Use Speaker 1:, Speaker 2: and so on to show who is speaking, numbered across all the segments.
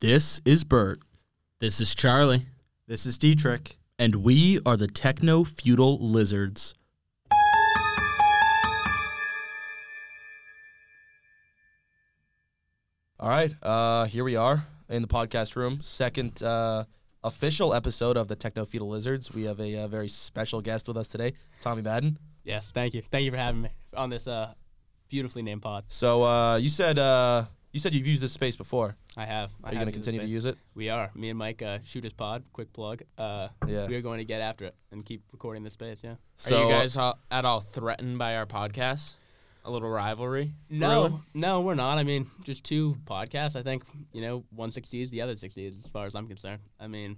Speaker 1: This is Bert,
Speaker 2: This is Charlie.
Speaker 3: This is Dietrich.
Speaker 1: and we are the techno feudal lizards.
Speaker 3: All right, uh, here we are in the podcast room. Second uh, official episode of the Techno Fetal Lizards. We have a, uh very special guest with us today, Tommy Madden.
Speaker 4: Yes, thank you. Thank you for having me on this uh, beautifully named pod.
Speaker 3: So uh, you said uh, you said you've used this space before.
Speaker 4: I have. I
Speaker 3: Are you going to
Speaker 4: have used this
Speaker 3: continue to
Speaker 4: space.
Speaker 3: use it?
Speaker 4: We are. Me and Mike uh, shoot his pod. Quick plug. Uh,
Speaker 3: Yeah.
Speaker 4: We are going to get after it and keep recording this space. Yeah.
Speaker 3: So
Speaker 2: Are you guys ho- at all threatened by our podcast? A little rivalry?
Speaker 4: No,
Speaker 2: brewing?
Speaker 4: no, we're not. I mean, just two podcasts. I think you know one succeeds, the other succeeds. As far as I'm concerned, I mean,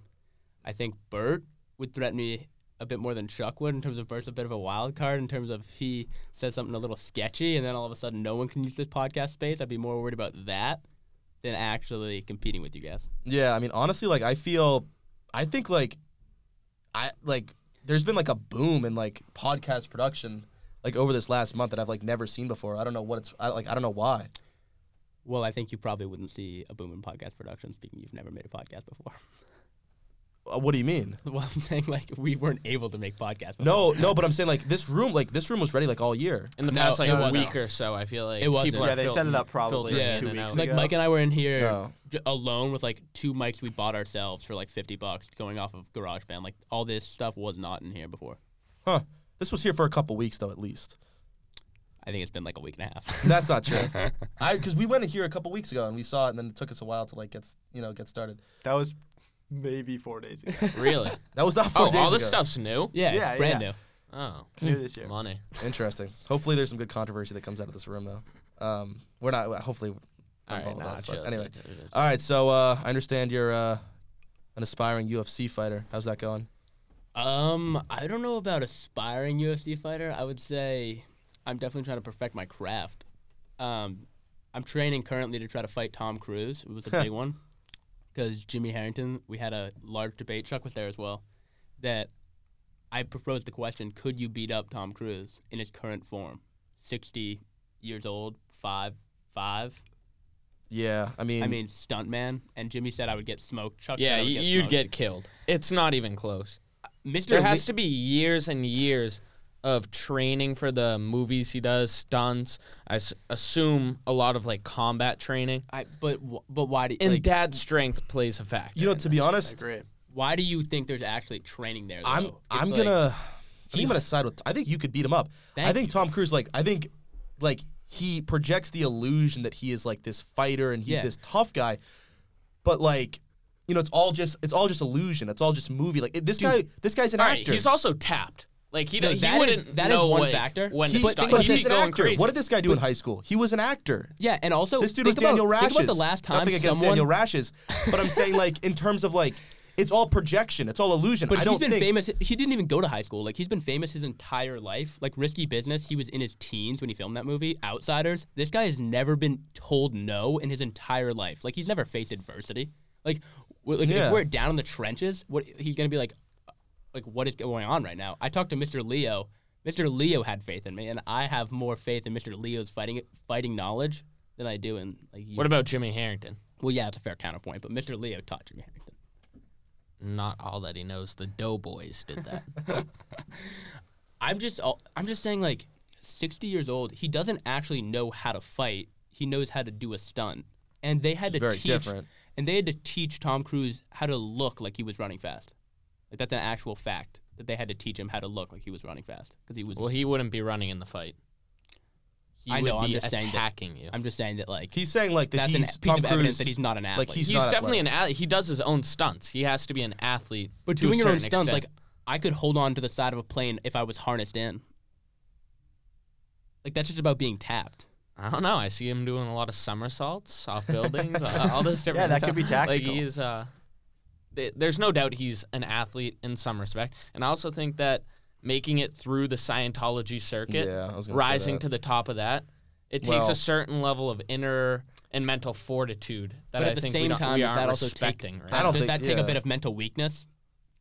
Speaker 4: I think Bert would threaten me a bit more than Chuck would in terms of Bert's a bit of a wild card in terms of if he says something a little sketchy and then all of a sudden no one can use this podcast space. I'd be more worried about that than actually competing with you guys.
Speaker 3: Yeah, I mean, honestly, like I feel, I think like, I like there's been like a boom in like podcast production like over this last month that I've like never seen before. I don't know what it's I, like. I don't know why.
Speaker 4: Well, I think you probably wouldn't see a boom in podcast production. Speaking, you've never made a podcast before.
Speaker 3: Uh, What do you mean?
Speaker 4: well, I'm saying like we weren't able to make podcasts. Before.
Speaker 3: No, no, but I'm saying like this room, like this room was ready like all year.
Speaker 2: In the
Speaker 4: No,
Speaker 2: past like
Speaker 4: it
Speaker 2: a
Speaker 4: wasn't.
Speaker 2: week or so, I feel like
Speaker 4: It wasn't.
Speaker 2: people
Speaker 4: Yeah,
Speaker 2: are
Speaker 4: they
Speaker 2: filled-
Speaker 5: set it up probably
Speaker 2: filtering
Speaker 4: Yeah,
Speaker 2: in
Speaker 5: two
Speaker 2: and
Speaker 5: weeks
Speaker 2: out.
Speaker 5: ago.
Speaker 4: Like Mike and I were in here
Speaker 3: No.
Speaker 4: j- alone with like two mics we bought ourselves for like fifty bucks, going off of GarageBand. Like all this stuff was not in here before.
Speaker 3: Huh. This was here for a couple weeks though, at least.
Speaker 4: I think it's been like a week and a half.
Speaker 3: That's not true. I because we went in here a couple weeks ago and we saw it, and then it took us a while to like get s- you know get started.
Speaker 5: That was maybe four days ago.
Speaker 2: Really?
Speaker 3: That was not four
Speaker 2: oh,
Speaker 3: days
Speaker 2: all this
Speaker 3: ago.
Speaker 2: stuff's new?
Speaker 4: yeah,
Speaker 5: Yeah,
Speaker 4: it's brand
Speaker 5: yeah.
Speaker 2: Oh,
Speaker 5: New this year.
Speaker 2: money.
Speaker 3: Interesting. Hopefully, there's some good controversy that comes out of this room though. Um, we're not. well, Hopefully,
Speaker 2: All right,
Speaker 3: involved
Speaker 2: nah,
Speaker 3: us, but
Speaker 2: chill, chill,
Speaker 3: anyway.
Speaker 2: chill, chill, chill.
Speaker 3: All right. So uh, I understand you're uh, an aspiring UFC fighter. How's that going?
Speaker 4: new. Um, I don't know about aspiring UFC fighter. I would say I'm definitely trying to perfect my craft. Um, I'm training currently to try to fight Tom Cruise. It was a big one because Jimmy Harrington. We had a large debate. Chuck was there as well. That I proposed the question: Could you beat up Tom Cruise in his current form, sixty years old, five five?
Speaker 3: Yeah. I mean.
Speaker 4: I mean, stuntman. And Jimmy said I would get smoked. Chuck,
Speaker 2: Yeah,
Speaker 4: said I would
Speaker 2: you,
Speaker 4: get
Speaker 2: you'd
Speaker 4: smoked.
Speaker 2: get killed. It's not even close.
Speaker 4: Mr.
Speaker 2: There
Speaker 4: Lee-
Speaker 2: has to be years and years of training for the movies he does, stunts. I s- assume a lot of like combat training.
Speaker 4: I, but wh- but why do you
Speaker 2: And
Speaker 4: like,
Speaker 2: dad strength plays a factor.
Speaker 3: you know, to be honest,
Speaker 5: Great.
Speaker 4: Why do you think there's actually training there? Though?
Speaker 3: I'm
Speaker 4: It's
Speaker 3: I'm
Speaker 4: like-
Speaker 3: gonna I'm gonna side with. I think you could beat him up. I
Speaker 4: Thank
Speaker 3: think Tom Cruise like I think like he projects the illusion that he is like this fighter and he's
Speaker 4: Yeah.
Speaker 3: this tough guy, but like you know it's all just it's all just illusion. It's all just movie. Like it- this guy this guy's an
Speaker 2: All right,
Speaker 3: actor.
Speaker 2: he's also tapped. Like he,
Speaker 4: No,
Speaker 2: no, he
Speaker 4: that is-
Speaker 2: wouldn't
Speaker 4: that is
Speaker 2: know
Speaker 4: one
Speaker 2: when-
Speaker 4: factor.
Speaker 2: when
Speaker 3: he,
Speaker 2: to stop.
Speaker 3: but, but
Speaker 2: He'd
Speaker 3: he's an
Speaker 2: be going
Speaker 3: actor.
Speaker 2: crazy.
Speaker 3: What did this guy do in high school? He was an actor.
Speaker 4: Yeah, and also
Speaker 3: This dude
Speaker 4: think
Speaker 3: was Daniel
Speaker 4: about,
Speaker 3: Rashes.
Speaker 4: Think about the last time
Speaker 3: Nothing against
Speaker 4: someone,
Speaker 3: Daniel Rashes, but I'm saying like in terms of like it's all projection. It's all illusion.
Speaker 4: but
Speaker 3: I
Speaker 4: he's
Speaker 3: don't
Speaker 4: been
Speaker 3: think
Speaker 4: famous. He didn't even go to high school. Like he's been famous his entire life. Like Risky Business, he was in his teens when he filmed that movie. Outsiders. This guy has never been told no in his entire life. Like he's never faced adversity. Like, w- like
Speaker 3: Yeah.
Speaker 4: if we're down in the trenches, what he's gonna be like? uh, Like what is going on right now? I talked to Mr. Leo. Mr. Leo had faith in me, and I have more faith in Mr. Leo's fighting fighting knowledge than I do in like. you-
Speaker 2: What about Jimmy Harrington?
Speaker 4: Well, yeah, it's a fair counterpoint, but Mr. Leo taught Jimmy Harrington.
Speaker 2: Not all that he knows. The Doughboys did that.
Speaker 4: I'm just, al- I'm just saying, like, 60 years old, he doesn't actually know how to fight. He knows how to do a stunt, and they had
Speaker 3: It's
Speaker 4: to
Speaker 3: very
Speaker 4: teach,
Speaker 3: different.
Speaker 4: and they had to teach Tom Cruise how to look like he was running fast. Like that's an actual fact that they had to teach him how to look like he was running fast because he was.
Speaker 2: well, he wouldn't be running in the fight. He
Speaker 4: I know,
Speaker 2: would
Speaker 4: I'm
Speaker 2: be
Speaker 4: just saying that-
Speaker 2: attacking you.
Speaker 4: I'm just saying that, like,
Speaker 3: he's saying like that
Speaker 4: that's an
Speaker 3: he's
Speaker 4: piece
Speaker 3: Tom
Speaker 4: of
Speaker 3: Cruise
Speaker 4: evidence that he's not an athlete.
Speaker 3: he's
Speaker 2: He's,
Speaker 3: not
Speaker 2: definitely an athlete. He does his own stunts. He has to be an athlete.
Speaker 4: but
Speaker 2: to
Speaker 4: doing
Speaker 2: a
Speaker 4: your own
Speaker 2: certain
Speaker 4: stunts, like,
Speaker 2: extent.
Speaker 4: I could hold on to the side of a plane if I was harnessed in. Like that's just about being tapped.
Speaker 2: I don't know. I see him doing a lot of somersaults off buildings, uh, all this different.
Speaker 5: that
Speaker 2: stuff.
Speaker 5: could be
Speaker 2: Like
Speaker 5: tactical.
Speaker 2: he's, uh, th- there's no doubt he's an athlete in some respect, and I also think that making it through the Scientology circuit,
Speaker 3: Yeah, I was gonna say
Speaker 2: rising
Speaker 3: that.
Speaker 2: to the top of that, it takes
Speaker 3: Well-
Speaker 2: a certain level of inner and mental fortitude that
Speaker 4: But at
Speaker 2: I
Speaker 4: the
Speaker 2: think
Speaker 4: same
Speaker 2: we, don't,
Speaker 4: time,
Speaker 2: we
Speaker 4: does
Speaker 2: aren't
Speaker 4: that also take-
Speaker 2: respecting. right?
Speaker 3: I don't
Speaker 4: does
Speaker 3: think-
Speaker 4: that take
Speaker 3: yeah.
Speaker 4: a bit of mental weakness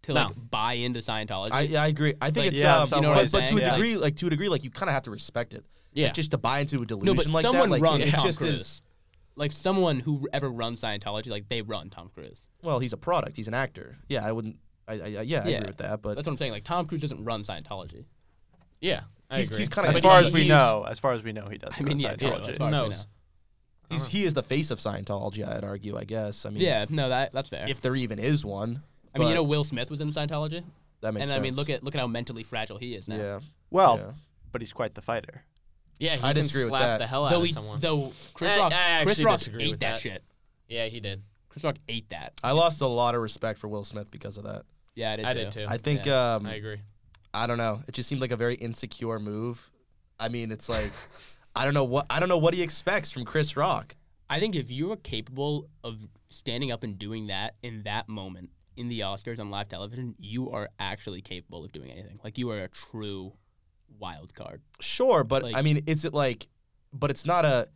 Speaker 4: to
Speaker 2: No.
Speaker 4: like buy into Scientology?
Speaker 3: I, yeah, I agree. I think
Speaker 2: Like,
Speaker 3: it's
Speaker 5: yeah,
Speaker 3: um,
Speaker 5: you know
Speaker 3: but,
Speaker 4: I'm
Speaker 5: what
Speaker 3: but to
Speaker 4: saying?
Speaker 3: a
Speaker 4: Yeah.
Speaker 3: degree, like, to a degree, like you kind of have to respect it. Like,
Speaker 2: Yeah.
Speaker 3: just to buy into a delusion
Speaker 4: no, but
Speaker 3: like
Speaker 4: someone
Speaker 3: that, like
Speaker 4: runs
Speaker 3: it
Speaker 4: Tom
Speaker 3: just
Speaker 4: Cruise.
Speaker 3: is.
Speaker 4: like someone who ever runs Scientology, like they run Tom Cruise.
Speaker 3: Well, he's a product. He's an actor. Yeah, I wouldn't. I, I, I- yeah, I
Speaker 4: Yeah.
Speaker 3: agree with that. But
Speaker 4: That's what I'm saying. Like Tom Cruise doesn't run Scientology.
Speaker 2: Yeah, I
Speaker 3: he's,
Speaker 2: agree.
Speaker 3: he's kind of
Speaker 5: As far as we know, as far as we know, he does.
Speaker 4: I mean,
Speaker 5: run
Speaker 4: yeah, yeah,
Speaker 5: Scientology.
Speaker 4: as far as we know.
Speaker 2: Knows.
Speaker 3: He's, he is the face of Scientology. I'd argue. I guess. I mean,
Speaker 4: Yeah, no, that that's fair.
Speaker 3: if there even is one.
Speaker 4: I mean,
Speaker 3: but
Speaker 4: you know, Will Smith was in Scientology,
Speaker 3: that makes
Speaker 4: and
Speaker 3: sense.
Speaker 4: I mean, look at look at how mentally fragile he is now.
Speaker 3: yeah.
Speaker 5: Well,
Speaker 3: yeah.
Speaker 5: but he's quite the fighter.
Speaker 2: yeah, he
Speaker 3: I
Speaker 2: can
Speaker 3: disagree with
Speaker 2: slap
Speaker 3: that.
Speaker 2: the hell out
Speaker 4: Though
Speaker 2: of
Speaker 4: he,
Speaker 2: someone.
Speaker 4: though Chris
Speaker 2: I-
Speaker 4: Rock,
Speaker 2: I
Speaker 4: Chris
Speaker 2: actually
Speaker 4: Rock
Speaker 2: disagree
Speaker 4: ate
Speaker 2: with
Speaker 4: that
Speaker 2: that.
Speaker 4: shit.
Speaker 2: yeah, he did.
Speaker 4: Chris Rock ate that.
Speaker 3: I lost a lot of respect for Will Smith because of that.
Speaker 4: Yeah, I did.
Speaker 2: I
Speaker 4: too.
Speaker 2: did too.
Speaker 3: I think um,
Speaker 2: I agree.
Speaker 3: I don't know. It just seemed like a very insecure move. I mean, it's like I don't know what I don't know what he expects from Chris Rock.
Speaker 4: I think if you were capable of standing up and doing that in that moment in the Oscars on live television, you are actually capable of doing anything. Like you are a true wild card.
Speaker 3: Sure, but I
Speaker 4: Like-
Speaker 3: mean, is it like? But it's not a.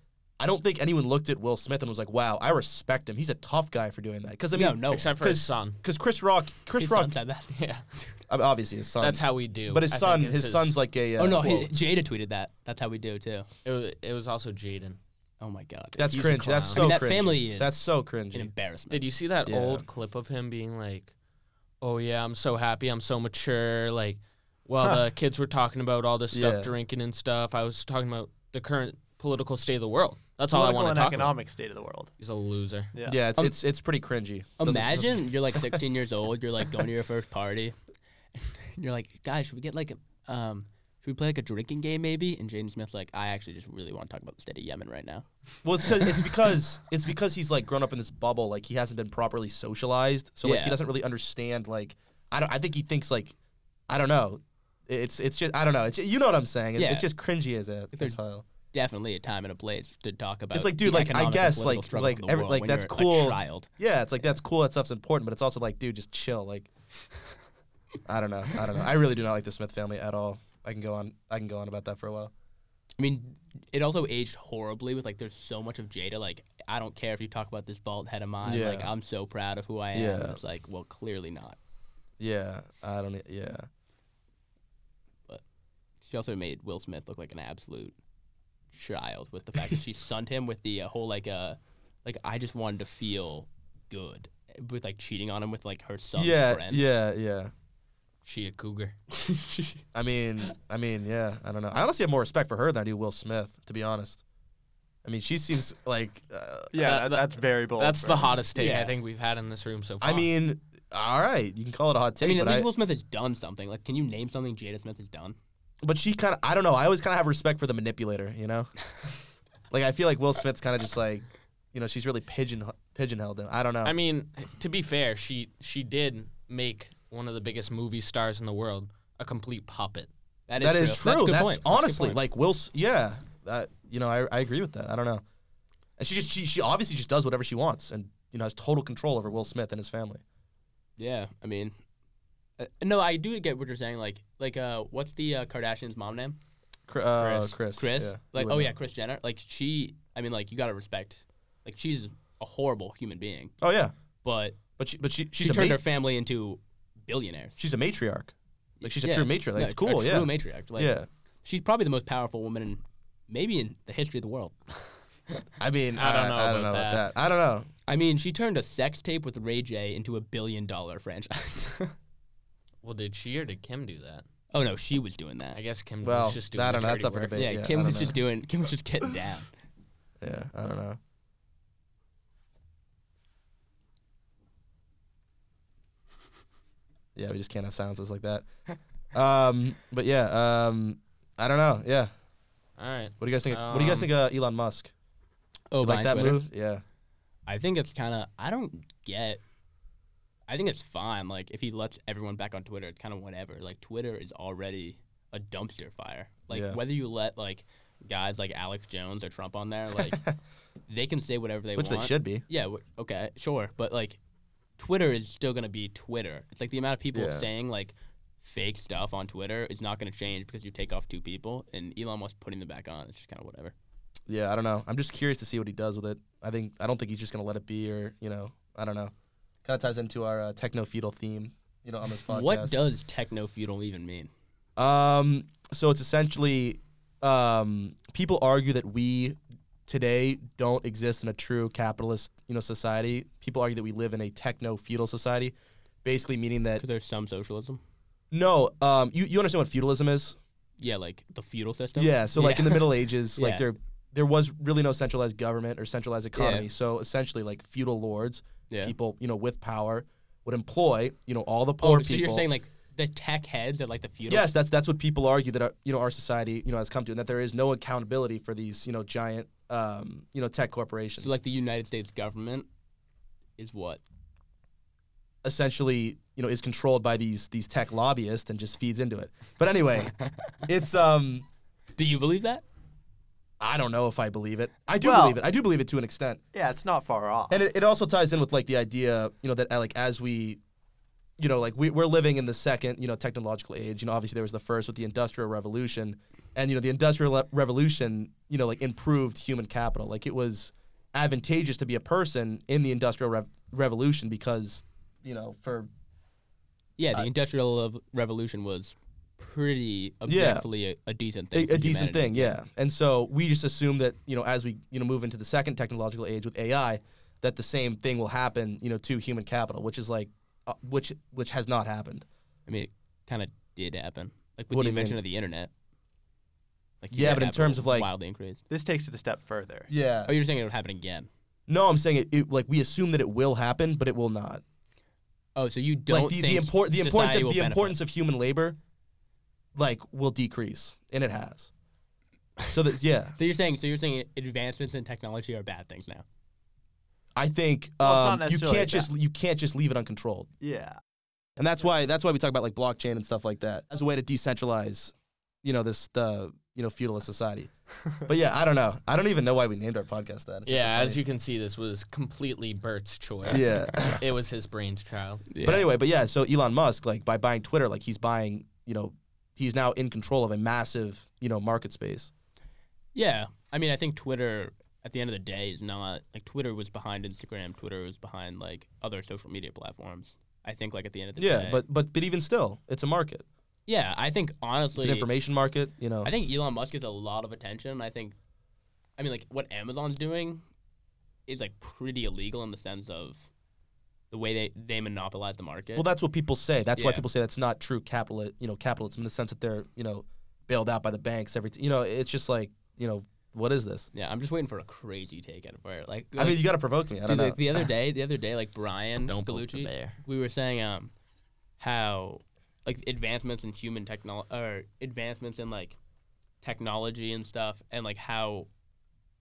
Speaker 3: I don't think anyone looked at Will Smith and was like, "Wow, I respect him. He's a tough guy for doing that." Because I
Speaker 4: No,
Speaker 3: mean,
Speaker 4: no.
Speaker 2: Except for his
Speaker 3: 'cause-
Speaker 2: son.
Speaker 3: because Chris Rock, Chris
Speaker 4: His
Speaker 3: Rock,
Speaker 4: son said that.
Speaker 2: Yeah,
Speaker 3: ob- obviously his son.
Speaker 2: that's how we do.
Speaker 3: But his
Speaker 2: I think
Speaker 3: son,
Speaker 2: it's
Speaker 3: his, son's like a. Uh,
Speaker 4: oh no, he,
Speaker 3: well,
Speaker 4: Jada tweeted that. That's how we do too.
Speaker 2: It was, it was also Jaden.
Speaker 4: Oh my god.
Speaker 3: that's
Speaker 2: he's a
Speaker 3: cringe. That's so
Speaker 4: I mean, that
Speaker 3: cringy.
Speaker 4: family is
Speaker 3: That's so
Speaker 4: an
Speaker 3: cringy.
Speaker 4: embarrassment.
Speaker 2: Did you see that
Speaker 3: Yeah.
Speaker 2: old clip of him being like, "Oh yeah, I'm so happy. I'm so mature." Like, while
Speaker 5: Huh.
Speaker 2: the kids were talking about all this stuff,
Speaker 3: Yeah.
Speaker 2: drinking and stuff, I was talking about the current political state of the world. That's all I
Speaker 5: Political
Speaker 2: want
Speaker 5: and
Speaker 2: to talk about.
Speaker 5: economic state of the world.
Speaker 2: He's a loser.
Speaker 5: Yeah.
Speaker 3: Yeah, it's
Speaker 4: Um,
Speaker 3: it's it's pretty cringy. Doesn't-
Speaker 4: Imagine
Speaker 3: doesn't-
Speaker 4: you're like 16 years old. You're like going to your first party. And you're like, guys, should we get like a, um, should we play like a drinking game maybe? And Jaden Smith's like, I actually just really want to talk about the state of Yemen right now.
Speaker 3: Well, it's because it's because it's because he's like grown up in this bubble. Like he hasn't been properly socialized, so like he
Speaker 4: Yeah.
Speaker 3: doesn't really understand. Like I don't. I think he thinks like I don't know. It's it's just I don't know. It's you know what I'm saying. It-
Speaker 4: Yeah.
Speaker 3: It's just cringy as a
Speaker 4: Like
Speaker 3: as
Speaker 4: they're
Speaker 3: hell.
Speaker 4: Definitely a time and a place to talk about.
Speaker 3: It's like,
Speaker 4: the
Speaker 3: dude, like, I
Speaker 4: economic and
Speaker 3: guess,
Speaker 4: political
Speaker 3: like-
Speaker 4: struggle
Speaker 3: like,
Speaker 4: of the
Speaker 3: every-
Speaker 4: world
Speaker 3: like,
Speaker 4: when
Speaker 3: that's
Speaker 4: you're
Speaker 3: cool.
Speaker 4: A child.
Speaker 3: Yeah, it's like that's cool. That stuff's important, but it's also like, dude, just chill. Like I don't know. I don't know. I really do not like the Smith family at all. I can go on. I can go on about that for a while.
Speaker 4: I mean, it also aged horribly with like there's so much of Jada. Like, I don't care if you talk about this bald head of mine. Like,
Speaker 3: Yeah.
Speaker 4: I'm so proud of who I am.
Speaker 3: Yeah.
Speaker 4: It's like, well, clearly not.
Speaker 3: Yeah, I don't. e, Yeah,
Speaker 4: She also made Will Smith look like an absolute child with the fact that she sunned him with the uh, whole like uh like I just wanted to feel good with like cheating on him with like her son's
Speaker 3: yeah,
Speaker 4: friend.
Speaker 3: yeah, yeah.
Speaker 2: She a cougar.
Speaker 3: I mean, I mean, yeah, I don't know. I honestly have more respect for her than I do Will Smith, to be honest. I mean, she seems like. Uh,
Speaker 5: Yeah,
Speaker 2: That-
Speaker 5: that, that's very bold.
Speaker 2: That's the
Speaker 5: bro.
Speaker 2: hottest take I
Speaker 4: Yeah.
Speaker 2: think we've had in this room so far.
Speaker 3: I mean, all right, you can call it a hot
Speaker 4: I
Speaker 3: take,
Speaker 4: mean, at
Speaker 3: but,
Speaker 4: least
Speaker 3: I,
Speaker 4: Will Smith has done something. Like, can you name something Jada Smith has done?
Speaker 3: but she kind of, I don't know. I always kind of have respect for the manipulator, you know? like, I feel like Will Smith's kind of just like, you know, she's really pigeon pigeonholed him. I don't know.
Speaker 2: I mean, to be fair, she she did make one of the biggest movie stars in the world a complete puppet.
Speaker 4: That is
Speaker 3: that is
Speaker 4: That's, a
Speaker 3: true.
Speaker 4: good
Speaker 3: That's,
Speaker 4: point. a good
Speaker 3: honestly
Speaker 4: point.
Speaker 3: like Will. S- Yeah, that, you know, I, I agree with that. I don't know. And she just she she obviously just does whatever she wants, and you know, has total control over Will Smith and his family.
Speaker 4: yeah. I mean, uh, no, I do get what you're saying. Like, like uh, what's the uh, Kardashian's mom name?
Speaker 3: Cr- uh,
Speaker 2: Chris.
Speaker 3: Chris.
Speaker 4: Chris.
Speaker 3: yeah.
Speaker 4: Like,
Speaker 3: Whoever.
Speaker 4: oh yeah, Chris Jenner. Like she, I mean, like you gotta respect. Like she's a horrible human being,
Speaker 3: Oh yeah,
Speaker 4: but
Speaker 3: but she, but she, she's
Speaker 4: she
Speaker 3: a
Speaker 4: turned
Speaker 3: ma-
Speaker 4: her family into billionaires.
Speaker 3: she's a matriarch. Like she's a
Speaker 4: Yeah.
Speaker 3: true matriarch. Like,
Speaker 4: No,
Speaker 3: it's
Speaker 4: a
Speaker 3: cool. yeah.
Speaker 4: True matriarch. Like,
Speaker 3: yeah.
Speaker 4: She's probably the most powerful woman in maybe in the history of the world.
Speaker 3: I mean,
Speaker 2: I don't know
Speaker 3: I, don't
Speaker 2: about
Speaker 3: know about that.
Speaker 2: that.
Speaker 3: I don't know.
Speaker 4: I mean, she turned a sex tape with Ray J into a billion dollar franchise.
Speaker 2: Well, did she or did Kim do that?
Speaker 4: oh no, she was doing that.
Speaker 2: I guess Kim
Speaker 3: Well,
Speaker 2: was just doing
Speaker 3: I don't
Speaker 2: the
Speaker 3: know. That's
Speaker 2: dirty
Speaker 3: up for
Speaker 2: work.
Speaker 3: debate.
Speaker 4: Yeah,
Speaker 3: yeah, I
Speaker 4: Kim
Speaker 3: don't
Speaker 4: was
Speaker 3: know.
Speaker 4: just doing. Kim was just getting down.
Speaker 3: Yeah, I don't know. Yeah, we just can't have silences like that. Um, but yeah, um, I don't know. Yeah,
Speaker 2: All right.
Speaker 3: what do you guys think? what do you guys
Speaker 2: Um,
Speaker 3: think of Elon Musk?
Speaker 4: Oh,
Speaker 3: You like
Speaker 4: behind
Speaker 3: that
Speaker 4: Twitter.
Speaker 3: move? Yeah.
Speaker 4: I think it's kind of. I don't get. I think it's fine. Like if he lets everyone back on Twitter, it's kind of whatever. Like Twitter is already a dumpster fire. Like
Speaker 3: Yeah.
Speaker 4: whether you let like guys like Alex Jones or Trump on there, like they can say whatever they
Speaker 3: Which
Speaker 4: want.
Speaker 3: they should be.
Speaker 4: Yeah. wh- Okay. Sure. But like, Twitter is still gonna be Twitter. It's like the amount of people
Speaker 3: Yeah.
Speaker 4: saying like fake stuff on Twitter is not gonna change because you take off two people and Elon Musk putting them back on. It's just kind of whatever.
Speaker 3: Yeah, I don't know. I'm just curious to see what he does with it. I think I don't think he's just gonna let it be, or you know, I don't know. Kind of ties into our uh, techno feudal theme, you know, on this podcast.
Speaker 4: What does techno feudal even mean?
Speaker 3: Um, so it's essentially um, people argue that we today don't exist in a true capitalist, you know, society. People argue that we live in a techno feudal society, basically meaning that
Speaker 4: Because there's some socialism.
Speaker 3: no, um, you, you understand what feudalism is?
Speaker 4: Yeah, like the feudal system.
Speaker 3: Yeah. So like in the Middle Ages,
Speaker 4: Yeah.
Speaker 3: like there there was really no centralized government or centralized economy.
Speaker 4: Yeah.
Speaker 3: So essentially, like feudal lords,
Speaker 4: Yeah.
Speaker 3: people you know with power would employ you know all the
Speaker 4: Oh,
Speaker 3: poor
Speaker 4: so
Speaker 3: people.
Speaker 4: you're saying like the tech heads are like the feudal.
Speaker 3: Yes, that's that's what people argue that our, you know our society you know has come to, and that there is no accountability for these you know giant um, you know tech corporations.
Speaker 4: So like the United States government is what?
Speaker 3: essentially you know is controlled by these these tech lobbyists and just feeds into it. But anyway, it's um
Speaker 4: Do you believe that?
Speaker 3: I don't know if I believe it. I do
Speaker 5: Well-
Speaker 3: believe it. I do believe it to an extent,
Speaker 5: Yeah, it's not far off.
Speaker 3: and it, it also ties in with like the idea you know that uh, like as we you know like we, we're living in the second you know technological age you know obviously there was the first with the industrial revolution and you know the industrial Le- revolution you know like improved human capital like it was advantageous to be a person in the industrial rev- revolution because you know for
Speaker 4: Yeah, the Industrial Rev- Revolution was pretty objectively a, a decent thing.
Speaker 3: a, a decent thing, yeah. And so we just assume that you know as we you know move into the second technological age with AI, that the same thing will happen you know to human capital, which is like uh, which which has not happened.
Speaker 4: I mean, it kind of did happen, like
Speaker 3: What do
Speaker 4: with the
Speaker 3: you mean?
Speaker 4: invention of the internet. Like
Speaker 3: Yeah,
Speaker 4: that
Speaker 3: but in
Speaker 4: happened
Speaker 3: terms of, like-
Speaker 4: wildly increased.
Speaker 5: this takes it a step further.
Speaker 3: Yeah.
Speaker 4: Oh, you're saying it would happen again?
Speaker 3: No, I'm saying it, it like we assume that it will happen, but it will not.
Speaker 4: Oh, so you don't
Speaker 3: like the, the
Speaker 4: think
Speaker 3: import the importance
Speaker 4: society
Speaker 3: of
Speaker 4: will
Speaker 3: the
Speaker 4: benefit.
Speaker 3: importance of human labor, like will decrease, and it has. So that yeah,
Speaker 4: So you're saying so you're saying advancements in technology are bad things now.
Speaker 3: I think
Speaker 5: Well, it's not
Speaker 3: um, you
Speaker 5: necessarily
Speaker 3: can't just you can't just leave it uncontrolled.
Speaker 5: Yeah.
Speaker 3: And that's why that's why we talk about like blockchain and stuff like that as a way to decentralize, you know, this the you know feudalist society. But yeah, I don't know. I don't even know why we named our podcast that. It's just
Speaker 2: Yeah,
Speaker 3: so
Speaker 2: as
Speaker 3: funny.
Speaker 2: you can see, this was completely Bert's choice.
Speaker 3: yeah. Mm-hmm.
Speaker 2: It was his brain's child.
Speaker 3: But anyway, but yeah, so Elon Musk, like by buying Twitter, like he's buying, you know, he's now in control of a massive, you know, market space.
Speaker 4: Yeah, I mean, I think Twitter at the end of the day is not like Twitter was behind Instagram. Twitter was behind like other social media platforms. I think like at the end of the day.
Speaker 3: Yeah, but but but even still, it's a market.
Speaker 4: yeah, I think
Speaker 3: It's
Speaker 4: honestly,
Speaker 3: an information market, you know.
Speaker 4: I think Elon Musk gets a lot of attention. I think, I mean, like what Amazon's doing is like pretty illegal in the sense of the way they they monopolize the market.
Speaker 3: Well, that's what people say. That's why
Speaker 4: Yeah.
Speaker 3: people say that's not true capital, you know, capitalism in the sense that they're, you know, bailed out by the banks every t- you know, it's just like, you know, what is this?
Speaker 4: yeah, I'm just waiting for a crazy take out of Bert. Like,
Speaker 3: I mean,
Speaker 4: like,
Speaker 3: you got to provoke me. I don't
Speaker 4: dude,
Speaker 3: know.
Speaker 4: like the other day, the other day, like Brian
Speaker 2: Don't poke the
Speaker 4: Galucci,
Speaker 2: bear.
Speaker 4: we were saying um how like advancements in human technology or advancements in like technology and stuff and like how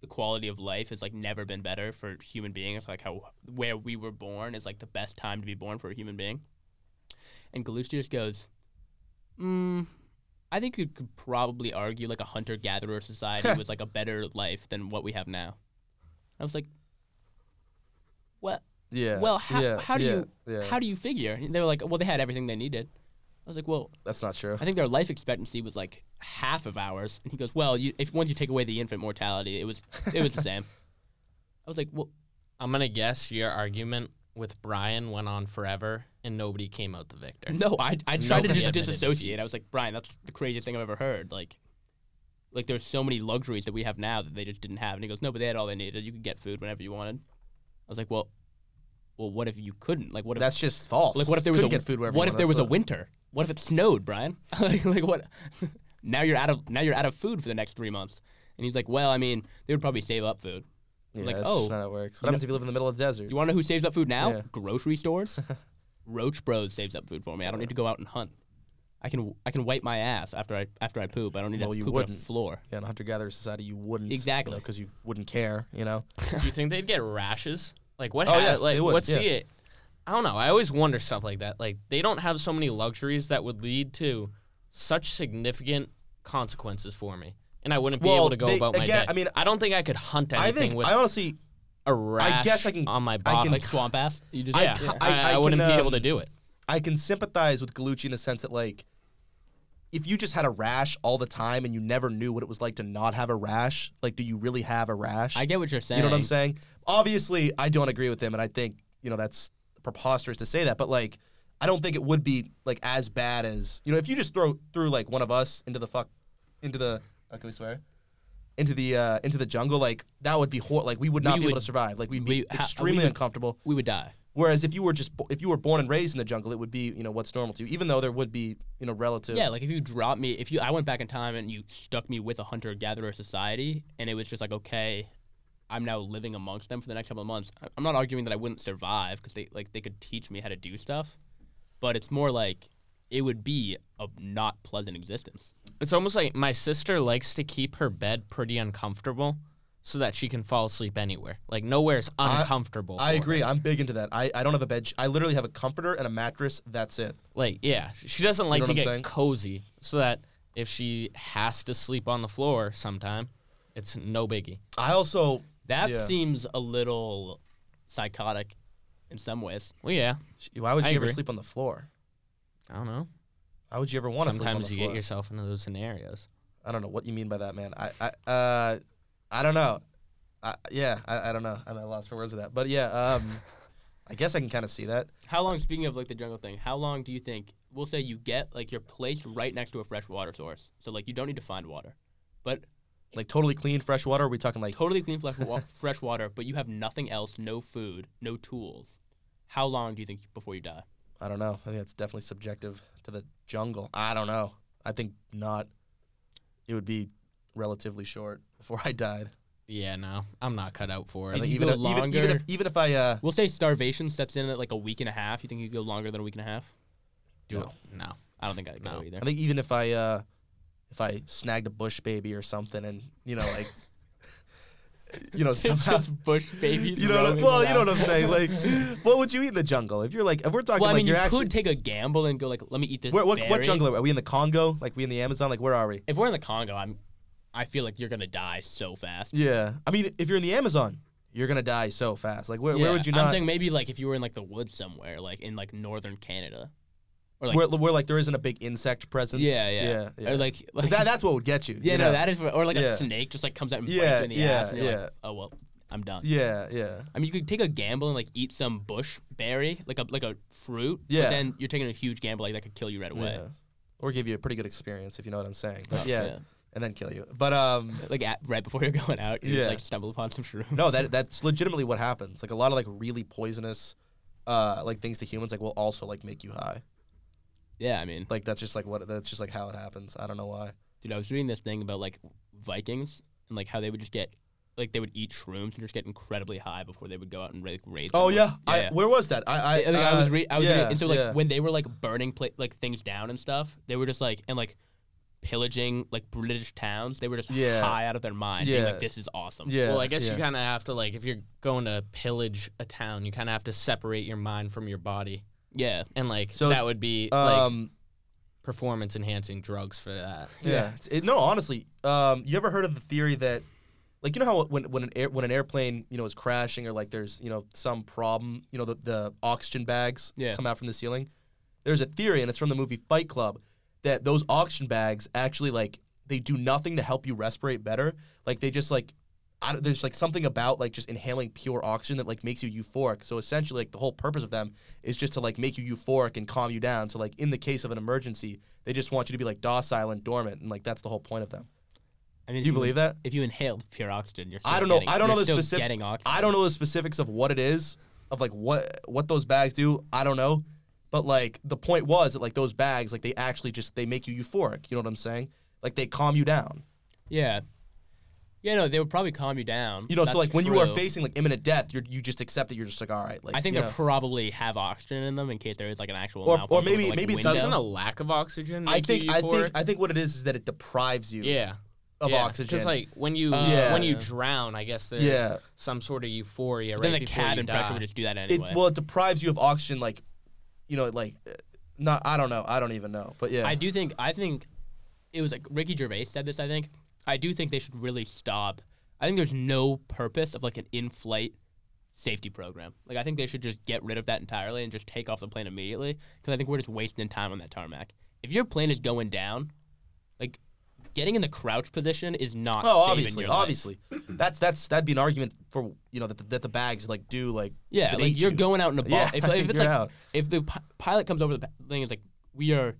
Speaker 4: the quality of life has like never been better for human beings like how where we were born is like the best time to be born for a human being and Galucci just goes mm, I think you could probably argue like a hunter gatherer society was like a better life than what we have now I was like what
Speaker 3: Yeah.
Speaker 4: well, how,
Speaker 3: yeah,
Speaker 4: how do
Speaker 3: yeah,
Speaker 4: you
Speaker 3: Yeah.
Speaker 4: how do you figure? And they were like, well, they had everything they needed. I was like, well,
Speaker 3: That's not true.
Speaker 4: I think their life expectancy was like half of ours. And he goes, well, you, if once you take away the infant mortality, it was it was the same. I was like, well,
Speaker 2: I'm gonna guess your argument with Brian went on forever and nobody came out the victor.
Speaker 4: no, I I tried
Speaker 2: Nobody
Speaker 4: to just
Speaker 2: admitted
Speaker 4: disassociate. I was like, Brian, that's the craziest thing I've ever heard. Like, like there's so many luxuries that we have now that they just didn't have. And he goes, no, but they had all they needed. You could get food whenever you wanted. I was like, well, well, what if you couldn't? Like, what if
Speaker 3: That's just false.
Speaker 4: Like, what if there was
Speaker 3: Couldn't
Speaker 4: a
Speaker 3: get food wherever
Speaker 4: what
Speaker 3: you
Speaker 4: if
Speaker 3: want,
Speaker 4: there was
Speaker 3: that's
Speaker 4: a
Speaker 3: not-
Speaker 4: winter? What if it snowed, Brian? like, like what? now you're out of now you're out of food for the next three months. And he's like, well, I mean, they would probably save up food.
Speaker 3: Yeah,
Speaker 4: like,
Speaker 3: that's
Speaker 4: oh,
Speaker 3: just not how it works. What happens if you live in the middle of the desert?
Speaker 4: You want to know who saves up food now?
Speaker 3: Yeah.
Speaker 4: Grocery stores. Roach Bros saves up food for me. I don't need to go out and hunt. I can I can wipe my ass after I after I poop. I don't need
Speaker 3: Well,
Speaker 4: to
Speaker 3: you
Speaker 4: poop on
Speaker 3: wouldn't.
Speaker 4: the floor.
Speaker 3: yeah, in a hunter-gatherer society, you wouldn't
Speaker 4: Exactly.
Speaker 3: because you, wouldn't care. You know,
Speaker 2: Do you think they'd get rashes? Like what?
Speaker 3: Oh,
Speaker 2: ha-
Speaker 3: yeah,
Speaker 2: like
Speaker 3: they would,
Speaker 2: what's
Speaker 3: yeah.
Speaker 2: the? I don't know. I always wonder stuff like that. Like they don't have so many luxuries that would lead to such significant consequences for me, and I wouldn't be
Speaker 3: Well,
Speaker 2: able to go
Speaker 3: they-
Speaker 2: about my
Speaker 3: again,
Speaker 2: day.
Speaker 3: I mean,
Speaker 2: I don't think I could hunt
Speaker 3: I
Speaker 2: anything
Speaker 3: think
Speaker 2: with
Speaker 3: I honestly,
Speaker 2: a rash.
Speaker 3: guess I can-
Speaker 2: on my
Speaker 3: I
Speaker 2: body.
Speaker 3: can-
Speaker 4: Like swamp ass. You just
Speaker 3: I
Speaker 2: yeah,
Speaker 3: ca-
Speaker 2: yeah,
Speaker 3: I-
Speaker 2: I, I
Speaker 3: I
Speaker 2: wouldn't
Speaker 3: can,
Speaker 2: be able to
Speaker 3: um,
Speaker 2: do it.
Speaker 3: I can sympathize with Galucci in the sense that like, if you just had a rash all the time and you never knew what it was like to not have a rash, like, do you really have a rash?
Speaker 4: I get what you're saying.
Speaker 3: You know what I'm saying? Obviously, I don't agree with him, and I think you know that's preposterous to say that. But like, I don't think it would be like as bad as you know if you just throw threw like one of us into the fuck into the. Oh, can we swear? into the uh, into the jungle, like that would be hor- like we would not
Speaker 4: We
Speaker 3: be able
Speaker 4: would-
Speaker 3: to survive. Like we'd be
Speaker 4: we- ha- we
Speaker 3: extremely
Speaker 4: would-
Speaker 3: uncomfortable.
Speaker 4: We would die.
Speaker 3: Whereas if you were just bo- if you were born and raised in the jungle, it would be you know what's normal to you. Even though there would be you know relative.
Speaker 4: Yeah, like if you dropped me, if you I went back in time and you stuck me with a hunter gatherer society, and it was just like okay, I'm now living amongst them for the next couple of months. I- I'm not arguing that I wouldn't survive because they like they could teach me how to do stuff, but it's more like it would be a not pleasant existence.
Speaker 2: It's almost like my sister likes to keep her bed pretty uncomfortable so that she can fall asleep anywhere. Like nowhere is uncomfortable.
Speaker 3: I
Speaker 2: for her.
Speaker 3: agree. I'm big into that. I, I don't have a bed. sh- I literally have a comforter and a mattress. That's it.
Speaker 2: Like yeah, she doesn't like
Speaker 3: know
Speaker 2: to
Speaker 3: what I'm
Speaker 2: get
Speaker 3: saying?
Speaker 2: cozy so that if she has to sleep on the floor sometime, it's no biggie.
Speaker 3: I also
Speaker 4: That
Speaker 3: Yeah.
Speaker 4: seems a little psychotic in some ways.
Speaker 2: Well, yeah.
Speaker 3: sh- why would
Speaker 2: I
Speaker 3: you ever
Speaker 2: agree.
Speaker 3: sleep on the floor?
Speaker 2: I don't know.
Speaker 3: Why would you ever want to sleep on the
Speaker 2: Sometimes you
Speaker 3: floor?
Speaker 2: get yourself into those scenarios.
Speaker 3: I don't know what you mean by that, man. I I uh, I don't know. I, yeah, I, I don't know. I'm at a loss for words with that. But yeah, um, I guess I can kind of see that.
Speaker 4: How long? Speaking of like the jungle thing, how long do you think? We'll say you get like you're placed right next to a fresh water source, so like you don't need to find water, but
Speaker 3: Like totally clean fresh water. Are we talking like
Speaker 4: totally clean fresh, wa- fresh water, but you have nothing else, no food, no tools. How long do you think before you die?
Speaker 3: I don't know. I think that's definitely subjective to the jungle. I don't know. I think not. It would be relatively short before I died.
Speaker 2: Yeah, no, I'm not cut out for
Speaker 3: I
Speaker 2: it.
Speaker 4: If
Speaker 3: think
Speaker 4: you
Speaker 3: even
Speaker 4: go
Speaker 3: if, even, even if
Speaker 4: longer-
Speaker 3: even if I uh,
Speaker 4: We'll say starvation steps in at like a week and a half. You think you go longer than a week and a half?
Speaker 2: Do no.
Speaker 4: I don't think I'd go
Speaker 2: No.
Speaker 4: either.
Speaker 3: I think even if I uh, if I snagged a bush baby or something, and you know like. You know, somehow
Speaker 4: just bush babies.
Speaker 3: You know, what I-
Speaker 4: roaming
Speaker 3: well, you know
Speaker 4: around.
Speaker 3: what I'm saying. Like, what would you eat in the jungle if you're like, if we're talking
Speaker 4: Well, I
Speaker 3: like
Speaker 4: mean, you
Speaker 3: you're actually,
Speaker 4: could take a gamble and go like, let me eat this.
Speaker 3: where, what, what
Speaker 4: berry.
Speaker 3: jungle are we? Are we in the Congo? Like, we in the Amazon? Like, where are we?
Speaker 4: If we're in the Congo, I'm. I feel like you're gonna die so fast.
Speaker 3: Yeah, I mean, if you're in the Amazon, you're gonna die so fast. Like, where, where
Speaker 4: Yeah,
Speaker 3: would you
Speaker 4: I'm
Speaker 3: not?
Speaker 4: saying maybe like if you were in like the woods somewhere, like in like northern Canada, or like
Speaker 3: where, where like there isn't a big insect presence.
Speaker 4: yeah, yeah,
Speaker 3: yeah. yeah.
Speaker 4: Or like,
Speaker 3: 'Cause
Speaker 4: like
Speaker 3: that, that's what would get you.
Speaker 4: Yeah,
Speaker 3: you
Speaker 4: no,
Speaker 3: know?
Speaker 4: that is, or like
Speaker 3: Yeah.
Speaker 4: a snake just like comes out and bites
Speaker 3: Yeah,
Speaker 4: you in the
Speaker 3: yeah,
Speaker 4: ass, and you're
Speaker 3: yeah.
Speaker 4: like, oh well, I'm done.
Speaker 3: Yeah, yeah.
Speaker 4: I mean, you could take a gamble and like eat some bush berry, like a like a fruit.
Speaker 3: Yeah.
Speaker 4: But then you're taking a huge gamble, like that could kill you right away.
Speaker 3: yeah. Or give you a pretty good experience if you know what I'm saying. But
Speaker 4: Oh,
Speaker 3: yeah,
Speaker 4: yeah.
Speaker 3: and then kill you. But um,
Speaker 4: Like at, right before you're going out, you
Speaker 3: Yeah.
Speaker 4: just like stumble upon some shrooms.
Speaker 3: No, that that's legitimately what happens. Like a lot of like really poisonous, uh, like things to humans like will also like make you high.
Speaker 4: yeah, I mean,
Speaker 3: Like that's just like what that's just like how it happens. I don't know why.
Speaker 4: dude, I was reading this thing about like Vikings and like how they would just get, like they would eat shrooms and just get incredibly high before they would go out and like raid.
Speaker 3: Oh
Speaker 4: someone.
Speaker 3: yeah, I,
Speaker 4: yeah.
Speaker 3: where was that? I I,
Speaker 4: I, I mean, I was
Speaker 3: uh,
Speaker 4: re- I was
Speaker 3: yeah,
Speaker 4: reading, and so like
Speaker 3: yeah.
Speaker 4: when they were like burning pla- like things down and stuff, they were just like and like pillaging like British towns. They were just
Speaker 3: Yeah.
Speaker 4: high out of their mind, being
Speaker 3: Yeah.
Speaker 4: like, "This is awesome."
Speaker 3: yeah,
Speaker 2: well, I guess
Speaker 3: yeah.
Speaker 2: you kind of have to like if you're going to pillage a town, you kind of have to separate your mind from your body,
Speaker 4: yeah.
Speaker 2: and like
Speaker 3: So,
Speaker 2: that would be like
Speaker 3: Um,
Speaker 2: performance enhancing drugs for that.
Speaker 3: yeah. It's- It, no, honestly, um, you ever heard of the theory that, like, you know how when when an air, when an airplane you know is crashing or like there's you know some problem, you know the the oxygen bags
Speaker 4: Yeah.
Speaker 3: come out from the ceiling. There's a theory, and it's from the movie Fight Club, that those oxygen bags actually like they do nothing to help you respirate better. Like they just like. I don't, there's like something about like just inhaling pure oxygen that like makes you euphoric. So essentially, like the whole purpose of them is just to like make you euphoric and calm you down. So like in the case of an emergency, they just want you to be like docile and dormant, and like that's the whole point of them.
Speaker 4: I mean,
Speaker 3: Do you believe that?
Speaker 4: If you inhaled pure oxygen, you're. Still
Speaker 3: I don't know.
Speaker 4: getting-
Speaker 3: I don't
Speaker 4: you're
Speaker 3: know the
Speaker 4: still
Speaker 3: specific.
Speaker 4: Getting oxygen.
Speaker 3: I don't know the specifics of what it is, of like what what those bags do. I don't know, but like the point was that like those bags, like they actually just they make you euphoric. You know what I'm saying? Like they calm you down.
Speaker 4: Yeah. Yeah, no, they would probably calm you down.
Speaker 3: You know,
Speaker 4: That's
Speaker 3: so like when you are
Speaker 4: true.
Speaker 3: facing like imminent death, you are you just accept that you're just like all right. Like
Speaker 4: I think
Speaker 3: you
Speaker 4: they
Speaker 3: know.
Speaker 4: probably have oxygen in them in case there is like an actual
Speaker 3: Or- or
Speaker 4: malfunction with the,
Speaker 3: maybe-
Speaker 4: like,
Speaker 3: maybe it's-
Speaker 4: window.
Speaker 2: Doesn't a lack of oxygen? Make
Speaker 3: I think
Speaker 2: you
Speaker 3: I
Speaker 2: euphoric?
Speaker 3: think I think what it is is that it deprives you
Speaker 2: yeah.
Speaker 3: of
Speaker 2: yeah.
Speaker 3: oxygen.
Speaker 2: Because like when you
Speaker 3: Uh, Yeah.
Speaker 2: when you drown, I guess there's
Speaker 3: Yeah.
Speaker 2: some sort of euphoria.
Speaker 4: But then
Speaker 2: right
Speaker 4: the
Speaker 2: before you
Speaker 4: cabin pressure
Speaker 2: die.
Speaker 4: would just do that
Speaker 3: it
Speaker 4: anyway.
Speaker 3: well it deprives you of oxygen. Like you know like uh, not I don't know I don't even know. But yeah,
Speaker 4: I do think I think it was like Ricky Gervais said this. I think I do think they should really stop. I think there's no purpose of like an in-flight safety program. Like I think they should just get rid of that entirely and just take off the plane immediately because I think we're just wasting time on that tarmac. If your plane is going down, like getting in the crouch position is not.
Speaker 3: Oh,
Speaker 4: saving
Speaker 3: obviously,
Speaker 4: your life.
Speaker 3: obviously. That's that's that'd be an argument for you know that the, that the bags like do like
Speaker 4: Yeah,
Speaker 3: sedate
Speaker 4: like you're
Speaker 3: you.
Speaker 4: going out in a ball.
Speaker 3: Yeah,
Speaker 4: if, if it's
Speaker 3: you're
Speaker 4: like
Speaker 3: out.
Speaker 4: if the pi- pilot comes over the pa- thing, it's like we are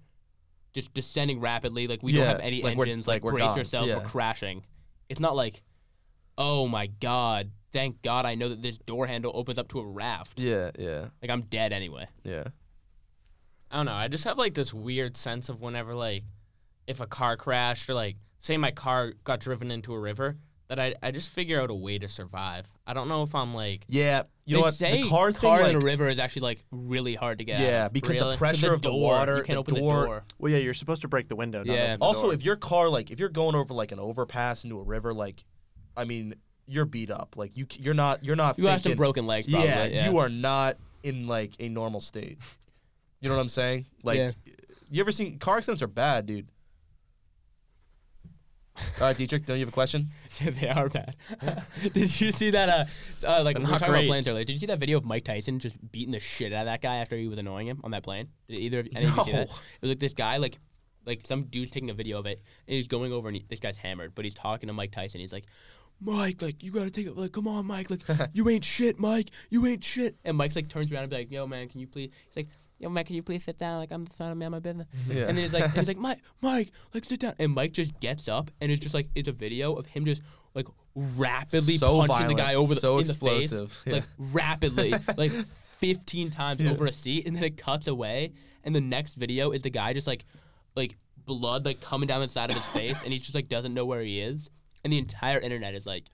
Speaker 4: just descending rapidly. Like we
Speaker 3: Yeah,
Speaker 4: don't have any
Speaker 3: like we're-
Speaker 4: engines.
Speaker 3: like
Speaker 4: Like,
Speaker 3: we're
Speaker 4: brace
Speaker 3: gone,
Speaker 4: yourselves.
Speaker 3: yeah.
Speaker 4: We're crashing. It's not like, oh my god, thank God I know that this door handle opens up to a raft.
Speaker 3: Yeah, yeah,
Speaker 4: Like I'm dead anyway.
Speaker 3: yeah.
Speaker 2: I don't know. I just have like this weird sense of whenever like if a car crashed or like say my car got driven into a river that I, I just figure out a way to survive. I don't know if I'm like
Speaker 3: Yeah, you
Speaker 4: they
Speaker 3: know what?
Speaker 4: say
Speaker 3: the car thing,
Speaker 4: in
Speaker 3: like,
Speaker 4: a river is actually like really hard to get. out of.
Speaker 3: yeah, because
Speaker 2: Really?
Speaker 3: the pressure
Speaker 4: the
Speaker 3: of the
Speaker 4: door,
Speaker 3: water,
Speaker 4: you can't
Speaker 3: the
Speaker 4: open
Speaker 3: door.
Speaker 4: the door.
Speaker 5: Well, yeah, you're supposed to break the window. Not
Speaker 4: Yeah.
Speaker 5: open the
Speaker 3: Also,
Speaker 5: door.
Speaker 3: if your car, like, if you're going over like an overpass into a river, like, I mean, you're beat up. Like, you c- you're not you're not.
Speaker 4: You have some
Speaker 3: thinking-
Speaker 4: broken legs. Probably,
Speaker 3: yeah,
Speaker 4: yeah,
Speaker 3: you are not in like a normal state. You know what I'm saying? Like,
Speaker 4: Yeah.
Speaker 3: you ever seen car accidents are bad, dude. All right, Dietrich, don't you have a question?
Speaker 4: Yeah, they are bad. Did you see that? Uh, uh like we were
Speaker 2: not
Speaker 4: talking about
Speaker 2: great.
Speaker 4: planes earlier. Did you see that video of Mike Tyson just beating the shit out of that guy after he was annoying him on that plane? Did either of any of you see that?
Speaker 3: No.
Speaker 4: It was like this guy, like, like some dude's taking a video of it, and he's going over, and he, this guy's hammered, but he's talking to Mike Tyson. He's like, Mike, like you gotta take it, like come on, Mike, like you ain't shit, Mike, you ain't shit. And Mike's like turns around and be like, Yo, man, can you please? He's like. Yo, Mike, can you please sit down? Like, I'm the son of man, my business.
Speaker 3: Yeah.
Speaker 4: And then he's like, and he's like, Mike, Mike, like sit down. And Mike just gets up, and it's just like it's a video of him just like rapidly
Speaker 3: So
Speaker 4: punching the
Speaker 3: violent,
Speaker 4: guy over the
Speaker 3: so
Speaker 4: in the face,
Speaker 3: explosive, yeah.
Speaker 4: like rapidly, like 15 times over a seat, and then it cuts away. And the next video is the guy just like, like blood like coming down the side of his face, and he just like doesn't know where he is. And the entire internet is like,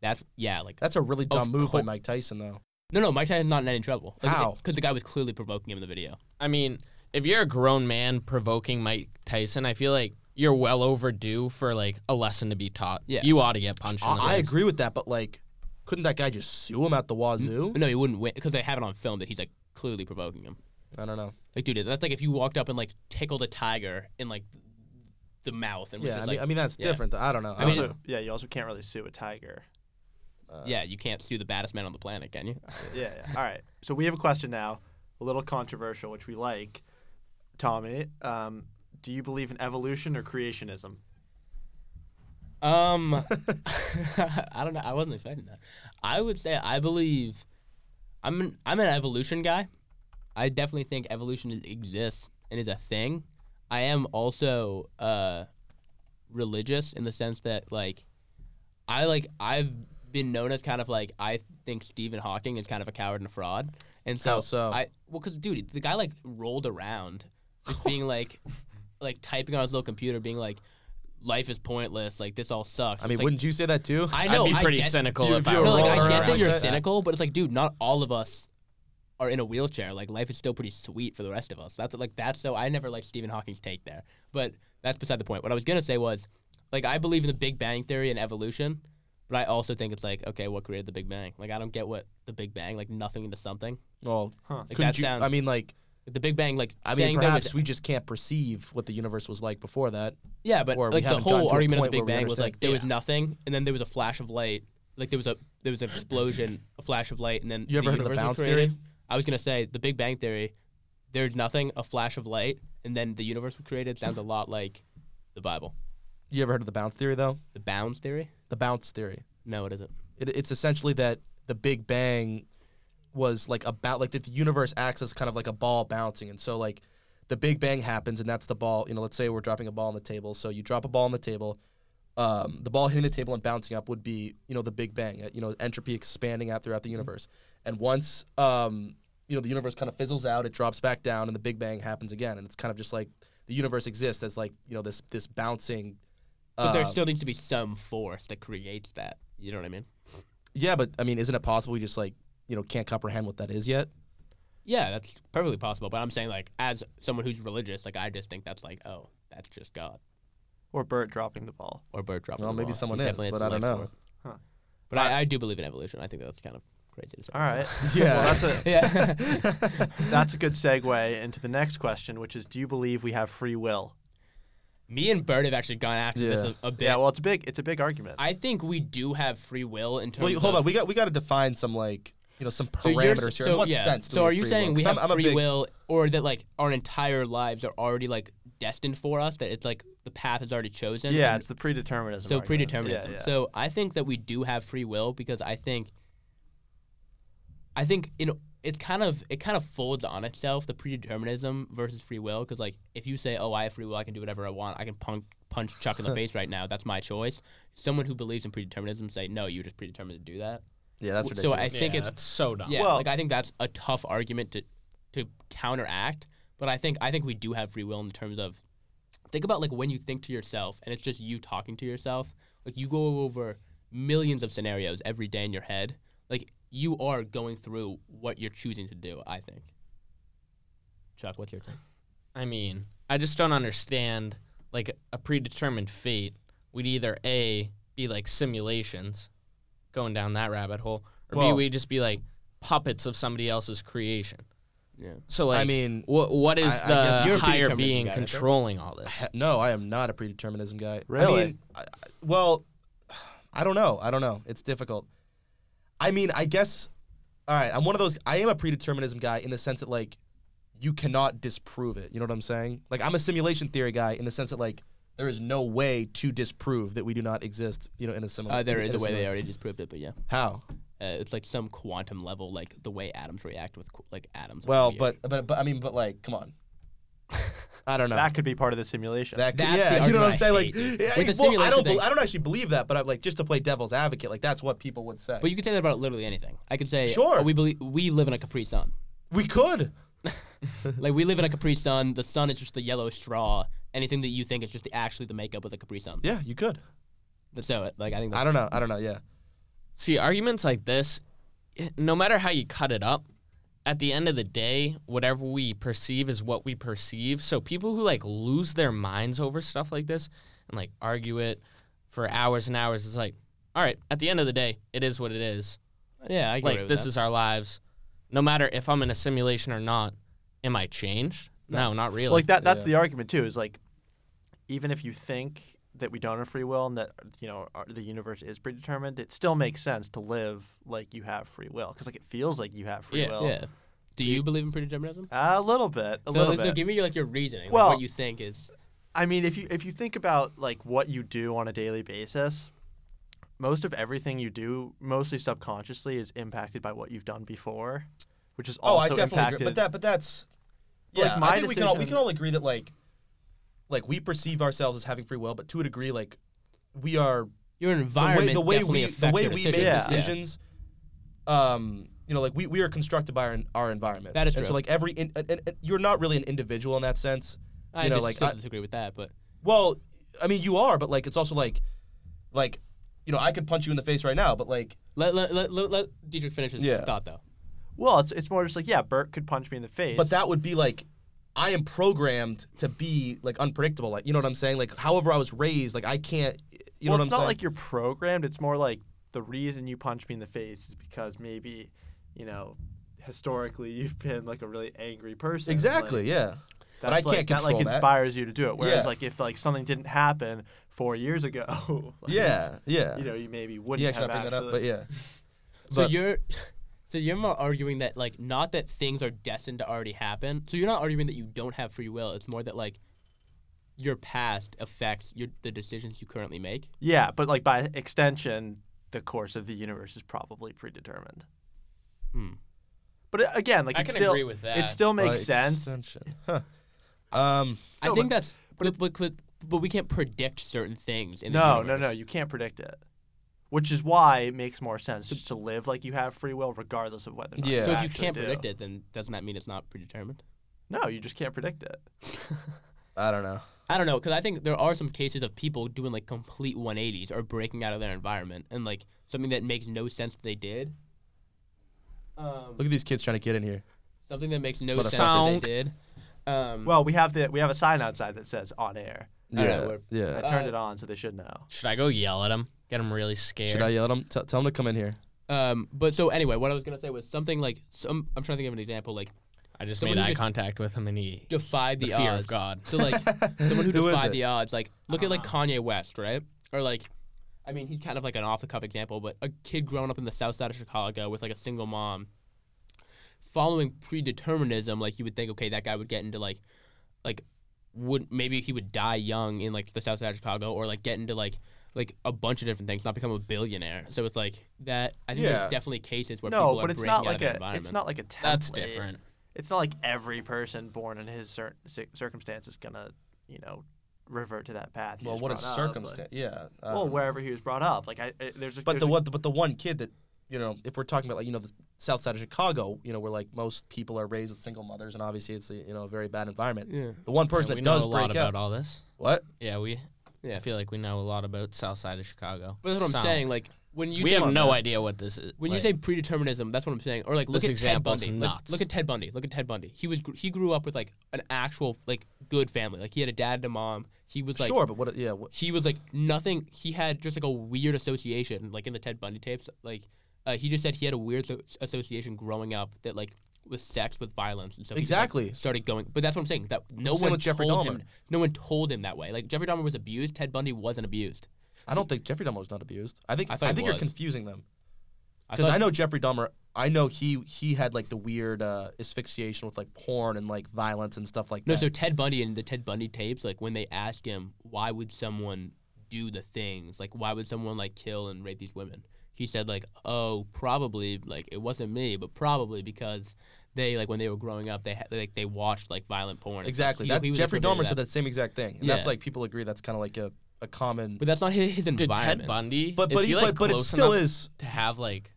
Speaker 4: that's yeah, like
Speaker 3: That's a really dumb
Speaker 4: Of
Speaker 3: move by
Speaker 4: cour-
Speaker 3: Mike Tyson, though.
Speaker 4: no, no, Mike Tyson's not in any trouble. Like,
Speaker 3: How?
Speaker 4: Because the guy was clearly provoking him in the video.
Speaker 2: I mean, if you're a grown man provoking Mike Tyson, I feel like you're well overdue for like a lesson to be taught.
Speaker 4: Yeah.
Speaker 2: You ought to get punched in the
Speaker 3: I, I
Speaker 2: face.
Speaker 3: agree with that, but like, couldn't that guy just sue him at the wazoo?
Speaker 4: But no, he wouldn't win because they have it on film that he's like clearly provoking him.
Speaker 3: I don't know.
Speaker 4: Like, dude, that's like if you walked up and like tickled a tiger in like the mouth and was
Speaker 3: Yeah, I
Speaker 4: just
Speaker 3: mean,
Speaker 4: like,
Speaker 3: I mean that's
Speaker 4: yeah.
Speaker 3: different. I don't know. I,
Speaker 4: mean-
Speaker 3: don't
Speaker 5: Also, yeah, you also can't really sue a tiger.
Speaker 3: Uh,
Speaker 4: yeah, you can't sue the baddest man on the planet, can you?
Speaker 5: Yeah, yeah. All right. So we have a question now, a little controversial, which we like. Tommy, um, do you believe in evolution or creationism?
Speaker 4: Um, I don't know. I wasn't expecting that. I would say I believe I'm an, I'm an evolution guy. I definitely think evolution is, exists and is a thing. I am also uh, religious in the sense that like I like I've been known as kind of like I think Stephen Hawking is kind of a coward and a fraud. And so,
Speaker 3: How so?
Speaker 4: I well cuz dude, the guy like rolled around just being like like typing on his little computer being like life is pointless, like this all sucks.
Speaker 3: I mean
Speaker 4: It's like,
Speaker 3: wouldn't you say that too?
Speaker 4: I
Speaker 2: I'd
Speaker 4: know
Speaker 2: be
Speaker 4: I
Speaker 2: pretty
Speaker 4: get-
Speaker 2: cynical
Speaker 3: Dude,
Speaker 2: if
Speaker 3: if
Speaker 2: I
Speaker 3: you're
Speaker 2: were
Speaker 4: No, like I
Speaker 3: rolling
Speaker 4: get
Speaker 3: around
Speaker 4: that you're
Speaker 3: like that.
Speaker 4: cynical, but it's like, dude, not all of us are in a wheelchair. Like life is still pretty sweet for the rest of us. That's like that's so I never liked Stephen Hawking's take there. But that's beside the point. What I was gonna say was, like, I believe in the Big Bang theory and evolution, but I also think it's like, okay, what created the Big Bang? Like I don't get what the Big Bang, like nothing into something.
Speaker 3: well,
Speaker 5: Huh.
Speaker 4: Like,
Speaker 3: couldn't
Speaker 4: that
Speaker 3: you-
Speaker 4: sounds
Speaker 3: I mean, like,
Speaker 4: The Big Bang, like
Speaker 3: I mean,
Speaker 4: saying there was-
Speaker 3: perhaps we just can't perceive what the universe was like before that.
Speaker 4: Yeah, but
Speaker 3: or we
Speaker 4: like the
Speaker 3: haven't gotten
Speaker 4: whole
Speaker 3: to a
Speaker 4: argument of the
Speaker 3: point where we
Speaker 4: Big Bang was
Speaker 3: understand.
Speaker 4: like there was nothing, and then there was a flash of light. Like there was a there was an explosion, a flash of light, and then
Speaker 3: You ever heard of the
Speaker 4: universe was
Speaker 3: bounce
Speaker 4: created.
Speaker 3: theory?
Speaker 4: I was gonna say the Big Bang theory. There's nothing, a flash of light, and then the universe was created. Sounds a lot like the Bible.
Speaker 3: You ever heard of the bounce theory though?
Speaker 4: The bounds theory?
Speaker 3: The bounce theory.
Speaker 4: No, it isn't.
Speaker 3: It, it's essentially that the Big Bang was like about like that the universe acts as kind of like a ball bouncing, and so like the Big Bang happens, and that's the ball. You know, let's say we're dropping a ball on the table, so you drop a ball on the table. Um, the ball hitting the table and bouncing up would be, you know, the Big Bang. uh, You know, entropy expanding out throughout the universe, and once, um, you know, the universe kind of fizzles out, it drops back down, and the Big Bang happens again, and it's kind of just like the universe exists as like you know this this bouncing.
Speaker 4: But there
Speaker 3: uh,
Speaker 4: still needs to be some force that creates that. You know what I mean?
Speaker 3: Yeah, but I mean, isn't it possible we just like you know can't comprehend what that is yet?
Speaker 4: Yeah, that's perfectly possible. But I'm saying like as someone who's religious, like I just think that's like oh, that's just God
Speaker 5: Or Bert dropping the ball?
Speaker 4: or bird dropping.
Speaker 3: Well,
Speaker 4: the
Speaker 3: maybe
Speaker 4: ball.
Speaker 3: someone
Speaker 4: He
Speaker 3: is,
Speaker 4: definitely has
Speaker 3: but
Speaker 4: the
Speaker 3: I don't
Speaker 4: legs
Speaker 3: know.
Speaker 4: for it.
Speaker 5: Huh.
Speaker 4: But I, I do believe in evolution. I think that's kind of crazy to say.
Speaker 5: All right.
Speaker 3: Yeah.
Speaker 5: well, that's a
Speaker 4: Yeah.
Speaker 5: that's a good segue into the next question, which is, do you believe we have free will?
Speaker 4: Me and Bert have actually gone after this
Speaker 3: Yeah.
Speaker 4: a, a bit.
Speaker 5: Yeah. Well, it's a big it's a big argument.
Speaker 4: I think we do have free will in terms
Speaker 3: Wait, hold
Speaker 4: of.
Speaker 3: on. We got we got to define some like you know some
Speaker 4: so you're-
Speaker 3: parameters here.
Speaker 4: so,
Speaker 3: In what
Speaker 4: yeah.
Speaker 3: sense? Do
Speaker 4: so
Speaker 3: we
Speaker 4: are you
Speaker 3: free
Speaker 4: saying
Speaker 3: will?
Speaker 4: we
Speaker 3: 'Cause
Speaker 4: have
Speaker 3: I'm, I'm
Speaker 4: free
Speaker 3: a big,
Speaker 4: will, or that like our entire lives are already like destined for us? That it's like the path is already chosen.
Speaker 5: yeah,
Speaker 4: and-
Speaker 5: it's the predeterminism.
Speaker 4: So
Speaker 5: argument.
Speaker 4: predeterminism.
Speaker 5: Yeah, yeah.
Speaker 4: So I think that we do have free will because I think I think in it's kind of it kind of folds on itself the predeterminism versus free will because like if you say oh I have free will I can do whatever I want I can punk, punch Chuck in the face right now that's my choice. Someone who believes in predeterminism say no you're just predetermined to do that.
Speaker 3: Yeah, that's
Speaker 4: so
Speaker 3: ridiculous.
Speaker 4: I think
Speaker 2: yeah,
Speaker 4: it's
Speaker 2: that's so dumb.
Speaker 4: yeah
Speaker 5: Well-
Speaker 4: like I think that's a tough argument to to counteract. But I think I think we do have free will in terms of think about like when you think to yourself and it's just you talking to yourself like you go over millions of scenarios every day in your head like you are going through what you're choosing to do i think chuck what's your take
Speaker 2: I mean, I just don't understand like a predetermined fate would either A be like simulations going down that rabbit hole or
Speaker 3: Well-
Speaker 2: B we'd just be like puppets of somebody else's creation.
Speaker 4: yeah
Speaker 2: So like
Speaker 3: I mean,
Speaker 2: wha- what is
Speaker 3: I- I
Speaker 2: the
Speaker 3: guess
Speaker 4: you're a
Speaker 2: higher
Speaker 4: predeterminism
Speaker 2: being
Speaker 4: guy, right?
Speaker 2: controlling all this?
Speaker 3: He- No, I am not a predeterminism guy. I
Speaker 5: Really?
Speaker 3: mean, I, I- well, I don't know. I don't know. It's difficult. I mean, I guess. All right, I'm one of those. I am a predeterminism guy in the sense that like, you cannot disprove it. You know what I'm saying? Like, I'm a simulation theory guy in the sense that like, there is no way to disprove that we do not exist. You know, in a similar.
Speaker 4: uh, there
Speaker 3: in
Speaker 4: is a way they
Speaker 3: similar-
Speaker 4: already disproved it but yeah
Speaker 3: How?
Speaker 4: uh, it's like some quantum level like the way atoms react with qu- like atoms are
Speaker 3: Well,
Speaker 4: weird.
Speaker 3: but, but but I mean, but like, come on. I don't know.
Speaker 5: That could be part of the simulation.
Speaker 3: That could,
Speaker 4: That's
Speaker 3: yeah,
Speaker 4: the
Speaker 3: you know what I'm saying?
Speaker 4: argument I
Speaker 3: Like,
Speaker 4: hate, dude.
Speaker 3: yeah,
Speaker 4: With the
Speaker 3: well, I
Speaker 4: simulation
Speaker 3: don't,
Speaker 4: thing-
Speaker 3: bel I don't actually believe that, but I'm like, just to play devil's advocate, like that's what people would say.
Speaker 4: but you could say that about literally anything i could say
Speaker 3: Sure.
Speaker 4: oh, we believe we live in a capri sun
Speaker 3: we could.
Speaker 4: Like we live in a Capri Sun. The sun is just the yellow straw. Anything that you think is just the, actually the makeup of the Capri Sun.
Speaker 3: Yeah, you could.
Speaker 4: That's so. Like I think
Speaker 3: I
Speaker 4: that's,
Speaker 3: don't know. I don't know. Yeah.
Speaker 2: See, arguments like this, i- no matter how you cut it up, at the end of the day, whatever we perceive is what we perceive. So people who like lose their minds over stuff like this and like argue it for hours and hours is like, all right, at the end of the day, it is what it is.
Speaker 4: yeah. I get
Speaker 2: Like this is our lives. No matter if I'm in a simulation or not, am I changed? No, not really.
Speaker 5: like that that's
Speaker 3: Yeah.
Speaker 5: the argument too is like even if you think that we don't have free will and that you know our, the universe is predetermined it still makes sense to live like you have free will because like it feels like you have free
Speaker 2: Yeah,
Speaker 5: will
Speaker 4: yeah. Do you believe in predeterminism?
Speaker 5: a little bit a
Speaker 4: so,
Speaker 5: little
Speaker 4: so
Speaker 5: bit
Speaker 4: give me like your reasoning. like,
Speaker 5: Well-
Speaker 4: what you think is
Speaker 5: i mean if you if you think about like what you do on a daily basis most of everything you do mostly subconsciously is impacted by what you've done before which is
Speaker 3: Oh,
Speaker 5: also
Speaker 3: I definitely
Speaker 5: impacted
Speaker 3: agree. But that, but that's.
Speaker 5: Like,
Speaker 3: Yeah,
Speaker 5: my
Speaker 3: I think we can all we
Speaker 5: decision-
Speaker 3: can all agree that like, like we perceive ourselves as having free will, but to a degree, like, we are
Speaker 4: your
Speaker 3: the way
Speaker 4: environment.
Speaker 3: the way
Speaker 4: definitely
Speaker 3: we the
Speaker 4: affects
Speaker 3: way
Speaker 4: your
Speaker 3: we make
Speaker 4: decisions.
Speaker 5: Yeah.
Speaker 3: decisions. Um, you know, like we, we are constructed by our, our environment.
Speaker 4: That is
Speaker 3: And so,
Speaker 4: true.
Speaker 3: like every, in, and, and, and you're not really an individual in that sense.
Speaker 4: I
Speaker 3: you know,
Speaker 4: just
Speaker 3: like
Speaker 4: still
Speaker 3: I-
Speaker 4: disagree with that, but
Speaker 3: Well, I mean, you are, but like, it's also like, like, you know, I could punch you in the face right now, but like,
Speaker 4: let let let, let, let Dietrich finish his
Speaker 3: Yeah.
Speaker 4: thought though.
Speaker 5: well it's, it's more just like yeah bert could punch me in the face
Speaker 3: but that would be like, I am programmed to be like unpredictable. Like, you know what I'm saying? Like, however I was raised, like, I can't. You know what
Speaker 5: well,
Speaker 3: I'm
Speaker 5: it's not
Speaker 3: saying?
Speaker 5: like you're programmed. It's more like the reason you punch me in the face is because maybe, you know, historically you've been like a really angry person. and,
Speaker 3: exactly,
Speaker 5: like,
Speaker 3: yeah. But I
Speaker 5: that's, like,
Speaker 3: can't
Speaker 5: that like
Speaker 3: control that.
Speaker 5: inspires you to do it. Whereas
Speaker 3: Yeah.
Speaker 5: like if like something didn't happen four years ago, like,
Speaker 3: Yeah, yeah.
Speaker 5: you know, you maybe
Speaker 3: he
Speaker 5: wouldn't
Speaker 3: actually
Speaker 5: have
Speaker 3: bring
Speaker 5: actually.
Speaker 3: that up, but yeah.
Speaker 4: So
Speaker 3: But-
Speaker 4: you're so you're more arguing that like not that things are destined to already happen. So you're not arguing that you don't have free will. It's more that like your past affects your the decisions you currently make.
Speaker 5: yeah, but like by extension, the course of the universe is probably predetermined.
Speaker 4: Hmm.
Speaker 5: But uh, again, like
Speaker 2: I
Speaker 5: it
Speaker 2: can
Speaker 5: still
Speaker 2: agree with that.
Speaker 5: it still
Speaker 3: By
Speaker 5: makes sense.
Speaker 3: extension. Huh. Um,
Speaker 4: I
Speaker 5: No,
Speaker 4: think
Speaker 5: but-
Speaker 4: that's but, but, but, but we can't predict certain things. In
Speaker 5: No,
Speaker 4: the
Speaker 5: no, no.
Speaker 4: universe.
Speaker 5: You can't predict it, which is why it makes more sense just to live like you have free will, regardless of whether. Or not
Speaker 3: Yeah.
Speaker 4: So if you
Speaker 5: actually
Speaker 4: can't
Speaker 5: do.
Speaker 4: predict it, then doesn't that mean it's not predetermined?
Speaker 5: no, you just can't predict it.
Speaker 3: I don't know.
Speaker 4: I don't know, because I think there are some cases of people doing like complete 180s or breaking out of their environment and like something that makes no sense that they did. Um,
Speaker 3: Look at these kids trying to get in here.
Speaker 4: something that makes no
Speaker 3: But
Speaker 4: sense
Speaker 2: sound-
Speaker 4: that they did. Um,
Speaker 5: Well, we have the we have a sign outside that says "on air."
Speaker 4: I
Speaker 3: Yeah,
Speaker 4: don't know,
Speaker 5: I
Speaker 3: yeah.
Speaker 4: Uh,
Speaker 5: turned it on, so they should know.
Speaker 2: Should I go yell at him? Get him really scared?
Speaker 3: Should I yell at him? T- tell him to come in here.
Speaker 4: um, but so anyway, what I was gonna say was something like some. I'm trying to think of an example like
Speaker 2: I just
Speaker 4: Someone
Speaker 2: made
Speaker 4: who
Speaker 2: eye
Speaker 4: just-
Speaker 2: contact with him and he
Speaker 4: defied
Speaker 2: the,
Speaker 4: the,
Speaker 2: fear
Speaker 4: odds.
Speaker 2: of God. Uh-huh.
Speaker 4: So like someone who,
Speaker 3: Who is
Speaker 4: defied
Speaker 3: it?
Speaker 4: the odds, like look at like Kanye West, right? Or like, I mean, he's kind of like an off the cuff example, but a kid growing up in the South Side of Chicago with like a single mom, following predeterminism, like you would think, okay, that guy would get into like, like, would maybe he would die young in like the South Side of Chicago, or like get into like like a bunch of different things, not become a billionaire. So it's like that. I think
Speaker 3: Yeah.
Speaker 4: there's definitely cases where
Speaker 5: no,
Speaker 4: people are
Speaker 5: but it's
Speaker 4: breaking
Speaker 5: not
Speaker 4: out of
Speaker 5: like
Speaker 4: their
Speaker 5: a
Speaker 4: environment.
Speaker 5: it's not like a template.
Speaker 2: That's different.
Speaker 5: It's not like every person born in his cir- ci- circumstance is gonna you know revert to that path. you
Speaker 3: Well,
Speaker 5: just
Speaker 3: what a
Speaker 5: brought up,
Speaker 3: circumstance. yeah.
Speaker 5: Like,
Speaker 3: um,
Speaker 5: well, wherever he was brought up, like I, I there's a
Speaker 3: But
Speaker 5: there's
Speaker 3: the
Speaker 5: a-
Speaker 3: what? But the one kid that you know, if we're talking about like you know the South Side of Chicago, you know where like most people are raised with single mothers, and obviously it's a, you know a very bad environment.
Speaker 4: Yeah.
Speaker 3: The one person
Speaker 2: Yeah, we
Speaker 3: that
Speaker 2: know
Speaker 3: does
Speaker 2: a lot
Speaker 3: break
Speaker 2: about
Speaker 3: out.
Speaker 2: all this.
Speaker 3: What?
Speaker 2: Yeah, we.
Speaker 4: Yeah.
Speaker 2: I feel like we know a lot about South Side of Chicago.
Speaker 4: But that's what I'm
Speaker 2: Some.
Speaker 4: saying. Like when you
Speaker 2: we
Speaker 4: say,
Speaker 2: have no idea what this is.
Speaker 4: when
Speaker 2: like-
Speaker 4: you say predeterminism, that's what I'm saying. Or like look
Speaker 2: This
Speaker 4: at Ted
Speaker 2: example's
Speaker 4: Bundy. Like,
Speaker 2: nuts.
Speaker 4: look at Ted Bundy. Look at Ted Bundy. He was gr- he grew up with like an actual like good family. Like he had a dad and a mom. He was like
Speaker 3: sure, but what? Yeah. What,
Speaker 4: he was like nothing. He had just like a weird association, like in the Ted Bundy tapes. Like uh, he just said he had a weird so- association growing up that like with sex, with violence, and so he just, like,
Speaker 3: Exactly.
Speaker 4: started going. But that's what I'm saying. That no
Speaker 3: Same
Speaker 4: one
Speaker 3: with Jeffrey
Speaker 4: told
Speaker 3: Dahmer.
Speaker 4: him. No one told him that way. Like Jeffrey Dahmer was abused. Ted Bundy wasn't abused.
Speaker 3: I don't think Jeffrey Dahmer was not abused. I think
Speaker 4: I
Speaker 3: I,
Speaker 4: thought he
Speaker 3: think you're
Speaker 4: was.
Speaker 3: confusing them
Speaker 4: I
Speaker 3: because
Speaker 4: thought-
Speaker 3: I, know Jeffrey Dahmer. I know he he had like the weird uh, asphyxiation with like porn and like violence and stuff like
Speaker 4: No,
Speaker 3: that.
Speaker 4: so Ted Bundy and the Ted Bundy tapes, like when they ask him, why would someone do the things? Like, why would someone like kill and rape these women? He said, like, oh, probably, like it wasn't me, but probably because they, like, when they were growing up, they had, like, they watched like violent porn. and stuff.
Speaker 3: exactly.
Speaker 4: He-
Speaker 3: that,
Speaker 4: he was
Speaker 3: Jeffrey
Speaker 4: attributed
Speaker 3: Dahmer
Speaker 4: to
Speaker 3: said that same exact thing, and that's
Speaker 4: Yeah.
Speaker 3: like people agree that's kind of like a, a common.
Speaker 4: but that's not his, his
Speaker 2: did
Speaker 4: environment.
Speaker 2: Ted Bundy?
Speaker 3: But
Speaker 2: is
Speaker 3: but
Speaker 2: he,
Speaker 3: he-
Speaker 2: like,
Speaker 3: but, but it
Speaker 2: close
Speaker 3: still
Speaker 2: enough
Speaker 3: is
Speaker 2: to have like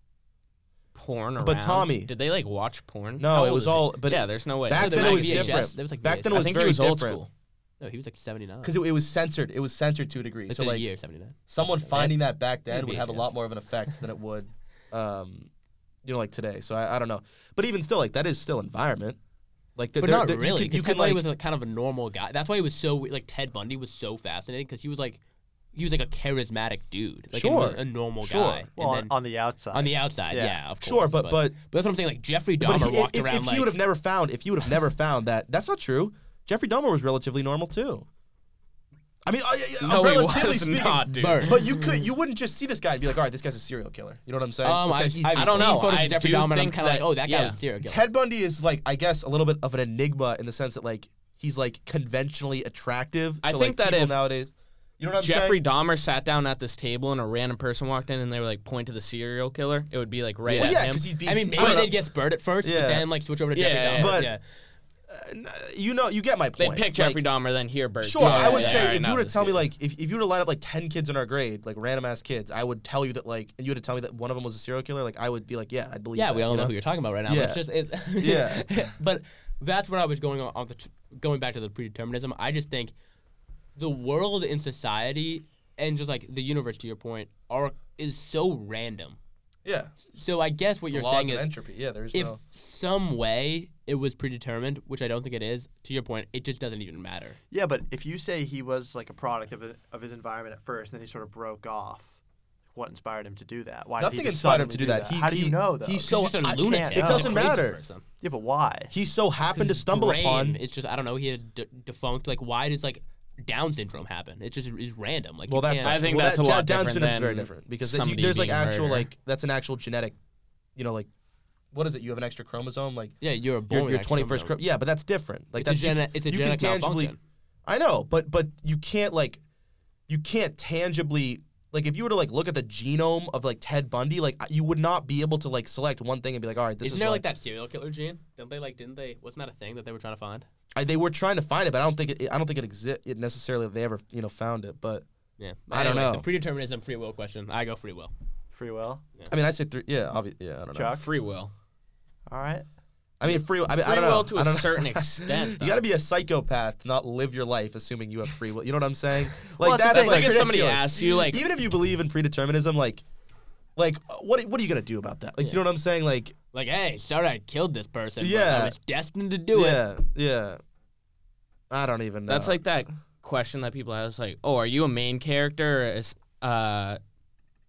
Speaker 2: porn around.
Speaker 3: But Tommy-
Speaker 2: did they like watch porn?
Speaker 3: No,
Speaker 2: How
Speaker 3: it
Speaker 2: old
Speaker 3: was
Speaker 2: is he?
Speaker 3: all- but
Speaker 2: yeah, there's no way.
Speaker 3: back
Speaker 4: That
Speaker 3: then
Speaker 4: was
Speaker 3: it was
Speaker 4: VHS.
Speaker 3: different.
Speaker 4: That was like
Speaker 3: back then it
Speaker 2: I
Speaker 3: was
Speaker 2: think
Speaker 3: very
Speaker 2: he was old
Speaker 3: different.
Speaker 2: school.
Speaker 4: no, he was like seventy nine.
Speaker 3: because it, it was censored. It was censored to a degree.
Speaker 4: Like
Speaker 3: so
Speaker 4: the
Speaker 3: like
Speaker 4: year seventy nine.
Speaker 3: someone finding that back then
Speaker 4: Maybe
Speaker 3: would
Speaker 4: it
Speaker 3: have a
Speaker 4: is.
Speaker 3: lot more of an effect than it would, um, you know, like today. So I, I don't know. But even still, like that is still environment. Like, th-
Speaker 4: But
Speaker 3: there-
Speaker 4: not
Speaker 3: there- you
Speaker 4: really.
Speaker 3: can-
Speaker 4: Because
Speaker 3: you
Speaker 4: Ted
Speaker 3: can,
Speaker 4: Bundy
Speaker 3: like-
Speaker 4: was like, kind of a normal guy. That's why he was so we- like Ted Bundy was so fascinating because he was like he was like a charismatic dude, like a nor-
Speaker 3: Sure.
Speaker 4: a, normal
Speaker 3: Sure.
Speaker 4: guy. And
Speaker 5: well,
Speaker 4: then-
Speaker 5: on the outside.
Speaker 4: on the outside, yeah,
Speaker 5: Yeah.
Speaker 4: of course.
Speaker 3: Sure, but- but-
Speaker 4: that's what I'm saying. Like Jeffrey
Speaker 3: But
Speaker 4: Dahmer
Speaker 3: if, he-
Speaker 4: walked
Speaker 3: if,
Speaker 4: around
Speaker 3: if
Speaker 4: like
Speaker 3: he would have never found, if you would have never found that, that's not true. Jeffrey Dahmer was relatively normal too. I mean, uh, uh,
Speaker 2: No, he
Speaker 3: relatively
Speaker 2: was
Speaker 3: speaking,
Speaker 2: not, dude.
Speaker 4: Bert.
Speaker 3: But you could, you wouldn't just see this guy and be like, all right, this guy's a serial killer. You know what I'm saying?
Speaker 4: um,
Speaker 3: This guy
Speaker 4: I've,
Speaker 3: eats
Speaker 4: I've
Speaker 3: people.
Speaker 2: I don't
Speaker 4: seen
Speaker 2: know.
Speaker 4: Photos
Speaker 2: I
Speaker 4: of Jeffrey
Speaker 2: do
Speaker 4: Dahmer, and I'm
Speaker 2: think
Speaker 4: kind of like,
Speaker 2: that-
Speaker 4: oh, that guy
Speaker 2: yeah.
Speaker 4: was a serial killer.
Speaker 3: Ted Bundy is like, I guess, a little bit of an enigma in the sense that like he's like conventionally attractive.
Speaker 2: I
Speaker 3: So,
Speaker 2: think
Speaker 3: like,
Speaker 2: that
Speaker 3: people
Speaker 2: if
Speaker 3: nowadays, you know what I'm
Speaker 2: Jeffrey
Speaker 3: saying?
Speaker 2: Dahmer sat down at this table and a random person walked in and they were like point to the serial killer. It would be like right
Speaker 3: Well,
Speaker 2: at
Speaker 3: yeah,
Speaker 2: him.
Speaker 3: because he'd be.
Speaker 4: I mean,
Speaker 3: I
Speaker 4: maybe
Speaker 3: don't know.
Speaker 4: they'd guess Bird at first,
Speaker 3: Yeah.
Speaker 4: but then like switch over to
Speaker 2: Yeah,
Speaker 4: Jeffrey
Speaker 2: yeah,
Speaker 4: Dahmer.
Speaker 2: yeah.
Speaker 3: But-
Speaker 4: yeah.
Speaker 3: you know, you get my
Speaker 2: They'd
Speaker 3: point.
Speaker 2: pick Jeffrey
Speaker 3: Like,
Speaker 2: Dahmer, then hear Bert.
Speaker 3: Sure,
Speaker 2: Yeah,
Speaker 3: I would
Speaker 2: yeah,
Speaker 3: say
Speaker 2: yeah,
Speaker 3: if
Speaker 2: no,
Speaker 3: you were to
Speaker 2: this
Speaker 3: tell me
Speaker 2: dude.
Speaker 3: like if, if you were to line up like ten kids in our grade, like random ass kids, I would tell you that like, and you would tell me that one of them was a serial killer. Like I would be like, yeah, I believe.
Speaker 4: Yeah,
Speaker 3: that,
Speaker 4: we all
Speaker 3: you
Speaker 4: know who you're talking about right now.
Speaker 3: Yeah.
Speaker 4: But it's just it,
Speaker 3: Yeah.
Speaker 4: but that's what I was going on, on the t- going back to the predeterminism. I just think the world in society and just like the universe to your point are is so random.
Speaker 3: Yeah,
Speaker 4: So I guess what you're
Speaker 3: laws
Speaker 4: saying
Speaker 3: of
Speaker 4: is
Speaker 3: entropy. Yeah, there's
Speaker 4: if
Speaker 3: no.
Speaker 4: some way it was predetermined, which I don't think it is, to your point, it just doesn't even matter.
Speaker 5: yeah, but if you say he was like a product of, a, of his environment at first, and then he sort of broke off, what inspired him to do that? Why did
Speaker 3: Nothing
Speaker 5: he just
Speaker 3: inspired him to
Speaker 5: suddenly
Speaker 3: do that. He-
Speaker 5: How do
Speaker 3: he-
Speaker 5: you know though?
Speaker 3: he
Speaker 5: 'Cause
Speaker 3: so-
Speaker 4: He's just a
Speaker 3: I
Speaker 4: lunatic.
Speaker 5: can't
Speaker 4: He's
Speaker 5: know.
Speaker 4: a
Speaker 5: It doesn't
Speaker 4: crazy
Speaker 3: matter.
Speaker 4: person.
Speaker 5: Yeah, but why?
Speaker 3: He so happened to stumble
Speaker 4: brain,
Speaker 3: upon.
Speaker 4: It's just I don't know. He had a d- defunct. Like why does like Down syndrome happen? It's just is random. Like
Speaker 3: Well,
Speaker 4: you
Speaker 3: that's
Speaker 4: can't-
Speaker 3: not
Speaker 2: I
Speaker 3: true.
Speaker 2: think
Speaker 3: well,
Speaker 2: that's
Speaker 3: that,
Speaker 2: a lot
Speaker 3: Down
Speaker 2: different
Speaker 3: syndrom's very
Speaker 2: than
Speaker 3: different because that you-
Speaker 2: somebody
Speaker 3: there's like
Speaker 2: being a
Speaker 3: actual
Speaker 2: murderer.
Speaker 3: like that's an actual genetic, you know, like what is it? You have an extra chromosome, like
Speaker 4: yeah. You're a born
Speaker 3: your
Speaker 4: with
Speaker 3: your
Speaker 4: that
Speaker 3: twenty first
Speaker 4: chromosome.
Speaker 3: chromosome. Yeah, but that's different. Like
Speaker 4: It's a
Speaker 3: that's you
Speaker 4: gene-
Speaker 3: can-
Speaker 4: it's a
Speaker 3: you
Speaker 4: genetic
Speaker 3: can tangibly.
Speaker 4: malfunction.
Speaker 3: I know, but but you can't like, you can't tangibly like if you were to like look at the genome of like Ted Bundy, like you would not be able to like select one thing and be like, all right, this
Speaker 4: Isn't
Speaker 3: is
Speaker 4: there
Speaker 3: why-
Speaker 4: like that serial killer gene? Don't they like? Didn't they? Wasn't that a thing that they were trying to find?
Speaker 3: I, they were trying to find it, but I don't think it. I don't think it exist. It necessarily they ever you know found it, but
Speaker 4: Yeah.
Speaker 3: I don't
Speaker 4: Anyway,
Speaker 3: know.
Speaker 4: The predeterminism, free will question. I go free will.
Speaker 5: Free will.
Speaker 3: I mean, I say three. Yeah, obviously. Yeah, I don't know.
Speaker 5: Chuck.
Speaker 2: free will,
Speaker 5: All right.
Speaker 3: I mean, free. I mean,
Speaker 2: free
Speaker 3: I don't know.
Speaker 2: will to
Speaker 3: I
Speaker 2: a
Speaker 3: don't know.
Speaker 2: certain extent.
Speaker 3: You got to be a psychopath to not live your life assuming you have free will. You know what I'm saying? Like
Speaker 5: Well, that's
Speaker 3: that
Speaker 5: the
Speaker 3: is
Speaker 5: thing.
Speaker 2: That's like,
Speaker 3: like
Speaker 2: if somebody
Speaker 3: ridiculous.
Speaker 2: asks you, like,
Speaker 3: even if you believe in predeterminism, like, like uh, what what are you gonna do about that? Like, you know what I'm saying? Like,
Speaker 4: Like, hey, sorry, I killed this person. but
Speaker 3: Yeah.
Speaker 4: I was destined to do it.
Speaker 3: yeah, yeah. I don't even know.
Speaker 2: that's like that question that people ask, like, oh, are you a main character? Or is, uh,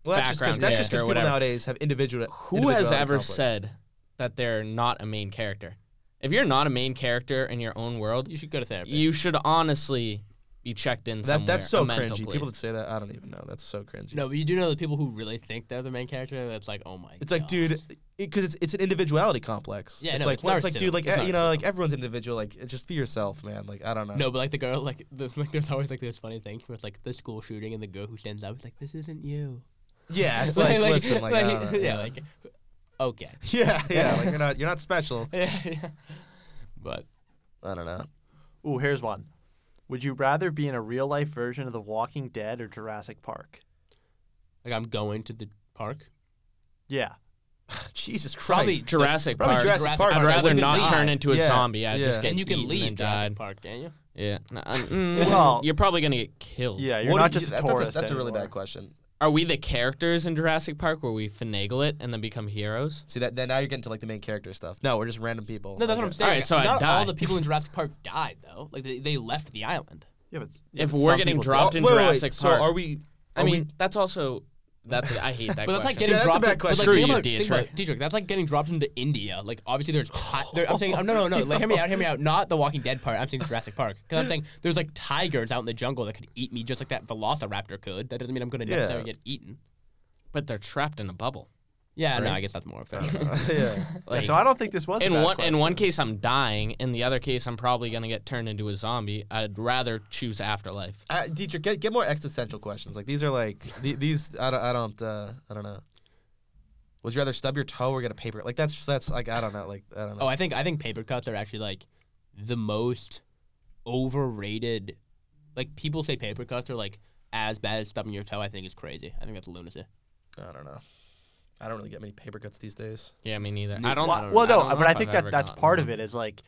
Speaker 3: well, that's just because that's just
Speaker 2: background character or
Speaker 3: because people
Speaker 2: whatever.
Speaker 3: nowadays have individual.
Speaker 2: who has
Speaker 3: individuality
Speaker 2: ever
Speaker 3: conflict.
Speaker 2: said that they're not a main character? If you're not a main character in your own world,
Speaker 4: You should go to therapy.
Speaker 2: you should honestly be checked in somewhere.
Speaker 3: that? That's so
Speaker 2: a mental
Speaker 3: cringy.
Speaker 2: place.
Speaker 3: People that say that, I don't even know. That's so cringy.
Speaker 4: no, but you do know the people who really think they're the main character. That's like, oh my.
Speaker 3: It's like,
Speaker 4: God.
Speaker 3: dude, because it's it's an individuality complex.
Speaker 4: Yeah,
Speaker 3: it's
Speaker 4: no,
Speaker 3: like
Speaker 4: it's not
Speaker 3: it's like
Speaker 4: racism.
Speaker 3: dude, like
Speaker 4: It's
Speaker 3: eh,
Speaker 4: not
Speaker 3: you know,
Speaker 4: racism.
Speaker 3: like everyone's individual. Like it's just be yourself, man. Like I don't know.
Speaker 4: No, but like the girl, like, the, like there's always like this funny thing where it's like the school shooting and the girl who stands up is like, "This isn't you."
Speaker 3: Yeah, it's like, listen, like, I don't know,
Speaker 4: yeah,
Speaker 3: yeah,
Speaker 4: like okay,
Speaker 3: yeah, yeah, like you're not you're not special.
Speaker 4: yeah, yeah. But
Speaker 3: I don't know.
Speaker 5: Ooh, here's one. Would you rather be in a real life version of The Walking Dead or Jurassic Park?
Speaker 4: like, I'm going to the park.
Speaker 5: Yeah.
Speaker 3: Jesus Christ.
Speaker 4: Probably
Speaker 2: Jurassic
Speaker 3: Probably
Speaker 2: Park.
Speaker 3: Jurassic
Speaker 4: Jurassic
Speaker 3: Park.
Speaker 4: Park. I'd
Speaker 2: I'd rather
Speaker 4: rather
Speaker 2: not
Speaker 4: die.
Speaker 2: turn into a
Speaker 3: Yeah,
Speaker 2: zombie. I
Speaker 3: yeah.
Speaker 2: just get
Speaker 4: And you can
Speaker 2: eaten
Speaker 4: leave
Speaker 2: and
Speaker 4: Jurassic
Speaker 2: died.
Speaker 4: Park, can you?
Speaker 2: Yeah, N- uh, mm,
Speaker 5: Well-
Speaker 2: you're probably gonna get killed.
Speaker 5: Yeah, you're
Speaker 3: What
Speaker 5: not
Speaker 3: do you-
Speaker 5: just
Speaker 3: that-
Speaker 5: a
Speaker 3: that's a-
Speaker 5: tourist.
Speaker 3: That's, a really
Speaker 5: anymore.
Speaker 3: bad question.
Speaker 2: Are we the characters in Jurassic Park where we finagle it and then become heroes?
Speaker 3: See that then now you're getting to like the main character stuff. No, we're just random people.
Speaker 4: No, that's what I'm
Speaker 3: Okay.
Speaker 4: saying.
Speaker 2: Alright, so I
Speaker 4: Not all
Speaker 2: died.
Speaker 4: the people in Jurassic Park died though. Like they, they left the island.
Speaker 5: Yeah, but, s- yeah,
Speaker 2: If
Speaker 5: but
Speaker 2: we're
Speaker 5: some
Speaker 2: getting
Speaker 5: people don't.
Speaker 2: dropped in
Speaker 3: Oh, Wait, wait, wait,
Speaker 2: Jurassic
Speaker 3: So
Speaker 2: Park,
Speaker 3: are we?
Speaker 2: I
Speaker 3: are we-
Speaker 2: mean, that's also that's I hate that.
Speaker 4: But that's like
Speaker 2: question.
Speaker 4: getting
Speaker 3: Yeah, that's a
Speaker 4: dropped.
Speaker 3: bad
Speaker 4: in- but, like,
Speaker 3: question.
Speaker 2: Screw
Speaker 4: think
Speaker 2: you,
Speaker 4: about- think about- Dietrich, that's like getting dropped into India. Like obviously there's. Ti- there, I'm saying oh, no, no, no. Like, hear me out. Hear me out. Not the Walking Dead part. I'm saying Jurassic Park because I'm saying there's like tigers out in the jungle that could eat me just like that Velociraptor could. That doesn't mean I'm going to
Speaker 3: Yeah.
Speaker 4: necessarily get eaten.
Speaker 2: but they're trapped in a bubble.
Speaker 4: Yeah, no, I guess that's more fair.
Speaker 5: Uh-huh.
Speaker 3: yeah.
Speaker 5: Yeah,
Speaker 2: Like,
Speaker 5: so I don't think this was a
Speaker 2: in
Speaker 5: bad
Speaker 2: one in one
Speaker 5: question.
Speaker 2: case I'm dying, in the other case I'm probably gonna get turned into a zombie. I'd rather choose afterlife.
Speaker 3: Uh, Dietrich, get get more existential questions. Like these are like the, these. I don't. I don't. Uh, I don't know. Would you rather stub your toe or get a paper? Like that's that's like I don't know. Like I don't know.
Speaker 4: Oh, I think I think paper cuts are actually like the most overrated. Like people say paper cuts are like as bad as stubbing your toe. I think is crazy. I think that's lunacy.
Speaker 3: I don't know. I don't really get many paper cuts these days.
Speaker 2: Yeah, me neither.
Speaker 4: Me-
Speaker 2: I don't.
Speaker 5: Well,
Speaker 2: I don't-
Speaker 5: well,
Speaker 2: I don't
Speaker 5: no,
Speaker 2: know
Speaker 5: but I
Speaker 2: if
Speaker 5: think
Speaker 2: I've
Speaker 5: that
Speaker 2: ever
Speaker 5: that's
Speaker 2: gotten
Speaker 5: part
Speaker 2: one.
Speaker 5: of it is like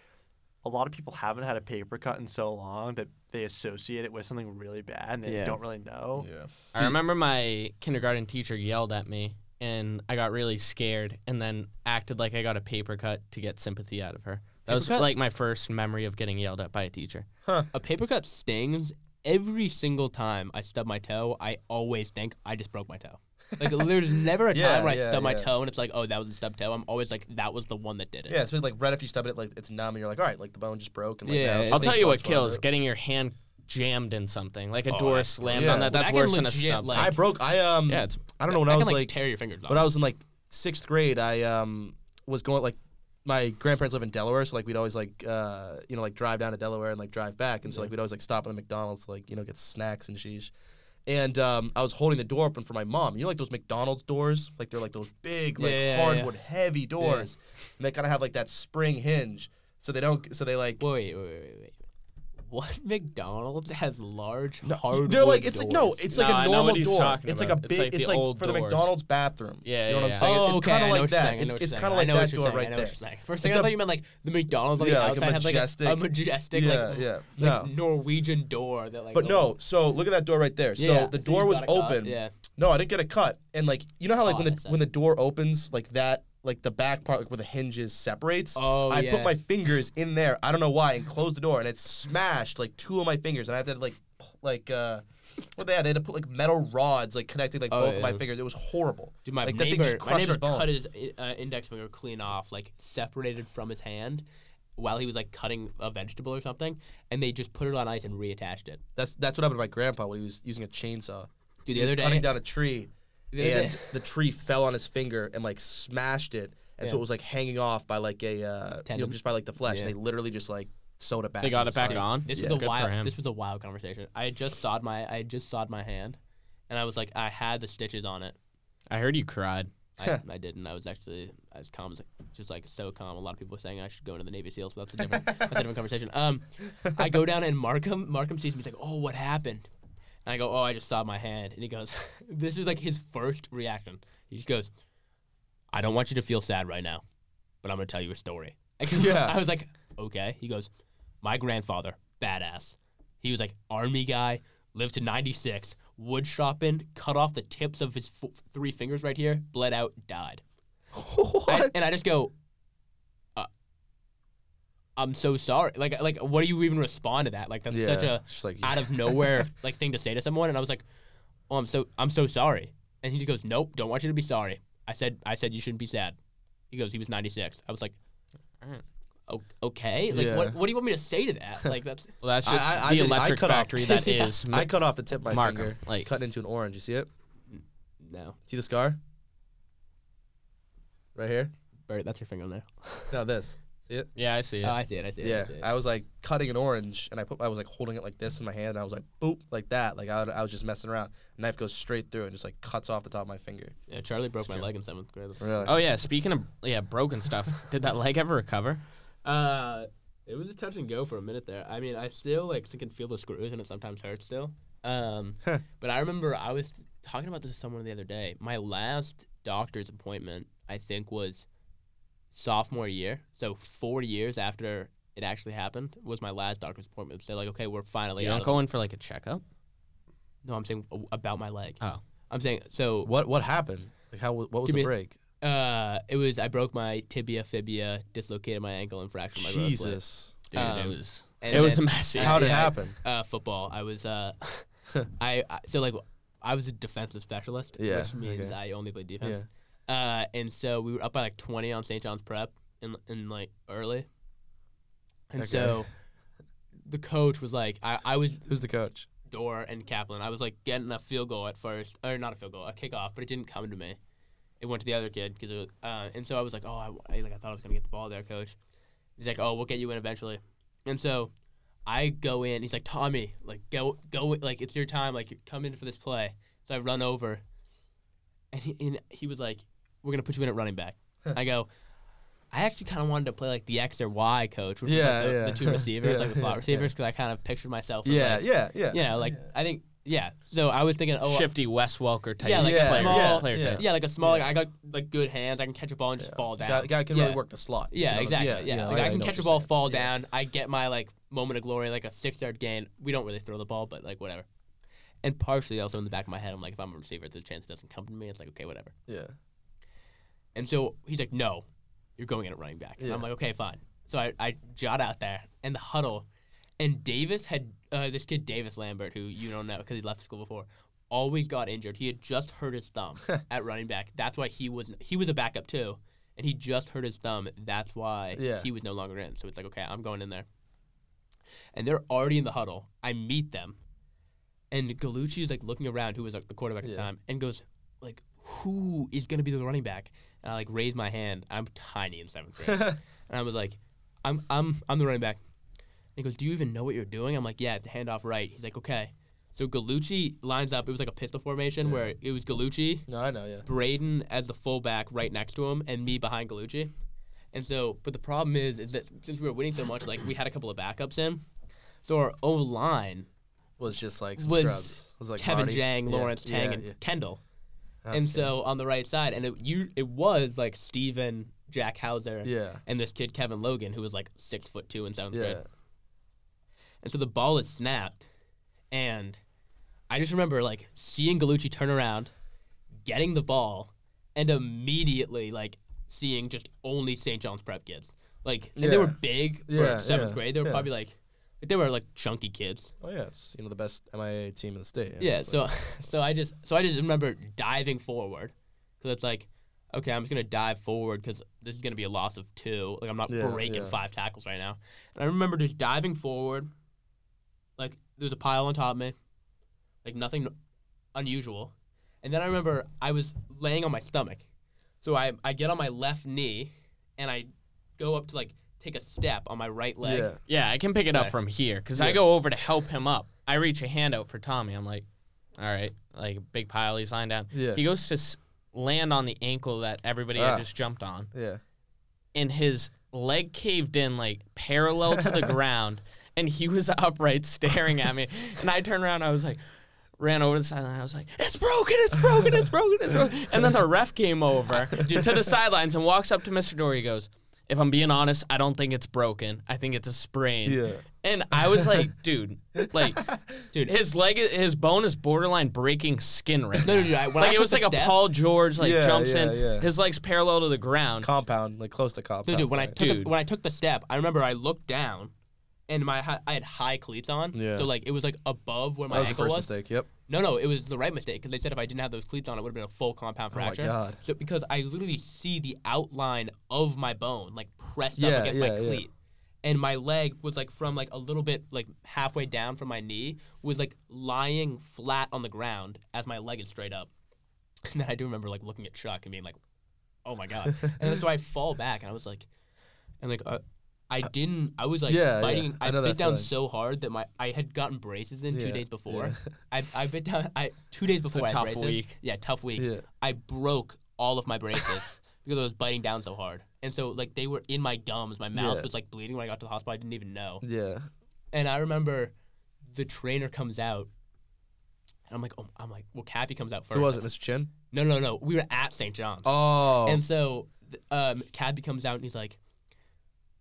Speaker 5: a lot of people haven't had a paper cut in so long that they associate it with something really bad and they
Speaker 4: Yeah.
Speaker 5: don't really know.
Speaker 3: Yeah.
Speaker 4: Hmm.
Speaker 2: I remember my kindergarten teacher yelled at me, and I got really scared, and then acted like I got a paper cut to get sympathy out of her. That was
Speaker 4: cut?
Speaker 2: like my first memory of getting yelled at by a teacher.
Speaker 4: A paper cut stings every single time I stub my toe. I always think I just broke my toe. Like there's never a time
Speaker 3: Yeah,
Speaker 4: where I
Speaker 3: yeah,
Speaker 4: stub my
Speaker 3: yeah.
Speaker 4: toe and it's like, oh, that was a stub toe. I'm always like, that was the one that did it.
Speaker 3: Yeah, it's been like right after you stub it, like it's numb, and you're like, all right, like the bone just broke. And like,
Speaker 4: Yeah,
Speaker 3: now it's
Speaker 4: yeah,
Speaker 2: I'll
Speaker 3: just,
Speaker 2: tell
Speaker 3: like,
Speaker 2: you what
Speaker 3: what's wrong with
Speaker 2: kills:
Speaker 3: it.
Speaker 2: getting your hand jammed in something, like a
Speaker 4: Oh,
Speaker 2: door
Speaker 4: that's-
Speaker 2: slammed
Speaker 3: Yeah.
Speaker 2: on that.
Speaker 4: When
Speaker 2: That's
Speaker 4: I can
Speaker 2: worse than a
Speaker 4: legit,
Speaker 2: stump.
Speaker 4: like-
Speaker 3: I broke. I um.
Speaker 2: yeah, it's
Speaker 3: I don't know when
Speaker 4: That
Speaker 3: I
Speaker 4: can,
Speaker 3: was
Speaker 4: like,
Speaker 3: like
Speaker 4: tear your fingers off.
Speaker 3: when I was in like sixth grade, I um was going like my grandparents live in Delaware, so like we'd always like uh you know like drive down to Delaware and like drive back, and so like we'd always like stop at the McDonald's to, like you know get snacks and sheesh. And um, I was holding the door open for my mom. You know, like those McDonald's doors, like they're like those big, like
Speaker 4: Yeah, yeah, yeah.
Speaker 3: hardwood, heavy doors, and they kind of have like that spring hinge, so they don't, so they like
Speaker 4: Wait, wait, wait, wait, wait. What McDonald's has large
Speaker 3: No,
Speaker 4: hardwood
Speaker 3: They're like it's like no,
Speaker 4: doors?
Speaker 3: it's
Speaker 2: No,
Speaker 3: like
Speaker 2: I
Speaker 3: a
Speaker 2: know
Speaker 3: normal
Speaker 2: what he's
Speaker 3: door.
Speaker 2: talking
Speaker 3: It's like a
Speaker 2: about. It's
Speaker 3: big.
Speaker 2: like
Speaker 3: It's
Speaker 2: the
Speaker 3: like,
Speaker 2: old
Speaker 3: for the
Speaker 2: doors.
Speaker 3: McDonald's bathroom.
Speaker 2: Yeah,
Speaker 3: you know
Speaker 2: yeah,
Speaker 3: what
Speaker 2: yeah.
Speaker 3: I'm saying. it's
Speaker 4: Oh, I
Speaker 3: kind
Speaker 4: know
Speaker 3: of like
Speaker 4: what you're
Speaker 3: that.
Speaker 4: saying, I know
Speaker 3: It's,
Speaker 4: what
Speaker 3: it's
Speaker 4: you're
Speaker 3: kind of
Speaker 4: saying.
Speaker 3: like
Speaker 4: I know
Speaker 3: that
Speaker 4: what you're
Speaker 3: door
Speaker 4: saying, I
Speaker 3: right
Speaker 4: know
Speaker 3: there.
Speaker 4: what you're saying. First thing
Speaker 3: It's
Speaker 4: I
Speaker 3: a-
Speaker 4: thought you meant like the McDonald's on
Speaker 3: Yeah,
Speaker 4: the
Speaker 3: like a
Speaker 4: outside has like a, a
Speaker 3: majestic-
Speaker 4: majestic
Speaker 3: Yeah,
Speaker 4: like,
Speaker 3: yeah. No.
Speaker 4: like Norwegian door that like.
Speaker 3: But
Speaker 4: a-
Speaker 3: no, so look at that door right there. So
Speaker 4: Yeah,
Speaker 3: the
Speaker 4: so
Speaker 3: door
Speaker 4: you
Speaker 3: was
Speaker 4: got a cut,
Speaker 3: open.
Speaker 4: yeah.
Speaker 3: No, I didn't get a cut. And like you know how like
Speaker 4: Oh,
Speaker 3: when
Speaker 4: I
Speaker 3: the
Speaker 4: see.
Speaker 3: when the door opens like that like the back part like where the hinges separates.
Speaker 4: Oh,
Speaker 3: I
Speaker 4: yeah.
Speaker 3: put my fingers in there. I don't know why and closed the door and it smashed like two of my fingers and I had to like p- like uh what they had they had to put like metal rods like connecting like
Speaker 4: Oh,
Speaker 3: both of
Speaker 4: yeah.
Speaker 3: my fingers. It was horrible.
Speaker 4: Dude, my
Speaker 3: like, that thing
Speaker 4: neighbor,
Speaker 3: just
Speaker 4: my
Speaker 3: crushed
Speaker 4: neighbor
Speaker 3: his bone.
Speaker 4: cut his uh, index finger clean off, like separated from his hand, while he was like cutting a vegetable or something, and they just put it on ice and reattached it.
Speaker 3: That's that's what happened to my grandpa when he was using a chainsaw. he
Speaker 4: Dude, the
Speaker 3: was
Speaker 4: other day-
Speaker 3: cutting down a tree,
Speaker 4: The other
Speaker 3: and
Speaker 4: day-
Speaker 3: the tree fell on his finger and like smashed it, and so
Speaker 4: Yeah.
Speaker 3: it was like hanging off by like a uh, you know
Speaker 4: Tendon.
Speaker 3: just by like the flesh. And
Speaker 4: Yeah.
Speaker 3: they literally just like sewed it back.
Speaker 2: they got it
Speaker 3: his
Speaker 2: back
Speaker 3: leg.
Speaker 2: on.
Speaker 4: This
Speaker 2: Yeah.
Speaker 4: was
Speaker 2: Good
Speaker 4: a
Speaker 2: for
Speaker 4: wild.
Speaker 2: him.
Speaker 4: This was a wild conversation. I had just sawed my. I had just sawed my hand, and I was like, I had the stitches on it.
Speaker 2: I heard you cried.
Speaker 4: I, I didn't. I was actually as calm as just like so calm. A lot of people were saying I should go into the Navy SEALs, but that's a different that's a different conversation. Um, I go down and Markham Markham sees me. He's like, "Oh, what happened?" And I go, "Oh, I just saw my hand." And he goes, "This is like his first reaction." He just goes, "I don't want you to feel sad right now, but I'm gonna tell you a story." I, go-
Speaker 3: Yeah.
Speaker 4: I was like, "Okay." He goes, "My grandfather, badass. He was like army guy, lived to 96, wood shopping, cut off the tips of his f- three fingers right here, bled out, died. I-
Speaker 3: What?
Speaker 4: and I just go, uh, I'm so sorry. Like, like, what do you even respond to that? Like, that's
Speaker 3: Yeah,
Speaker 4: such a
Speaker 3: just like-
Speaker 4: out of nowhere like thing to say to someone. And I was like, oh, I'm so, I'm so sorry. And he just goes, nope, don't want you to be sorry. I said, I said you shouldn't be sad. He goes, he was 96. I was like,
Speaker 2: Alright.
Speaker 4: "O- okay. Like,
Speaker 3: Yeah.
Speaker 4: what, what do you want me to say to that? Like, that's.
Speaker 2: Well, that's
Speaker 3: I-
Speaker 2: just
Speaker 3: I- I
Speaker 2: the
Speaker 3: did- I
Speaker 2: electric
Speaker 3: cut off-
Speaker 2: factory that is.
Speaker 3: I cut off the tip of my
Speaker 2: Mark 'em,
Speaker 3: finger,
Speaker 2: like-
Speaker 3: cut into an orange. You see it?
Speaker 4: No.
Speaker 3: See the scar? right here.
Speaker 4: Bert, that's your fingernail.
Speaker 3: No, this. See it?
Speaker 2: Yeah, I see it.
Speaker 4: Oh, I see it. I see it. I
Speaker 3: Yeah.
Speaker 4: see it.
Speaker 3: I was like cutting an orange, and I put I was like holding it like this in my hand, and I was like boop like that. Like I, I was just messing around. Knife goes straight through and just like cuts off the top of my finger.
Speaker 4: yeah, Charlie broke my leg in seventh grade.
Speaker 3: Really?
Speaker 2: oh yeah. Speaking of yeah, broken stuff. did that leg ever recover?
Speaker 4: Uh, it was a touch and go for a minute there. I mean, I still like s- can feel the screws, and it sometimes hurts still. Um, but I remember I was talking about this to someone the other day. My last doctor's appointment, I think, was sophomore year. So four years after it actually happened was my last doctor's appointment. So like, okay, we're finally.
Speaker 2: You
Speaker 4: out
Speaker 2: don't
Speaker 4: of
Speaker 2: go in for like a checkup.
Speaker 4: the- No, I'm saying a- about my leg.
Speaker 2: Oh.
Speaker 4: I'm saying so.
Speaker 3: What What happened? Like how? What was
Speaker 4: Give
Speaker 3: the
Speaker 4: me-
Speaker 3: break?
Speaker 4: Uh, it was I broke my tibia, fibia, dislocated my ankle, and fractured my rotator blade.
Speaker 3: Jesus.
Speaker 2: Dude,
Speaker 4: Um,
Speaker 2: it was
Speaker 4: and
Speaker 2: it was
Speaker 4: then-
Speaker 2: messy.
Speaker 3: How did it
Speaker 4: Yeah, I-
Speaker 3: happen?
Speaker 4: uh, football. I was uh, I, I so like I was a defensive specialist,
Speaker 3: Yeah,
Speaker 4: which means
Speaker 3: okay.
Speaker 4: I only played defense. Uh, and so we were up by like twenty on St. John's Prep in in like early, and
Speaker 3: Okay.
Speaker 4: so the coach was like, I, I was
Speaker 3: Who's the coach?
Speaker 4: Door and Kaplan. I was like getting a field goal at first, or not a field goal, a kickoff, but it didn't come to me. It went to the other kid because, uh, and so I was like, oh, I, I- like I thought I was gonna get the ball there, coach. He's like, oh, we'll get you in eventually, and so I go in. He's like, Tommy, like go go, like it's your time, like come in for this play. So I run over, and he and he was like, we're gonna put you in at running back. I go. I actually kind of wanted to play like the X or Y coach, which
Speaker 3: Yeah,
Speaker 4: was, like, the,
Speaker 3: yeah.
Speaker 4: the two receivers,
Speaker 3: Yeah,
Speaker 4: like the slot
Speaker 3: yeah.
Speaker 4: receivers, because I kind of pictured myself. with,
Speaker 3: Yeah,
Speaker 4: like,
Speaker 3: yeah, yeah.
Speaker 4: yeah, like I think yeah. So I was thinking, oh,
Speaker 2: shifty Wes Welker type.
Speaker 4: Yeah, like
Speaker 3: yeah,
Speaker 4: a
Speaker 2: player,
Speaker 4: small,
Speaker 3: yeah,
Speaker 2: player
Speaker 3: yeah.
Speaker 2: type.
Speaker 4: yeah, like a small. Like I got like good hands. I can catch a ball and just fall down.
Speaker 3: Guy, guy can
Speaker 4: Yeah.
Speaker 3: really work the slot. you
Speaker 4: Yeah,
Speaker 3: know?
Speaker 4: exactly. Yeah,
Speaker 3: you know,
Speaker 4: like I, can
Speaker 3: know
Speaker 4: catch a
Speaker 3: what you're
Speaker 4: ball, fall
Speaker 3: Yeah.
Speaker 4: down. I get my like moment of glory, like a six yard gain. We don't really throw the ball, but like whatever. And partially also in the back of my head, I'm like, if I'm a receiver, the chance doesn't come to me. It's like okay, whatever.
Speaker 3: saying.
Speaker 4: And so he's like, no, you're going in at running back. And I'm
Speaker 3: Yeah.
Speaker 4: like, okay, fine. So I, I jot out there in the huddle, and Davis had uh, this kid, Davis Lambert, who you don't know because he left the school before, always got injured. He had just hurt his thumb at running back. That's why he was he was a backup too, and he just hurt his thumb. That's why
Speaker 3: Yeah.
Speaker 4: he was no longer in. So it's like, okay, I'm going in there. And they're already in the huddle. I meet them, and Galucci is like looking around, who was like the quarterback at the
Speaker 3: Yeah.
Speaker 4: time, and goes like, "Who is gonna be the running back?" And I like raise my hand. I'm tiny in seventh grade, and I was like, "I'm I'm I'm the running back." And he goes, "Do you even know what you're doing?" I'm like, "Yeah, it's a handoff right." He's like, "Okay." So Galucci lines up. It was like a pistol formation where it was Galucci,
Speaker 3: No, I know. Yeah.
Speaker 4: Braden as the fullback right next to him, and me behind Galucci. And so, but the problem is, is that since we were winning so much, like we had a couple of backups in, so our O line
Speaker 3: Was just like some
Speaker 4: was,
Speaker 3: scrubs. Was like
Speaker 4: Kevin
Speaker 3: Marty.
Speaker 4: Jang,
Speaker 3: Yeah,
Speaker 4: Lawrence Tang,
Speaker 3: yeah,
Speaker 4: and
Speaker 3: yeah. Oh,
Speaker 4: Kendall. And so on the right side, and it you it was like Steven, Jack Hauser,
Speaker 3: Yeah.
Speaker 4: and this kid Kevin Logan, who was like six foot two in seventh grade.
Speaker 3: Yeah.
Speaker 4: And so the ball is snapped, and I just remember like seeing Galucci turn around, getting the ball, and immediately like seeing just only St. John's prep kids. Like and they were
Speaker 3: Yeah.
Speaker 4: big for
Speaker 3: Yeah,
Speaker 4: seventh
Speaker 3: yeah,
Speaker 4: grade. They were
Speaker 3: yeah.
Speaker 4: probably like they were like chunky kids.
Speaker 3: Oh yeah, it's you know the best MIA team in the state. you know,
Speaker 4: Yeah,
Speaker 3: it's
Speaker 4: so
Speaker 3: like-
Speaker 4: so I just so I just remember diving forward because it's like, okay, I'm just gonna dive forward because this is gonna be a loss of two. Like I'm not
Speaker 3: Yeah,
Speaker 4: breaking
Speaker 3: yeah.
Speaker 4: five tackles right now. And I remember just diving forward, like there was a pile on top of me, like nothing unusual. And then I remember I was laying on my stomach, so I I get on my left knee and I go up to like take a step on my right leg.
Speaker 3: yeah.
Speaker 2: Yeah, I can pick it up
Speaker 4: Sorry.
Speaker 2: from here because I
Speaker 3: Yeah.
Speaker 2: go over to help him up. I reach a hand out for Tommy. I'm like, all right, like big pile. He's lying down.
Speaker 3: Yeah.
Speaker 2: He goes to s- land on the ankle that everybody
Speaker 3: Ah.
Speaker 2: had just jumped on,
Speaker 3: Yeah.
Speaker 2: and his leg caved in like parallel to the ground, and he was upright staring at me. And I turned around. I was like. Ran over to the sideline. I was like, "It's broken! It's broken! It's broken! It's broken!" And then the ref came over to the sidelines and walks up to Mr. Dory. He goes, "If I'm being honest, I don't think it's broken. I think it's a sprain."
Speaker 3: Yeah.
Speaker 2: And I was like, dude, like, dude, his leg, i- his bone is borderline breaking skin right
Speaker 4: No,
Speaker 2: now.
Speaker 4: no, no. I, when I
Speaker 2: Like it
Speaker 4: took
Speaker 2: was
Speaker 4: the
Speaker 2: like a
Speaker 4: step-
Speaker 2: Paul George like
Speaker 3: Yeah,
Speaker 2: jumps
Speaker 3: yeah,
Speaker 2: in,
Speaker 3: yeah.
Speaker 2: his legs parallel to the ground.
Speaker 3: Compound, like close to compound.
Speaker 4: No, dude, when I
Speaker 3: right?
Speaker 4: took
Speaker 2: Dude.
Speaker 4: A, when I took the step, I remember I looked down, and my hi- I had high cleats on.
Speaker 3: Yeah.
Speaker 4: So like it was like above where my
Speaker 3: that was the
Speaker 4: ankle
Speaker 3: first
Speaker 4: was.
Speaker 3: mistake. Yep.
Speaker 4: No, no, it was the right mistake because they said if I didn't have those cleats on, it would have been a full compound
Speaker 3: Oh my
Speaker 4: fracture.
Speaker 3: God.
Speaker 4: So because I literally see the outline of my bone like pressed
Speaker 3: Yeah,
Speaker 4: up against my
Speaker 3: yeah, yeah.
Speaker 4: cleat. And my leg was like from like a little bit like halfway down from my knee was like lying flat on the ground as my leg is straight up. And then I do remember like looking at Chuck and being like, oh my god. And so I fall back, and I was like, and like, uh, I didn't. I was like
Speaker 3: Yeah,
Speaker 4: biting.
Speaker 3: yeah.
Speaker 4: I,
Speaker 3: I know
Speaker 4: bit
Speaker 3: that
Speaker 4: down
Speaker 3: feeling.
Speaker 4: so hard that my I had gotten braces in two
Speaker 3: Yeah,
Speaker 4: days before.
Speaker 3: yeah.
Speaker 4: I I bit down. I two days
Speaker 2: a
Speaker 4: before I had
Speaker 2: tough
Speaker 4: braces.
Speaker 2: week.
Speaker 4: Yeah, tough week.
Speaker 3: Yeah.
Speaker 4: I broke all of my braces because I was biting down so hard. And so like they were in my gums. My mouth
Speaker 3: Yeah.
Speaker 4: was like bleeding when I got to the hospital. I didn't even know.
Speaker 3: Yeah.
Speaker 4: And I remember the trainer comes out. And I'm like, oh, I'm like, well, Cappy comes out first.
Speaker 3: Who was it, Mr. Chin?
Speaker 4: No, no, no. We were at St. John's.
Speaker 3: Oh.
Speaker 4: And so th- um, Cadby comes out and he's like,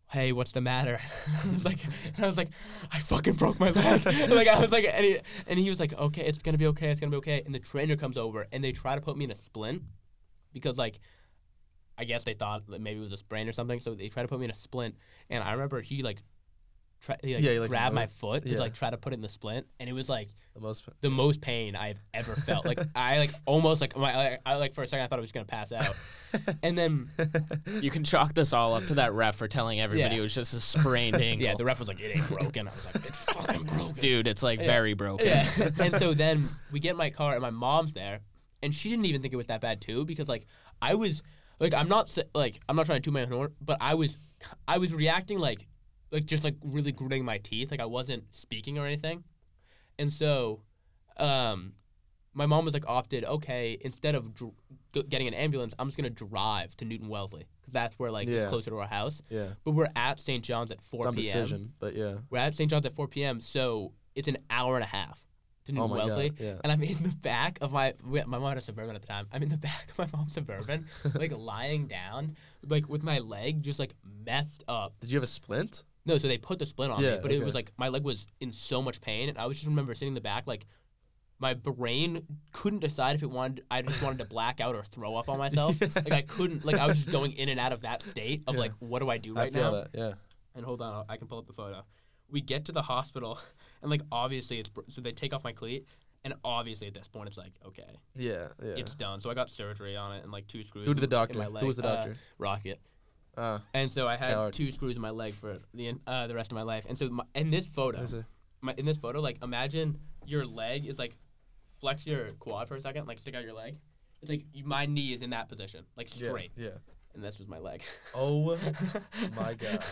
Speaker 4: "Hey, what's the matter?" I was like, and I was like, "I fucking broke my leg." like I was like, and he, and he was like, "Okay, it's gonna be okay. It's gonna be okay." And the trainer comes over and they try to put me in a splint because like. I guess they thought that maybe it was a sprain or something, so they tried to put me in a splint. And I remember he like, tri- he, like,
Speaker 3: Yeah, he, like,
Speaker 4: grabbed my
Speaker 3: moved-
Speaker 4: foot to
Speaker 3: yeah.
Speaker 4: like try to put it in the splint, and it was like
Speaker 3: the most.
Speaker 4: the most pain I've ever felt. Like I like almost like my I, I like for a second I thought I was gonna pass out, and then
Speaker 2: You can chalk this all up to that ref for telling everybody
Speaker 4: Yeah.
Speaker 2: it was just a sprained ankle.
Speaker 4: yeah, the ref was like, "It ain't broken." I was like, "It's fucking broken."
Speaker 2: Dude, it's like very broken.
Speaker 4: Yeah, and so then we get in my car and my mom's there, and she didn't even think it was that bad too because like I was like I'm not sa- like I'm not trying to do my own horn, but I was I was reacting like like just like really gritting my teeth like I wasn't speaking or anything, and so um my mom was like opted okay instead of dr- g- getting an ambulance I'm just gonna drive to Newton Wellesley because that's where like
Speaker 3: Yeah.
Speaker 4: it's closer to our house.
Speaker 3: Yeah.
Speaker 4: But we're at St. John's at 4
Speaker 3: Dumb
Speaker 4: p.m.
Speaker 3: decision, but yeah.
Speaker 4: We're at St. John's at 4 p.m., so it's an hour and a half to New
Speaker 3: Oh my
Speaker 4: Wellesley.
Speaker 3: God, yeah.
Speaker 4: And I'm in the back of my we- my mom had a suburban at the time. I'm in the back of my mom's suburban, like lying down, like with my leg just like messed up.
Speaker 3: Did you have a splint?
Speaker 4: No, so they put the splint on me,
Speaker 3: Yeah,
Speaker 4: but it
Speaker 3: okay.
Speaker 4: was like my leg was in so much pain, and I was just remember sitting in the back like. My brain couldn't decide if it wanted. I just wanted to black out or throw up on myself. Like I couldn't. Like I was just going in and out of that state of like, what do I do right
Speaker 3: I feel
Speaker 4: now?
Speaker 3: that. Yeah.
Speaker 4: and hold on, I'll- I can pull up the photo. We get to the hospital, and like obviously it's br- so they take off my cleat, and obviously at this point it's like okay,
Speaker 3: Yeah. Yeah.
Speaker 4: it's done. So I got surgery on it and like two screws.
Speaker 3: Who did the
Speaker 4: in- in
Speaker 3: doctor?
Speaker 4: my
Speaker 3: Who
Speaker 4: leg.
Speaker 3: was the
Speaker 4: Uh,
Speaker 3: doctor?
Speaker 4: Rocket.
Speaker 3: Uh,
Speaker 4: And so I had
Speaker 3: Coward.
Speaker 4: two screws in my leg for the en- uh, the rest of my life. And so my, in this photo,
Speaker 3: Is it-
Speaker 4: my, in this photo, like imagine your leg is like flex your quad for a second, like stick out your leg. It's like you, my knee is in that position, like
Speaker 3: yeah.
Speaker 4: straight,
Speaker 3: Yeah.
Speaker 4: and this was my leg.
Speaker 3: Oh my god.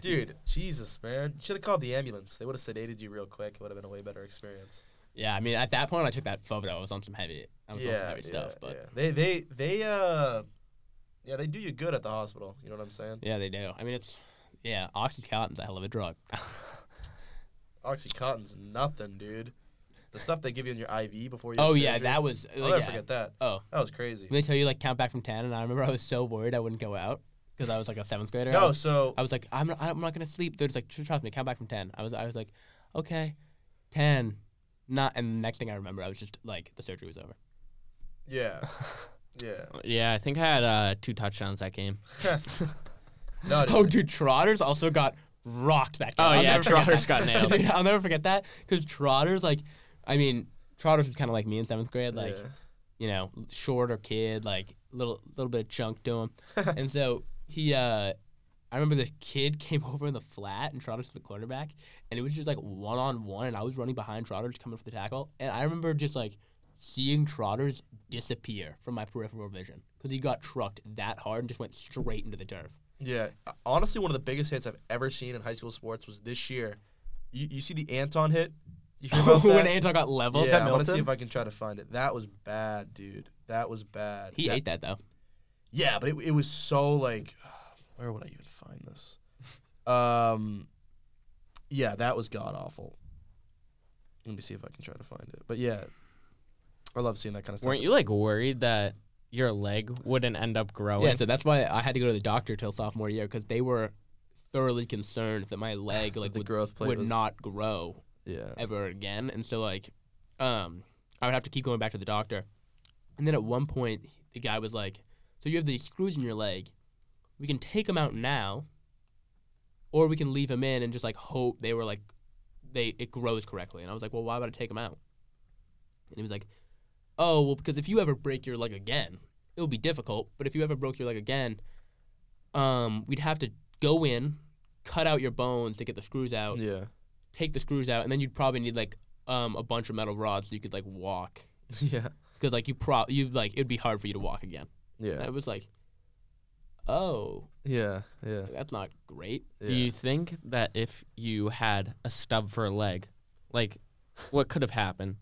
Speaker 3: Dude, Jesus, man. You should have called the ambulance. They would have sedated you real quick. It would have been a way better experience.
Speaker 4: Yeah, I mean, at that point, I took that photo. I was on some heavy, I was on some heavy stuff,
Speaker 3: yeah,
Speaker 4: but
Speaker 3: yeah. they they they uh yeah, they do you good at the hospital. You know what I'm saying?
Speaker 4: yeah. they do. I mean, it's yeah, oxycontin's a hell of a drug.
Speaker 3: Oxycontin's nothing, dude. The stuff they give you in your IV before you
Speaker 4: oh
Speaker 3: have
Speaker 4: yeah,
Speaker 3: surgery.
Speaker 4: that was.
Speaker 3: I'll
Speaker 4: like,
Speaker 3: never
Speaker 4: yeah.
Speaker 3: forget that.
Speaker 4: Oh,
Speaker 3: That was crazy.
Speaker 4: did they tell you like count back from ten? And I remember I was so worried I wouldn't go out because I was like a seventh grader. I
Speaker 3: No,
Speaker 4: was,
Speaker 3: so
Speaker 4: I was like, I'm not, I'm not gonna sleep. They're just like, "Tr- trust me, count back from ten. I was, I was like, okay, ten, not. And the next thing I remember, I was just like, the surgery was over.
Speaker 3: yeah. Yeah.
Speaker 2: Yeah, I think I had uh, two touchdowns that game.
Speaker 3: No, dude.
Speaker 4: Oh, dude, Trotters also got rocked that game.
Speaker 2: Oh,
Speaker 4: I'll
Speaker 2: yeah,
Speaker 4: never forget
Speaker 2: Trotters
Speaker 4: that.
Speaker 2: got nailed.
Speaker 4: Dude, I'll never forget that because Trotters, like, I mean, Trotters was kind of like me in seventh grade, like,
Speaker 3: Yeah.
Speaker 4: you know, shorter kid, like little little bit of chunk to him, and so he, uh I remember this kid came over in the flat and Trotters to the quarterback, and it was just like one on one, and I was running behind Trotters coming for the tackle, and I remember just like seeing Trotters disappear from my peripheral vision because he got trucked that hard and just went straight into the turf.
Speaker 3: Yeah, uh, honestly, one of the biggest hits I've ever seen in high school sports was this year. You, you see the Anton hit? You hear about
Speaker 4: when
Speaker 3: that?
Speaker 4: Anton got leveled.
Speaker 3: yeah, I want to see
Speaker 5: Milton?
Speaker 3: if I can try to find it. That was bad, dude. That was bad.
Speaker 4: He
Speaker 3: That-
Speaker 4: ate that though.
Speaker 3: Yeah, but it, it was so like, where would I even find this? Um, yeah, that was god awful. Let me see if I can try to find it. But yeah, I love seeing that kind of stuff.
Speaker 2: Weren't you like worried that your leg wouldn't end up
Speaker 3: Oh,
Speaker 2: growing?
Speaker 4: Yeah, so that's why I had to go to the doctor till sophomore year because they were thoroughly concerned that my leg like
Speaker 3: the
Speaker 4: would,
Speaker 3: growth plate
Speaker 4: would
Speaker 3: was-
Speaker 4: not grow
Speaker 3: Yeah.
Speaker 4: ever again, and so like, um, I would have to keep going back to the doctor, and then at one point the guy was like, "So you have these screws in your leg, we can take them out now, or we can leave them in and just like hope they were like, they it grows correctly." And I was like, "Well, why would I take them out?" And he was like, "Oh, well, because if you ever break your leg again, it'll be difficult. But if you ever broke your leg again, um, we'd have to go in, cut out your bones to get the screws out,
Speaker 3: Yeah.
Speaker 4: take the screws out, and then you'd probably need like um a bunch of metal rods so you could like walk,
Speaker 3: yeah.
Speaker 4: because like you pro you like it'd be hard for you to walk again." And
Speaker 3: Yeah.
Speaker 4: I was like, oh,
Speaker 3: Yeah. Yeah.
Speaker 4: that's not great.
Speaker 2: Do you think that if you had a stub for a leg, like what could have happened,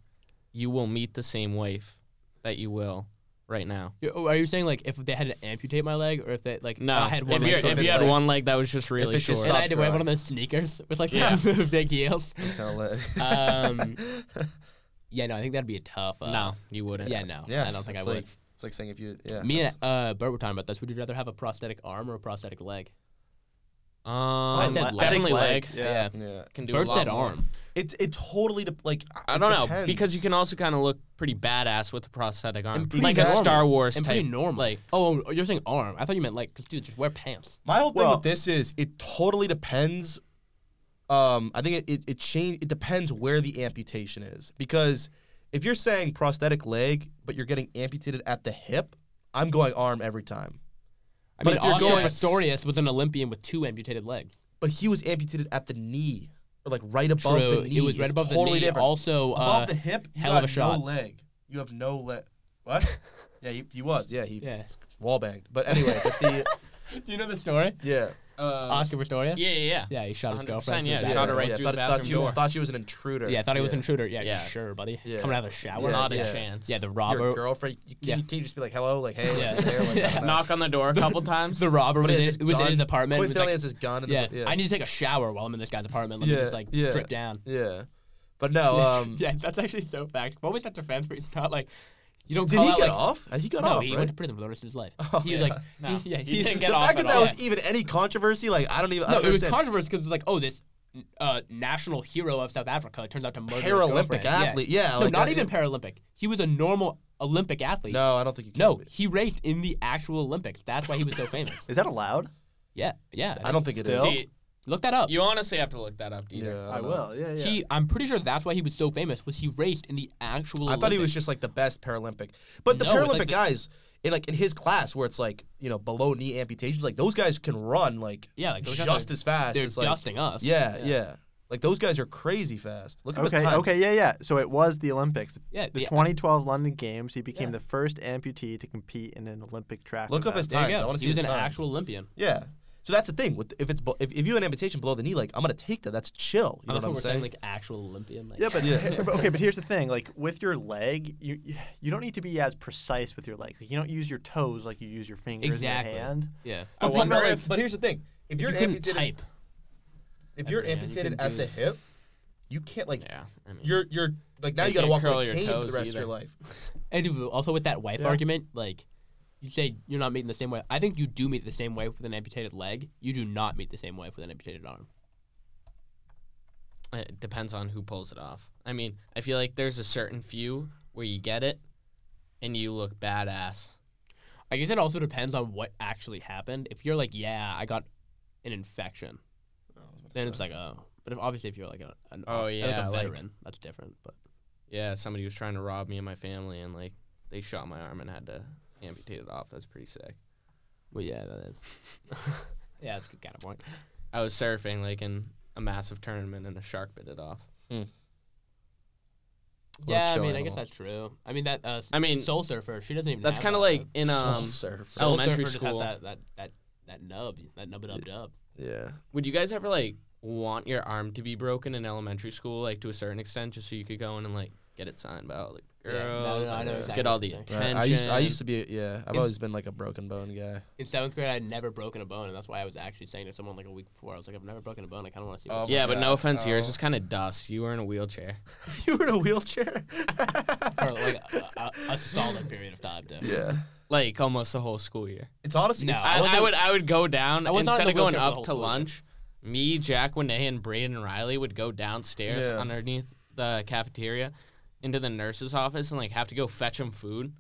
Speaker 2: you will meet the same wife that you will right now?
Speaker 4: You're- oh, Are you saying like if they had to amputate my leg, or if they like
Speaker 2: No,
Speaker 4: I had one
Speaker 2: if,
Speaker 4: leg,
Speaker 2: you're-
Speaker 4: so
Speaker 2: if
Speaker 4: they-
Speaker 2: you had
Speaker 3: like-
Speaker 2: one leg that was just really
Speaker 3: it's just
Speaker 2: short,
Speaker 4: and I
Speaker 3: stopped
Speaker 4: had to wear
Speaker 3: growing.
Speaker 4: one of those sneakers with like
Speaker 2: Yeah.
Speaker 4: the big heels.
Speaker 3: That's kinda lit.
Speaker 4: Um, yeah, no, I think that'd be a tough. Uh,
Speaker 2: no, you wouldn't.
Speaker 4: Yeah, no,
Speaker 3: yeah.
Speaker 4: I don't think I
Speaker 3: it's
Speaker 4: would.
Speaker 3: Like, it's like saying if you. Yeah.
Speaker 4: Me and
Speaker 3: that's-
Speaker 4: uh, Bert were talking about this. Would you rather have a prosthetic arm or a prosthetic leg?
Speaker 2: Um,
Speaker 4: I said leg.
Speaker 2: definitely leg.
Speaker 5: Yeah.
Speaker 3: Yeah.
Speaker 2: Can do
Speaker 4: Bert
Speaker 2: a lot
Speaker 4: said
Speaker 2: more.
Speaker 4: arm.
Speaker 3: It it totally de- like
Speaker 2: I
Speaker 3: it
Speaker 2: don't know
Speaker 3: depends.
Speaker 2: because you can also kind of look pretty badass with a prosthetic arm,
Speaker 4: And pretty
Speaker 2: like a
Speaker 3: normal.
Speaker 2: Star Wars
Speaker 4: And
Speaker 2: type.
Speaker 4: pretty normal.
Speaker 2: Like
Speaker 4: Oh, oh, you're saying arm. I thought you meant leg. Cause dude, just wear pants.
Speaker 3: My whole thing
Speaker 5: Well-
Speaker 3: with this is it totally depends. Um, I think it it, it change it depends where the amputation is because if you're saying prosthetic leg but you're getting amputated at the hip, I'm going arm every time.
Speaker 4: I
Speaker 3: But
Speaker 4: mean,
Speaker 3: if you're
Speaker 4: Austin
Speaker 3: going-
Speaker 4: Pistorius was an Olympian with two amputated legs.
Speaker 3: But he was amputated at the knee or like right above
Speaker 4: True.
Speaker 3: the knee.
Speaker 4: It was
Speaker 3: It's
Speaker 4: right above
Speaker 3: totally
Speaker 4: the knee.
Speaker 3: Different.
Speaker 4: Also,
Speaker 3: above
Speaker 4: uh,
Speaker 3: the hip, you
Speaker 4: hell
Speaker 3: got
Speaker 4: of a shot.
Speaker 3: No leg. You have no leg. What? yeah, he, he was. Yeah, he
Speaker 4: yeah.
Speaker 3: wall banged. But anyway, but the
Speaker 4: Do you know the story?
Speaker 3: yeah.
Speaker 4: Oscar Pistorius.
Speaker 2: yeah, yeah, yeah.
Speaker 4: Yeah, he shot his
Speaker 2: 100%,
Speaker 4: girlfriend.
Speaker 2: yeah,
Speaker 4: through the
Speaker 2: shot
Speaker 4: bathroom.
Speaker 2: her right through
Speaker 3: thought, thought
Speaker 2: the bathroom
Speaker 3: you,
Speaker 2: door.
Speaker 3: Thought you was an intruder.
Speaker 4: Yeah, I thought he was
Speaker 3: Yeah.
Speaker 4: an intruder. Yeah,
Speaker 2: Yeah.
Speaker 4: sure, buddy.
Speaker 3: Yeah.
Speaker 4: Coming out of the shower.
Speaker 3: Yeah,
Speaker 2: Not a
Speaker 3: yeah.
Speaker 2: chance.
Speaker 4: Yeah, the
Speaker 3: your
Speaker 4: robber.
Speaker 3: girlfriend. You, can,
Speaker 4: Yeah.
Speaker 3: you can't just be like, "Hello," like, "Hey,
Speaker 4: Yeah.
Speaker 3: there," like,
Speaker 4: Yeah.
Speaker 3: I don't know.
Speaker 2: Knock on the door a couple times.
Speaker 4: The robber was,
Speaker 3: But
Speaker 4: in,
Speaker 3: it's
Speaker 4: it was in
Speaker 3: gone.
Speaker 4: his apartment. and
Speaker 3: Quentin
Speaker 4: was
Speaker 3: Tarantino
Speaker 4: like,
Speaker 3: has his gun. And
Speaker 4: yeah,
Speaker 3: his, yeah,
Speaker 4: I need to take a shower while I'm in this guy's apartment. Let me just
Speaker 3: Yeah,
Speaker 4: like
Speaker 3: yeah.
Speaker 4: drip down.
Speaker 3: yeah. But no. Um,
Speaker 4: yeah, that's actually so fact. What was that defense where he's not like, you don't
Speaker 3: Did
Speaker 4: call
Speaker 3: he
Speaker 4: out,
Speaker 3: get
Speaker 4: like,
Speaker 3: off? He got
Speaker 4: no,
Speaker 3: off,
Speaker 4: he
Speaker 3: right? Oh,
Speaker 4: went to prison for the rest of his life. he was
Speaker 2: yeah.
Speaker 4: like,
Speaker 2: No,
Speaker 4: yeah,
Speaker 2: he didn't get
Speaker 3: the
Speaker 2: off
Speaker 3: fact
Speaker 2: at
Speaker 3: that that
Speaker 2: all.
Speaker 3: was even any controversy, like, I don't even. I
Speaker 4: No,
Speaker 3: don't
Speaker 4: it was
Speaker 3: understand.
Speaker 4: controversial because it was like, oh, this uh, national hero of South Africa turns out to murder his
Speaker 3: Paralympic
Speaker 4: girlfriend. Yeah.
Speaker 3: athlete. Yeah,
Speaker 4: No,
Speaker 3: like,
Speaker 4: not
Speaker 3: I-
Speaker 4: even Paralympic. He was a normal Olympic athlete.
Speaker 3: No, I don't think you. Can
Speaker 4: No,
Speaker 3: be.
Speaker 4: he raced in the actual Olympics. That's why he was so famous.
Speaker 5: Is that allowed?
Speaker 4: Yeah, yeah.
Speaker 3: I don't think it is.
Speaker 5: Still?
Speaker 2: Do you-
Speaker 4: Look that up.
Speaker 2: You honestly have to look that up, Dieter.
Speaker 3: Yeah, I,
Speaker 5: I
Speaker 3: don't know.
Speaker 5: will. Yeah, yeah.
Speaker 4: He, I'm pretty sure that's why he was so famous. Was he raced in the actual?
Speaker 3: I thought he was
Speaker 4: Olympics.
Speaker 3: just like the best Paralympic. But the
Speaker 4: No, it's
Speaker 3: Paralympic
Speaker 4: like the-
Speaker 3: guys in like in his class where it's like, you know, below knee amputations, like those guys can run like,
Speaker 4: Yeah, like, those guys
Speaker 3: just
Speaker 4: are-
Speaker 3: as fast.
Speaker 4: They're
Speaker 3: It's like-
Speaker 4: dusting us.
Speaker 3: Yeah, yeah, Like those guys are crazy fast. Look at his
Speaker 5: Okay.
Speaker 3: times.
Speaker 5: Okay. Yeah. Yeah. So it was the Olympics.
Speaker 4: Yeah,
Speaker 5: The
Speaker 4: the-
Speaker 5: 2012 London Games. He became
Speaker 4: Yeah.
Speaker 5: the first amputee to compete in an Olympic track.
Speaker 3: Look up
Speaker 5: event.
Speaker 3: his
Speaker 4: There
Speaker 3: times.
Speaker 4: you
Speaker 3: I
Speaker 4: go.
Speaker 3: want to see
Speaker 4: He was
Speaker 3: his
Speaker 4: an
Speaker 3: times.
Speaker 4: actual Olympian.
Speaker 3: Yeah. So that's the thing with if it's be- if, if you have an amputation below the knee, like I'm gonna take that. That's chill. You know
Speaker 4: That's
Speaker 3: what I'm
Speaker 4: we're
Speaker 3: saying?
Speaker 4: like actual Olympian. Like,
Speaker 5: Yeah, but
Speaker 3: Yeah.
Speaker 5: but- okay, but here's the thing: like with your leg, you you don't need to be as precise with your leg. Like, you don't use your toes like you use your fingers
Speaker 4: Exactly.
Speaker 5: and your hand.
Speaker 4: yeah.
Speaker 2: I
Speaker 3: but,
Speaker 2: wonder
Speaker 3: like,
Speaker 2: if
Speaker 3: but here's the thing: if
Speaker 4: You
Speaker 3: you're
Speaker 4: couldn't
Speaker 3: amputated,
Speaker 4: type.
Speaker 3: if you're
Speaker 4: Yeah, you
Speaker 3: amputated
Speaker 4: couldn't
Speaker 3: at
Speaker 4: do-
Speaker 3: the hip, you can't like
Speaker 2: Yeah, I mean-
Speaker 3: you're you're like now you
Speaker 2: You
Speaker 3: gotta
Speaker 2: can't
Speaker 3: walk
Speaker 2: curl
Speaker 3: like
Speaker 2: your
Speaker 3: Kane for the
Speaker 2: toes
Speaker 3: rest of your
Speaker 2: either.
Speaker 3: life.
Speaker 4: And dude, also with that wife
Speaker 5: Yeah.
Speaker 4: argument, like you say you're not meeting the same way. I think you do meet the same wife with an amputated leg. You do not meet the same wife with an amputated arm.
Speaker 2: It depends on who pulls it off. I mean, I feel like there's a certain few where you get it and you look badass.
Speaker 4: I guess it also depends on what actually happened. If you're like, yeah, I got an infection, then it's like, oh. But if, obviously, if you're like a an,
Speaker 2: Oh,
Speaker 4: like a
Speaker 2: yeah, like-
Speaker 4: veteran, that's different. But
Speaker 2: Yeah, somebody was trying to rob me and my family and like they shot my arm and had to amputate it off. That's pretty sick.
Speaker 4: well, yeah, that is. yeah, that's a good kind of point.
Speaker 2: I was surfing like in a massive tournament and a shark bit it off.
Speaker 3: Little
Speaker 4: yeah, I
Speaker 3: chill
Speaker 4: mean, I
Speaker 3: animal.
Speaker 4: guess that's true. I mean that. Uh, s-
Speaker 2: I mean,
Speaker 4: Soul Surfer. She doesn't even.
Speaker 2: That's
Speaker 4: have
Speaker 2: kind of
Speaker 4: that,
Speaker 2: like
Speaker 4: though.
Speaker 2: in um
Speaker 3: surfer.
Speaker 4: Soul
Speaker 2: elementary
Speaker 4: Surfer just has
Speaker 2: school.
Speaker 4: That that that that nub, that nub dub dub.
Speaker 3: Yeah.
Speaker 2: Would you guys ever like want your arm to be broken in elementary school, like to a certain extent, just so you could go in and like get it signed by all the
Speaker 4: Yeah, no, no,
Speaker 2: girls,
Speaker 4: I
Speaker 2: and
Speaker 4: know exactly
Speaker 2: get all
Speaker 4: what
Speaker 2: the
Speaker 4: you're
Speaker 2: attention?
Speaker 3: I, I used I used to be yeah. I've always been like a broken bone guy.
Speaker 4: In seventh grade, I had never broken a bone, and that's why I was actually saying to someone like a week before, I was like, I've never broken a bone. I kind of want to see.
Speaker 3: Oh
Speaker 4: what
Speaker 2: yeah,
Speaker 3: my
Speaker 2: but no
Speaker 3: God.
Speaker 2: offense, yours
Speaker 3: Oh.
Speaker 2: was kind of dust. You were in a wheelchair.
Speaker 3: you were in a wheelchair.
Speaker 2: Oh,
Speaker 4: for like a, a, a solid period of time. Too.
Speaker 3: yeah.
Speaker 2: like almost the whole school year.
Speaker 3: It's honestly
Speaker 4: No.
Speaker 3: it's-
Speaker 4: I
Speaker 2: I, I
Speaker 4: wasn't-
Speaker 2: would I would go down
Speaker 4: I was not
Speaker 2: instead
Speaker 4: in
Speaker 2: of
Speaker 4: a
Speaker 2: going
Speaker 4: wheelchair for the whole
Speaker 2: up to
Speaker 4: school year.
Speaker 2: lunch. Me, Jack Winay, and Braden Riley would go downstairs
Speaker 3: Yeah.
Speaker 2: underneath the cafeteria into the nurse's office and like have to go fetch him food.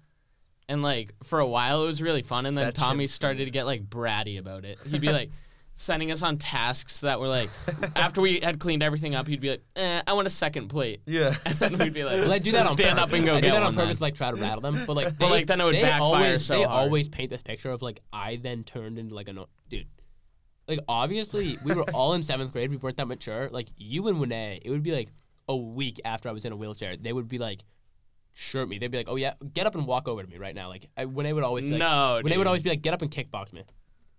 Speaker 2: And like for a while it was really fun and then
Speaker 3: Fetch him
Speaker 2: Tommy started to get like bratty about it. He'd be like sending us on tasks that were like after we had cleaned everything up, he'd be like, eh, I want a second plate.
Speaker 3: yeah.
Speaker 2: and we'd be like,
Speaker 4: Well, I do that on
Speaker 2: stand
Speaker 4: purpose.
Speaker 2: up and go
Speaker 4: I
Speaker 2: get
Speaker 4: do that
Speaker 2: one
Speaker 4: on purpose,
Speaker 2: then."
Speaker 4: like try to rattle them. But like,
Speaker 2: But,
Speaker 4: they-
Speaker 2: like, then it would
Speaker 4: they
Speaker 2: backfire
Speaker 4: Always,
Speaker 2: so
Speaker 4: they
Speaker 2: hard.
Speaker 4: always paint this picture of like I then turned into like a no- dude. Like obviously, we were all in seventh grade. We weren't that mature. Like you and Winay, it would be like a week after I was in a wheelchair. They would be like, shirt me. They'd be like, "Oh yeah, get up and walk over to me right now." Like I, when they would always be like,
Speaker 2: no,
Speaker 4: when they
Speaker 2: dude.
Speaker 4: would always be like, "Get up and kickbox me,"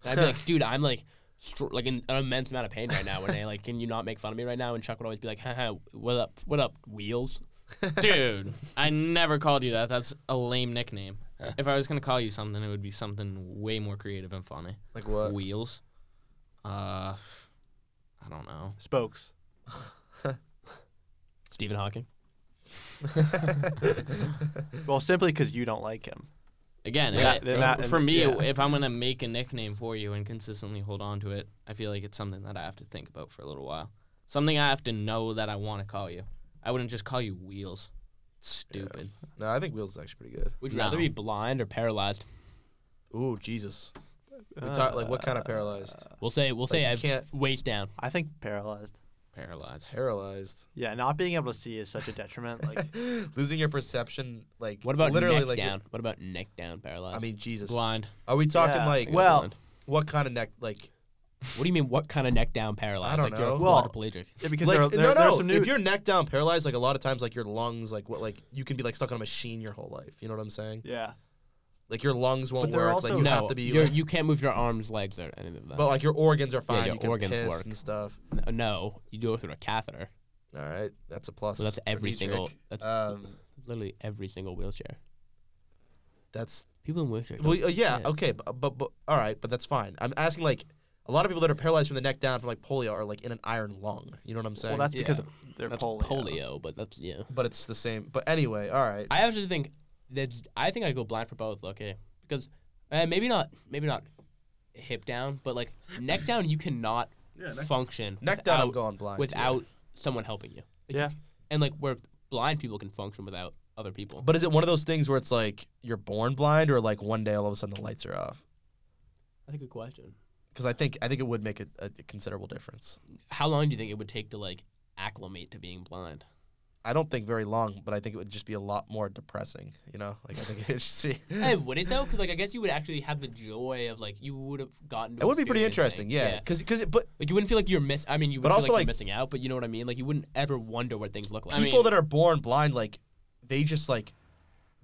Speaker 4: and I'd be like, "Dude, I'm like." Str- like in an immense amount of pain right now. When they like, can you not make fun of me right now? And Chuck would always be like, "Haha, what up? What up? Wheels?
Speaker 2: Dude, I never called you that. That's a lame nickname. If I was gonna call you something, it would be something way more creative and funny.
Speaker 3: Like what?
Speaker 2: Wheels. Uh, I don't know.
Speaker 5: Spokes.
Speaker 4: Stephen Hawking."
Speaker 5: Well, simply because you don't like him.
Speaker 2: Again,
Speaker 5: Yeah,
Speaker 2: I-
Speaker 5: they're not-
Speaker 2: for me,
Speaker 5: yeah.
Speaker 2: if I'm gonna make a nickname for you and consistently hold on to it, I feel like it's something that I have to think about for a little while. Something I have to know that I want to call you. I wouldn't just call you Wheels. Stupid.
Speaker 3: No, I think Wheels is actually pretty good.
Speaker 4: Would you
Speaker 2: No.
Speaker 4: rather be blind or paralyzed?
Speaker 3: Ooh, Jesus. We talk- like what kind of paralyzed?
Speaker 5: Uh,
Speaker 4: We'll say we'll say
Speaker 3: you
Speaker 4: I've
Speaker 3: can't-
Speaker 4: waist down.
Speaker 5: I think paralyzed.
Speaker 2: Paralyzed.
Speaker 3: Paralyzed.
Speaker 5: Yeah, not being able to see is such a detriment. Like,
Speaker 3: Losing your perception, like
Speaker 4: What about
Speaker 3: literally
Speaker 4: neck
Speaker 3: like
Speaker 4: down? What about neck down paralyzed?
Speaker 3: I mean, Jesus.
Speaker 2: Blind.
Speaker 3: Are we talking
Speaker 5: Yeah.
Speaker 3: like
Speaker 5: Well-
Speaker 4: Blind.
Speaker 3: what kind of neck? Like,
Speaker 4: what do you mean? What kind of neck down paralyzed?
Speaker 3: I don't
Speaker 4: like you're a
Speaker 3: know.
Speaker 5: Well-
Speaker 4: quadriplegic.
Speaker 5: yeah, because
Speaker 3: like
Speaker 5: there, are- there,
Speaker 3: no,
Speaker 5: there are
Speaker 3: no.
Speaker 5: some new.
Speaker 3: If you're neck down paralyzed, like a lot of times, like your lungs, like what, like you can be like stuck on a machine your whole life. You know what I'm saying?
Speaker 5: yeah,
Speaker 3: Like your lungs won't
Speaker 5: there are
Speaker 3: work.
Speaker 5: also-
Speaker 3: like you
Speaker 4: no,
Speaker 3: have to be.
Speaker 4: you're-
Speaker 3: like-
Speaker 4: you can't move your arms, legs, or anything. Like that.
Speaker 3: but like your organs are fine.
Speaker 4: your
Speaker 3: you can
Speaker 4: organs
Speaker 3: piss
Speaker 4: work.
Speaker 3: and stuff.
Speaker 4: No, no, you do it through a catheter.
Speaker 3: All right, that's a plus.
Speaker 4: So that's
Speaker 3: for
Speaker 4: every
Speaker 3: Dietrich.
Speaker 4: single. That's
Speaker 3: Um,
Speaker 4: literally every single wheelchair.
Speaker 3: that's
Speaker 4: People in wheelchairs.
Speaker 3: Well,
Speaker 4: don't-
Speaker 3: uh, yeah,
Speaker 4: yeah.
Speaker 3: okay, but, but but all right, but that's fine. I'm asking like a lot of people that are paralyzed from the neck down from like polio are like in an iron lung. You know what I'm
Speaker 5: well,
Speaker 3: saying?
Speaker 5: that's
Speaker 4: Yeah.
Speaker 5: because of they're
Speaker 4: that's
Speaker 5: polio.
Speaker 4: polio. but that's yeah.
Speaker 3: but it's the same. But anyway, all right.
Speaker 4: I actually think that's. I think I go blind for both. Okay, because uh, maybe not. Maybe not hip down, but like neck down, you cannot function
Speaker 3: neck down, I'm
Speaker 4: without-
Speaker 3: going blind.
Speaker 4: without someone helping you. Like,
Speaker 5: Yeah.
Speaker 4: you- And like where blind people can function without other people.
Speaker 3: But is it one of those things where it's like you're born blind, or like one day all of a sudden the lights are off?
Speaker 4: That's a good question.
Speaker 3: Because I think I think it would make a, a considerable difference.
Speaker 4: How long do you think it would take to like acclimate to being blind?
Speaker 3: I don't think very long, but I think it would just be a lot more depressing. You know, like I think it would just be.
Speaker 4: Hey, would it though? Because like I guess you would actually have the joy of like you would have gotten. To
Speaker 3: It would be pretty
Speaker 4: experience
Speaker 3: interesting,
Speaker 4: things.
Speaker 3: yeah. Because because but
Speaker 4: Like you wouldn't feel like you're miss. I mean, you would
Speaker 3: But
Speaker 4: feel
Speaker 3: also,
Speaker 4: like,
Speaker 3: like-
Speaker 4: you're missing out. But you know what I mean. Like you wouldn't ever wonder what things look like.
Speaker 2: I mean-
Speaker 3: people that are born blind, like they just like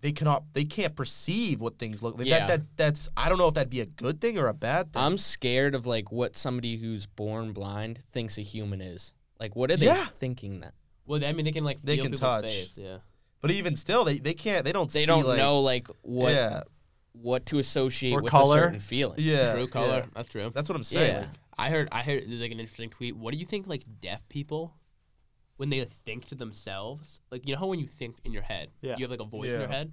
Speaker 3: they cannot they can't perceive what things look like.
Speaker 2: Yeah.
Speaker 3: That
Speaker 2: Um,
Speaker 3: that that's I don't know if that'd be a good thing or a bad thing.
Speaker 2: I'm scared of like what somebody who's born blind thinks a human is. Like, what are they
Speaker 3: Yeah.
Speaker 2: thinking that
Speaker 4: well, I mean, they can like
Speaker 3: They
Speaker 4: feel
Speaker 3: can
Speaker 4: people's
Speaker 3: touch.
Speaker 4: Face, yeah.
Speaker 3: but even still, they they can't they don't
Speaker 2: they
Speaker 3: see,
Speaker 2: don't
Speaker 3: like-
Speaker 2: know? Like what
Speaker 3: Yeah,
Speaker 2: what to associate
Speaker 5: Or
Speaker 2: with
Speaker 5: color.
Speaker 2: a certain feeling.
Speaker 3: yeah,
Speaker 4: true
Speaker 3: yeah.
Speaker 4: color. That's true.
Speaker 3: That's what I'm saying.
Speaker 2: Yeah.
Speaker 3: like,
Speaker 4: I heard. I heard. There's like an interesting tweet. What do you think? Like deaf people, when they think to themselves, like you know how when you think in your head,
Speaker 5: Yeah.
Speaker 4: you have like a voice in
Speaker 3: Yeah.
Speaker 4: your head.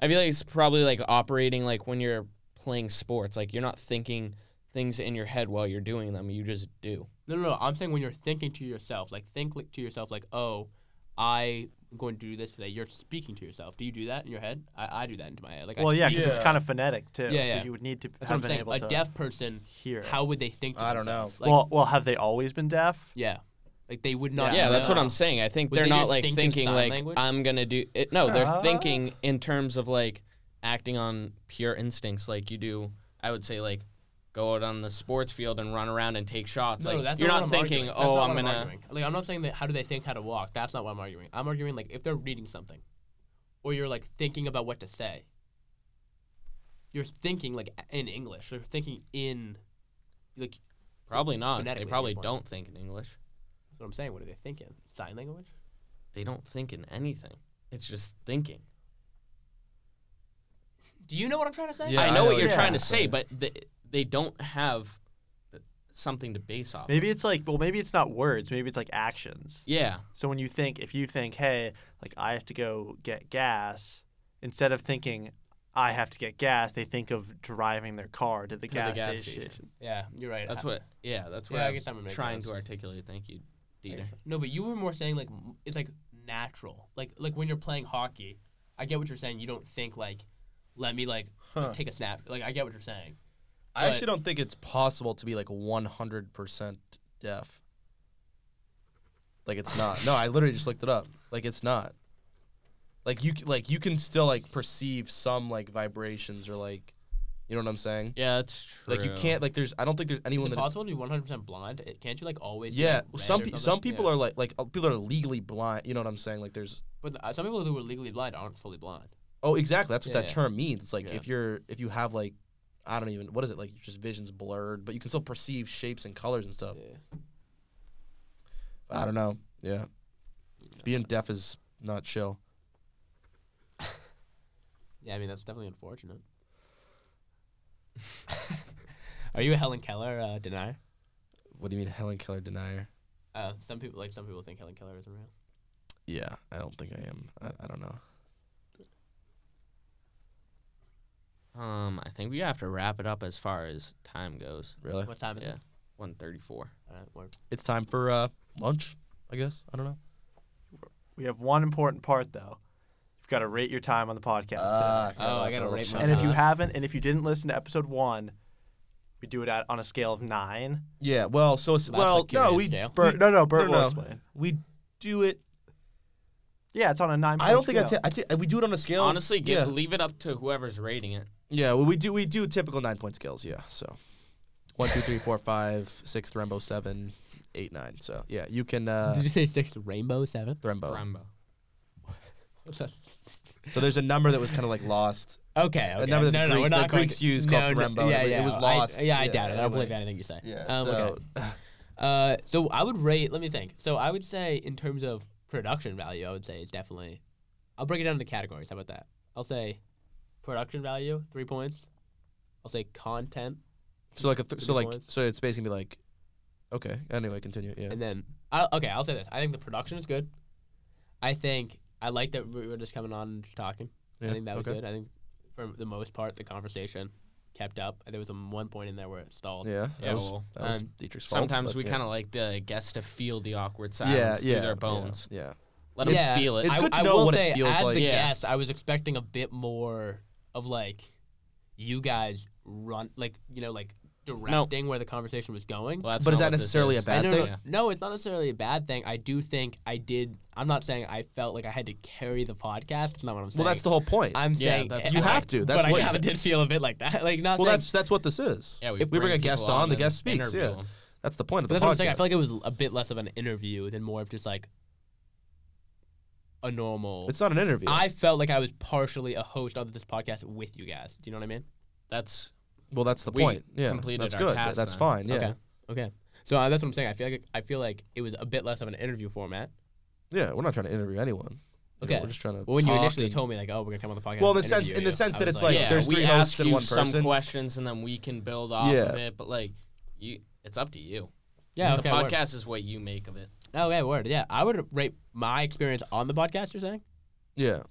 Speaker 2: I feel like it's probably like operating like when you're playing sports. Like you're not thinking things in your head while you're doing them. You just do.
Speaker 4: No, no, no. I'm saying when you're thinking to yourself, like think like, to yourself, like, oh, I'm going to do this today. You're speaking to yourself. Do you do that in your head? I, I do that into my head. Like,
Speaker 5: Well,
Speaker 4: I
Speaker 5: yeah,
Speaker 4: speak-
Speaker 5: because it's
Speaker 3: Yeah.
Speaker 5: kind of phonetic too.
Speaker 4: Yeah, yeah.
Speaker 5: So you would need to
Speaker 4: That's what
Speaker 5: have
Speaker 4: I'm
Speaker 5: been
Speaker 4: saying.
Speaker 5: able
Speaker 4: A
Speaker 5: to
Speaker 4: deaf person,
Speaker 5: hear.
Speaker 4: how would they think? To
Speaker 3: I don't know.
Speaker 4: themselves? Like,
Speaker 5: well, well, have they always been deaf?
Speaker 4: yeah, like they would not.
Speaker 5: I
Speaker 2: yeah,
Speaker 4: know.
Speaker 2: that's what I'm saying. I think
Speaker 4: Would
Speaker 2: they're
Speaker 4: they
Speaker 2: not
Speaker 4: just
Speaker 2: like
Speaker 4: think in
Speaker 2: thinking
Speaker 4: sign
Speaker 2: like
Speaker 4: language?
Speaker 2: I'm gonna do it. No, they're
Speaker 5: Ah.
Speaker 2: thinking in terms of like acting on pure instincts, like you do. I would say like go out on the sports field and run around and take shots.
Speaker 4: No,
Speaker 2: like
Speaker 4: no, that's
Speaker 2: you're
Speaker 4: not,
Speaker 2: not
Speaker 4: what I'm
Speaker 2: thinking,
Speaker 4: arguing. That's
Speaker 2: oh,
Speaker 4: not
Speaker 2: I'm
Speaker 4: what
Speaker 2: gonna.
Speaker 4: arguing. Like, I'm not saying that. How do they think how to walk? That's not what I'm arguing. I'm arguing like if they're reading something, or you're like thinking about what to say. You're thinking like in English. You're thinking in, like
Speaker 2: Probably not. They
Speaker 4: Phonetically,
Speaker 2: probably
Speaker 4: you're born.
Speaker 2: don't think in English.
Speaker 4: That's what I'm saying. What are they thinking? Sign language?
Speaker 2: They don't think in anything. It's just thinking.
Speaker 4: Do you know what I'm trying to say?
Speaker 3: Yeah,
Speaker 2: I
Speaker 3: I
Speaker 2: know
Speaker 3: know
Speaker 2: what you're
Speaker 5: what
Speaker 2: trying to
Speaker 5: you're
Speaker 2: say, but they, they don't have th- something to base off. of.
Speaker 5: Maybe it's like, well, maybe it's not words. Maybe it's like actions.
Speaker 2: Yeah.
Speaker 5: So when you think, if you think, hey, like I have to go get gas, instead of thinking, I have to get gas, they think of driving their car to the, gas,
Speaker 2: gas
Speaker 5: station.
Speaker 2: station.
Speaker 4: Yeah, you're right.
Speaker 2: That's
Speaker 4: I-
Speaker 2: what. Yeah. That's what
Speaker 4: Yeah, I
Speaker 2: I'm
Speaker 4: guess that would make
Speaker 2: trying
Speaker 4: sense.
Speaker 2: to articulate. Thank you,
Speaker 4: I
Speaker 2: Dieter.
Speaker 4: guess. No, but you were more saying like m- it's like natural. Like like when you're playing hockey, I get what you're saying. You don't think like, let me like
Speaker 3: Huh.
Speaker 4: take a snap. Like I get what you're saying.
Speaker 3: I actually don't think it's possible to be like 100 percent deaf. Like it's not. No, I literally just looked it up. Like it's not. Like you c- like you can still like perceive some like vibrations or like You know what I'm saying?
Speaker 2: Yeah, that's true.
Speaker 3: Like you can't like there's I don't think there's anyone
Speaker 4: Is it
Speaker 3: that
Speaker 4: possible to be 100% blind? It- Can't you like always? be,
Speaker 3: yeah
Speaker 4: like, red
Speaker 3: some
Speaker 4: or
Speaker 3: pe-
Speaker 4: something?
Speaker 3: some people
Speaker 4: Yeah.
Speaker 3: are like like uh, people are legally blind. You know what I'm saying? Like there's
Speaker 4: But uh, some people who are legally blind aren't fully blind.
Speaker 3: oh exactly that's what
Speaker 4: Yeah,
Speaker 3: that
Speaker 4: yeah.
Speaker 3: term means. It's like
Speaker 4: Yeah.
Speaker 3: if you're if you have like I don't even what is it like just vision's blurred, but you can still perceive shapes and colors and stuff. I don't know. Yeah, being deaf is not chill.
Speaker 4: Yeah, I mean that's definitely unfortunate. Are you a Helen Keller uh, denier?
Speaker 3: What do you mean Helen Keller denier?
Speaker 4: Uh, some people like some people think Helen Keller isn't real.
Speaker 3: Yeah, I don't think I am. I, I don't know.
Speaker 2: Um, I think we have to wrap it up as far as time goes.
Speaker 3: Really?
Speaker 4: What time is
Speaker 2: Yeah.
Speaker 4: it?
Speaker 2: One thirty-four.
Speaker 4: All right, word.
Speaker 3: It's time for uh lunch, I guess. I don't know.
Speaker 5: We have one important part though. You've got to rate your time on the podcast
Speaker 3: Ah,
Speaker 5: today.
Speaker 4: Oh, I gotta rate my
Speaker 5: And if you
Speaker 4: nice.
Speaker 5: haven't, and if you didn't listen to episode one, we do it at, on a scale of nine.
Speaker 3: Yeah, well, so it's,
Speaker 4: That's
Speaker 3: well,
Speaker 4: a
Speaker 3: no,
Speaker 4: curious
Speaker 3: we,
Speaker 4: scale.
Speaker 5: Bert,
Speaker 3: we
Speaker 5: no, no, Bert
Speaker 3: no,
Speaker 5: will
Speaker 3: no.
Speaker 5: explain.
Speaker 3: we do it.
Speaker 5: Yeah, it's on a nine.
Speaker 3: I don't think I, t- I t- we do it on a scale.
Speaker 2: Honestly, give,
Speaker 3: yeah,
Speaker 2: leave it up to whoever's rating it.
Speaker 3: yeah. Well, we do we do typical nine point scales. Yeah, so one, two, three, four, five, six, Thembo, seven, eight, nine. So yeah, you can uh,
Speaker 4: Did you say six rainbow seven?
Speaker 3: Thembo.
Speaker 2: Rambo.
Speaker 3: So there's a number that was kind of like lost.
Speaker 4: Okay, okay.
Speaker 3: number that the
Speaker 4: no, no,
Speaker 3: Greek-
Speaker 4: we're
Speaker 3: the
Speaker 4: not going
Speaker 3: Greeks
Speaker 4: to-
Speaker 3: used
Speaker 4: no,
Speaker 3: called
Speaker 4: no,
Speaker 3: Rembo.
Speaker 4: Yeah,
Speaker 3: It- it
Speaker 4: yeah.
Speaker 3: was
Speaker 4: I-
Speaker 3: lost.
Speaker 4: yeah, I
Speaker 3: Yeah,
Speaker 4: doubt it. I don't
Speaker 3: anyway.
Speaker 4: believe anything you say.
Speaker 3: Yeah.
Speaker 4: Um,
Speaker 3: so
Speaker 4: okay. Uh, so I would rate. Let me think. So I would say in terms of production value, I would say it's definitely. I'll break it down into categories. How about that? I'll say production value three points. I'll say content,
Speaker 3: so like a th- so
Speaker 4: Three
Speaker 3: like
Speaker 4: points.
Speaker 3: so it's basically gonna be like, okay. Anyway, continue. Yeah.
Speaker 4: and then I, okay, I'll say this. I think the production is good. I think I like that we were just coming on and talking.
Speaker 3: Yeah,
Speaker 4: I think that was
Speaker 3: okay.
Speaker 4: good. I think for the most part, the conversation kept up. There was a one point in there where it stalled.
Speaker 3: Yeah. That
Speaker 2: Yeah,
Speaker 3: was
Speaker 2: well,
Speaker 3: that was
Speaker 2: um,
Speaker 3: Dietrich's fault.
Speaker 2: Sometimes
Speaker 3: but
Speaker 2: we
Speaker 3: yeah.
Speaker 2: kind of like the guests to feel the awkward silence
Speaker 3: yeah
Speaker 2: through
Speaker 3: yeah yeah,
Speaker 2: their bones.
Speaker 3: Yeah.
Speaker 2: Let them
Speaker 4: Yeah.
Speaker 2: feel it.
Speaker 3: It's
Speaker 4: I-
Speaker 3: good to
Speaker 4: I
Speaker 3: know
Speaker 4: will
Speaker 3: what it
Speaker 4: say,
Speaker 3: feels
Speaker 4: as
Speaker 3: like.
Speaker 4: the
Speaker 2: Yeah.
Speaker 4: guest, I was expecting a bit more of like you guys run, like you know, like directing where the conversation was going.
Speaker 2: Well, that's
Speaker 3: But is
Speaker 2: not
Speaker 3: that
Speaker 2: what this
Speaker 3: necessarily
Speaker 2: is.
Speaker 3: a bad
Speaker 4: I
Speaker 3: thing?
Speaker 4: don't know- No, it's not necessarily a bad thing. I do think I did. I'm not saying I felt like I had to carry the podcast. It's not what I'm saying.
Speaker 3: Well, that's the whole point.
Speaker 4: I'm
Speaker 2: Yeah,
Speaker 4: saying
Speaker 2: that's-
Speaker 3: You
Speaker 4: I-
Speaker 3: have to. That's
Speaker 4: but
Speaker 3: what-
Speaker 4: I kind of did feel a bit like that. Like not.
Speaker 3: well,
Speaker 4: saying-
Speaker 3: that's that's what this is.
Speaker 2: Yeah, we
Speaker 3: If we bring,
Speaker 2: bring
Speaker 3: a guest
Speaker 2: people on
Speaker 3: on, the
Speaker 2: and
Speaker 3: guest speaks.
Speaker 2: interview
Speaker 3: Yeah,
Speaker 2: 'em.
Speaker 3: that's the point of the
Speaker 4: That's
Speaker 3: podcast.
Speaker 4: what I'm saying. I feel like it was a bit less of an interview than more of just like a normal.
Speaker 3: it's not an interview.
Speaker 4: I felt like I was partially a host of this podcast with you guys. Do you know what I mean?
Speaker 2: That's
Speaker 3: well, that's the
Speaker 2: we
Speaker 3: point. Yeah,
Speaker 2: completed
Speaker 3: that's
Speaker 2: our
Speaker 3: good.
Speaker 2: task
Speaker 3: that's
Speaker 2: then.
Speaker 3: fine. Yeah,
Speaker 4: Okay. Okay. So uh, that's what I'm saying. I feel like I feel like it was a bit less of an interview format.
Speaker 3: yeah. We're not trying to interview anyone. You know,
Speaker 4: Okay.
Speaker 3: we're just trying to.
Speaker 4: Well, when you
Speaker 3: talk
Speaker 4: initially
Speaker 3: and-
Speaker 4: told me like, oh, we're gonna come on the podcast.
Speaker 3: Well, in
Speaker 4: and
Speaker 3: the sense-
Speaker 4: interview
Speaker 3: in the
Speaker 4: you,
Speaker 3: sense
Speaker 4: I
Speaker 3: that
Speaker 4: was
Speaker 3: it's like,
Speaker 2: yeah,
Speaker 3: there's
Speaker 2: we
Speaker 3: three
Speaker 2: ask
Speaker 3: hosts and
Speaker 2: you
Speaker 3: one
Speaker 2: some
Speaker 3: person.
Speaker 2: questions and then we can build off
Speaker 3: Yeah.
Speaker 2: of it. But like, you, it's up to you.
Speaker 4: yeah,
Speaker 2: the
Speaker 4: okay, word.
Speaker 2: podcast is what you make of it.
Speaker 4: Okay, word. Yeah, I would rate my experience on the podcast. You're saying?
Speaker 3: Yeah,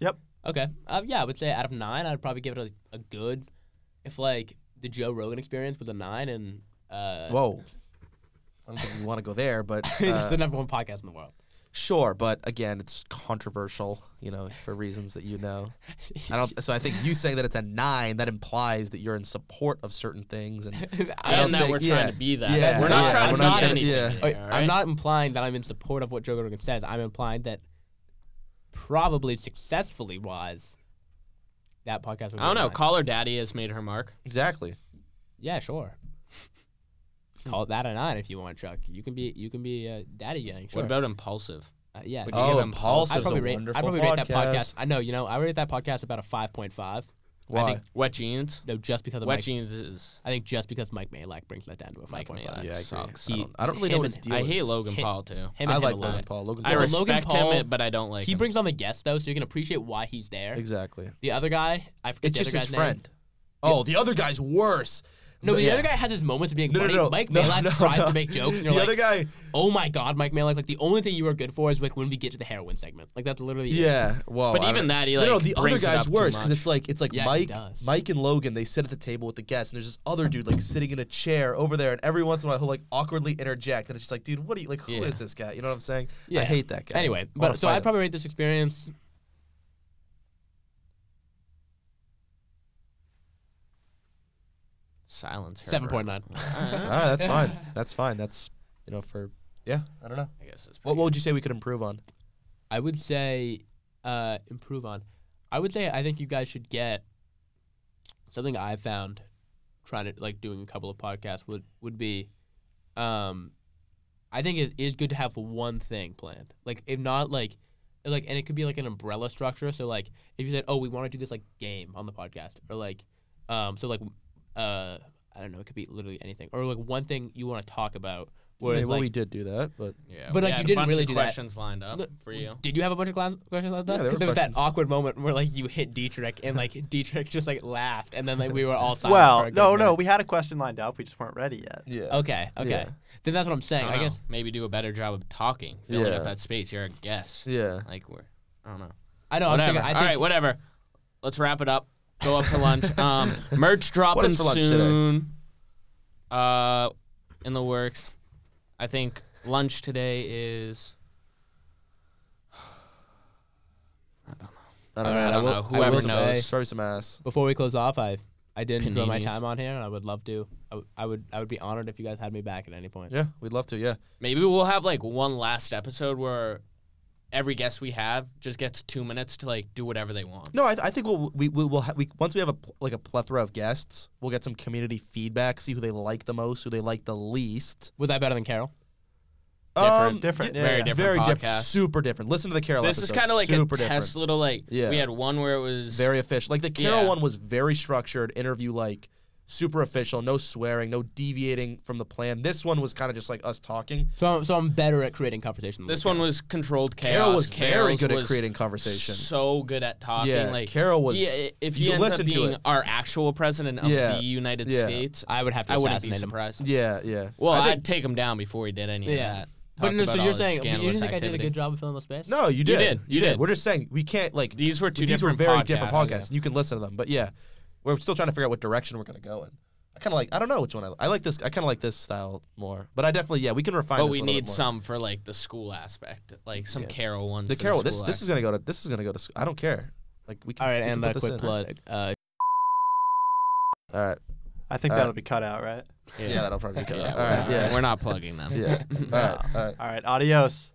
Speaker 4: Okay. Uh, yeah, I would say out of nine, I'd probably give it a, a good. If like the Joe Rogan experience was a nine, and uh,
Speaker 3: whoa. I don't think we want to go there, but
Speaker 4: I mean, it's
Speaker 3: uh,
Speaker 4: the number one podcast in the world.
Speaker 3: sure. But again, it's controversial, you know, for reasons that you know. I don't. So I think you saying that it's a nine that implies that you're in support of certain things, and I don't
Speaker 2: and that
Speaker 3: think-
Speaker 2: we're
Speaker 3: yeah.
Speaker 2: trying to be that.
Speaker 3: Yeah.
Speaker 2: We're not
Speaker 4: Yeah.
Speaker 2: trying
Speaker 4: We're
Speaker 2: to
Speaker 4: not
Speaker 2: be
Speaker 4: trying-
Speaker 2: anything.
Speaker 3: yeah.
Speaker 2: here,
Speaker 4: Wait,
Speaker 2: all
Speaker 4: I'm
Speaker 2: right?
Speaker 4: not implying that I'm in support of what Joe Rogan says. I'm implying that probably successfully wise, that podcast. Would
Speaker 2: I don't
Speaker 4: be
Speaker 2: know.
Speaker 4: mine.
Speaker 2: Call her daddy has made her mark.
Speaker 3: exactly.
Speaker 4: yeah, sure. Call that a nine if you want, Chuck. You can be you can be a daddy gang. Sure.
Speaker 2: What about impulsive?
Speaker 4: Uh, yeah?
Speaker 2: would you
Speaker 3: Oh,
Speaker 2: give him pulse?
Speaker 3: impulsive.
Speaker 4: I'd probably, rate, I'd
Speaker 3: wonderful
Speaker 4: probably
Speaker 3: podcast.
Speaker 4: rate that podcast. I know, you know, I rate that podcast about a five point five.
Speaker 3: Why?
Speaker 4: I think
Speaker 2: Wet jeans.
Speaker 4: no, just because of
Speaker 2: Wet
Speaker 4: Mike.
Speaker 2: jeans is
Speaker 4: I think just because Mike Malak brings that down to a five
Speaker 2: Mike
Speaker 4: point
Speaker 2: Malak.
Speaker 4: five.
Speaker 3: yeah, I agree.
Speaker 2: sucks.
Speaker 3: I,
Speaker 4: He-
Speaker 3: don't, I don't really know
Speaker 4: him
Speaker 3: what
Speaker 4: and-
Speaker 3: his deal
Speaker 2: I hate
Speaker 3: is.
Speaker 2: Logan
Speaker 4: Hit-
Speaker 2: Paul too.
Speaker 4: Him and
Speaker 3: I
Speaker 4: him
Speaker 3: like
Speaker 4: alone.
Speaker 3: Logan Paul. Logan
Speaker 2: I
Speaker 3: Paul.
Speaker 4: Logan
Speaker 2: respect
Speaker 4: Paul-
Speaker 2: him, but I don't like
Speaker 4: he
Speaker 2: him.
Speaker 4: brings on the guest though, so you can appreciate why he's there.
Speaker 3: Exactly.
Speaker 4: The other guy, I forget
Speaker 3: It's
Speaker 4: the
Speaker 3: just
Speaker 4: other
Speaker 3: his
Speaker 4: guy's
Speaker 3: friend.
Speaker 4: name.
Speaker 3: Oh, the other guy's worse.
Speaker 4: No, but the
Speaker 3: yeah.
Speaker 4: other guy has his moments of being
Speaker 3: No, no,
Speaker 4: funny.
Speaker 3: no.
Speaker 4: Mike
Speaker 3: No,
Speaker 4: Malak
Speaker 3: no,
Speaker 4: tries
Speaker 3: no.
Speaker 4: to make jokes, and
Speaker 3: The
Speaker 4: you're like,
Speaker 3: other guy.
Speaker 4: "Oh my god, Mike Malak! Like the only thing you are good for is like when we get to the heroin segment. Like that's literally it.
Speaker 3: Yeah. Well,
Speaker 2: But
Speaker 3: I don't-
Speaker 2: even that, he,
Speaker 3: no, no,
Speaker 2: like,
Speaker 3: the other
Speaker 2: brings it up
Speaker 3: guy's
Speaker 2: too
Speaker 3: worse because
Speaker 2: much.
Speaker 3: it's like it's like
Speaker 4: Yeah, he
Speaker 3: Mike,
Speaker 4: does.
Speaker 3: Mike and Logan. They sit at the table with the guests, and there's this other dude like sitting in a chair over there, and every once in a while he'll like awkwardly interject, and it's just like, dude, what are you like? Who is
Speaker 2: Yeah.
Speaker 3: this guy? You know what I'm saying?
Speaker 4: Yeah.
Speaker 3: I hate that guy. I
Speaker 4: Anyway,
Speaker 3: wanna
Speaker 4: but so
Speaker 3: fight
Speaker 4: I'd
Speaker 3: him.
Speaker 4: probably rate this experience.
Speaker 2: silence. her.
Speaker 3: All
Speaker 4: 7.9.
Speaker 3: right, that's fine. That's fine. That's you know for yeah. I don't know.
Speaker 2: I guess it's
Speaker 3: What, what would you say we could improve on?
Speaker 4: I would say uh, improve on. I would say I think you guys should get something I found trying to like doing a couple of podcasts would would be, um, I think it is good to have one thing planned. Like if not like, like and it could be like an umbrella structure. So like if you said, oh, we want to do this like game on the podcast, or like, um, so like, uh, I don't know, it could be literally anything, or like one thing you want to talk about. Whereas
Speaker 3: Yeah, well,
Speaker 4: like,
Speaker 3: we did do that, but
Speaker 2: Yeah,
Speaker 4: But, like,
Speaker 2: we
Speaker 4: you
Speaker 2: had a
Speaker 4: didn't
Speaker 2: bunch
Speaker 4: really
Speaker 2: of
Speaker 4: do that.
Speaker 2: questions lined up
Speaker 4: Look,
Speaker 2: for you.
Speaker 4: Did you have a bunch of gla- questions like that?
Speaker 3: Yeah, there
Speaker 4: 'Cause
Speaker 3: were
Speaker 4: there was that
Speaker 3: questions.
Speaker 4: awkward moment where like you hit Dietrich and like Dietrich just like laughed and then like we were all silent. for
Speaker 5: Well,
Speaker 4: a good
Speaker 5: no, no,
Speaker 4: minute.
Speaker 5: we had a question lined up. We just weren't ready yet.
Speaker 3: yeah.
Speaker 4: Okay, okay.
Speaker 3: Yeah.
Speaker 4: Then that's what I'm saying.
Speaker 2: I,
Speaker 4: I,
Speaker 2: don't know,
Speaker 4: guess
Speaker 2: maybe do a better job of talking, filling
Speaker 3: Yeah.
Speaker 2: up that space. You're a guest.
Speaker 3: Yeah.
Speaker 2: Like we're, I don't know.
Speaker 4: I know. Oh, I'm
Speaker 2: whatever.
Speaker 4: saying, I
Speaker 2: All
Speaker 4: think
Speaker 2: right, whatever. Let's wrap it up. Go up for lunch. Um, merch dropping
Speaker 3: is for lunch today?
Speaker 2: soon. Uh, in the works. I think lunch today is.
Speaker 3: I don't
Speaker 2: Alright,
Speaker 3: know.
Speaker 2: I don't
Speaker 3: will-
Speaker 2: know. Whoever
Speaker 3: will say-
Speaker 2: knows.
Speaker 3: Probably some ass.
Speaker 4: before we close off, I I did enjoy my
Speaker 2: Paninis.
Speaker 4: time on here and I would love to. I, w- I would I would be honored if you guys had me back at any point.
Speaker 3: Yeah, we'd love to. Yeah.
Speaker 2: Maybe we'll have like one last episode where every guest we have just gets two minutes to like do whatever they want.
Speaker 3: No, I, th- I think we'll we we will ha- we once we have a pl- like a plethora of guests, we'll get some community feedback, see who they like the most, who they like the least.
Speaker 4: Was I better than Carol?
Speaker 3: Um,
Speaker 5: Different, different.
Speaker 3: yeah,
Speaker 5: Yeah,
Speaker 2: very
Speaker 5: yeah.
Speaker 2: different
Speaker 3: very
Speaker 2: podcast.
Speaker 3: different, super different. Listen to the Carol.
Speaker 2: This is
Speaker 3: episode,
Speaker 2: kind of like
Speaker 3: super
Speaker 2: a test little like
Speaker 3: Yeah.
Speaker 2: we had one where it was
Speaker 3: different, very official. Like the Carol
Speaker 2: Yeah.
Speaker 3: one was very structured, interview like super official, no swearing, no deviating from the plan. This one was kind of just like us talking.
Speaker 4: So I'm, so I'm better at creating conversation. than
Speaker 2: This
Speaker 4: Carol.
Speaker 2: one was controlled chaos.
Speaker 3: Carol was very
Speaker 2: Carol's
Speaker 3: good at
Speaker 2: was
Speaker 3: creating conversation.
Speaker 2: So good at talking.
Speaker 3: Yeah,
Speaker 2: like
Speaker 3: Carol was-
Speaker 2: he- i- if
Speaker 3: you
Speaker 2: he ends
Speaker 3: listen
Speaker 2: up
Speaker 3: to
Speaker 2: being
Speaker 3: it.
Speaker 2: our actual president of
Speaker 3: Yeah,
Speaker 2: the United
Speaker 3: yeah.
Speaker 2: States, I,
Speaker 4: I would have to.
Speaker 2: I wouldn't be
Speaker 4: assassinate him.
Speaker 2: surprised.
Speaker 3: yeah, yeah.
Speaker 2: Well,
Speaker 3: I think-
Speaker 2: I'd take him down before he did any
Speaker 4: Yeah.
Speaker 2: of that.
Speaker 4: But
Speaker 2: Talked
Speaker 4: no, so
Speaker 2: about all
Speaker 4: you're
Speaker 2: his
Speaker 4: saying you
Speaker 2: scandalous
Speaker 4: didn't think I did a
Speaker 2: activity.
Speaker 4: good job of filling the space?
Speaker 3: No, you did.
Speaker 2: You did. You did.
Speaker 3: We're just saying we can't like
Speaker 2: These were two
Speaker 3: these were
Speaker 2: different
Speaker 3: very
Speaker 2: podcasts.
Speaker 3: different podcasts. You can listen to them, but yeah, we're still trying to figure out what direction we're gonna go in. I kind of like. I don't know which one I, I like. This I kind of like this style more, but I definitely yeah we can refine.
Speaker 2: But
Speaker 3: this
Speaker 2: we
Speaker 3: a little bit
Speaker 2: need
Speaker 3: more.
Speaker 2: some for like the school aspect, like some Carol ones.
Speaker 3: The
Speaker 2: for
Speaker 3: Carol.
Speaker 2: the
Speaker 3: This
Speaker 2: school
Speaker 3: this is gonna go to this is gonna go to. sc- I don't care. Like we can.
Speaker 4: All right,
Speaker 3: we can
Speaker 4: and
Speaker 3: put
Speaker 4: a
Speaker 3: this
Speaker 4: quick
Speaker 3: in.
Speaker 4: plug. Uh,
Speaker 3: All right.
Speaker 5: I think
Speaker 3: Uh,
Speaker 5: that'll be cut out, right?
Speaker 2: aspect.
Speaker 3: Yeah, that'll probably be
Speaker 2: Yeah,
Speaker 3: good.
Speaker 2: we're
Speaker 3: All right.
Speaker 2: not-
Speaker 3: Yeah.
Speaker 2: We're not plugging them.
Speaker 3: Yeah. All right. All right.
Speaker 5: All right. Adios.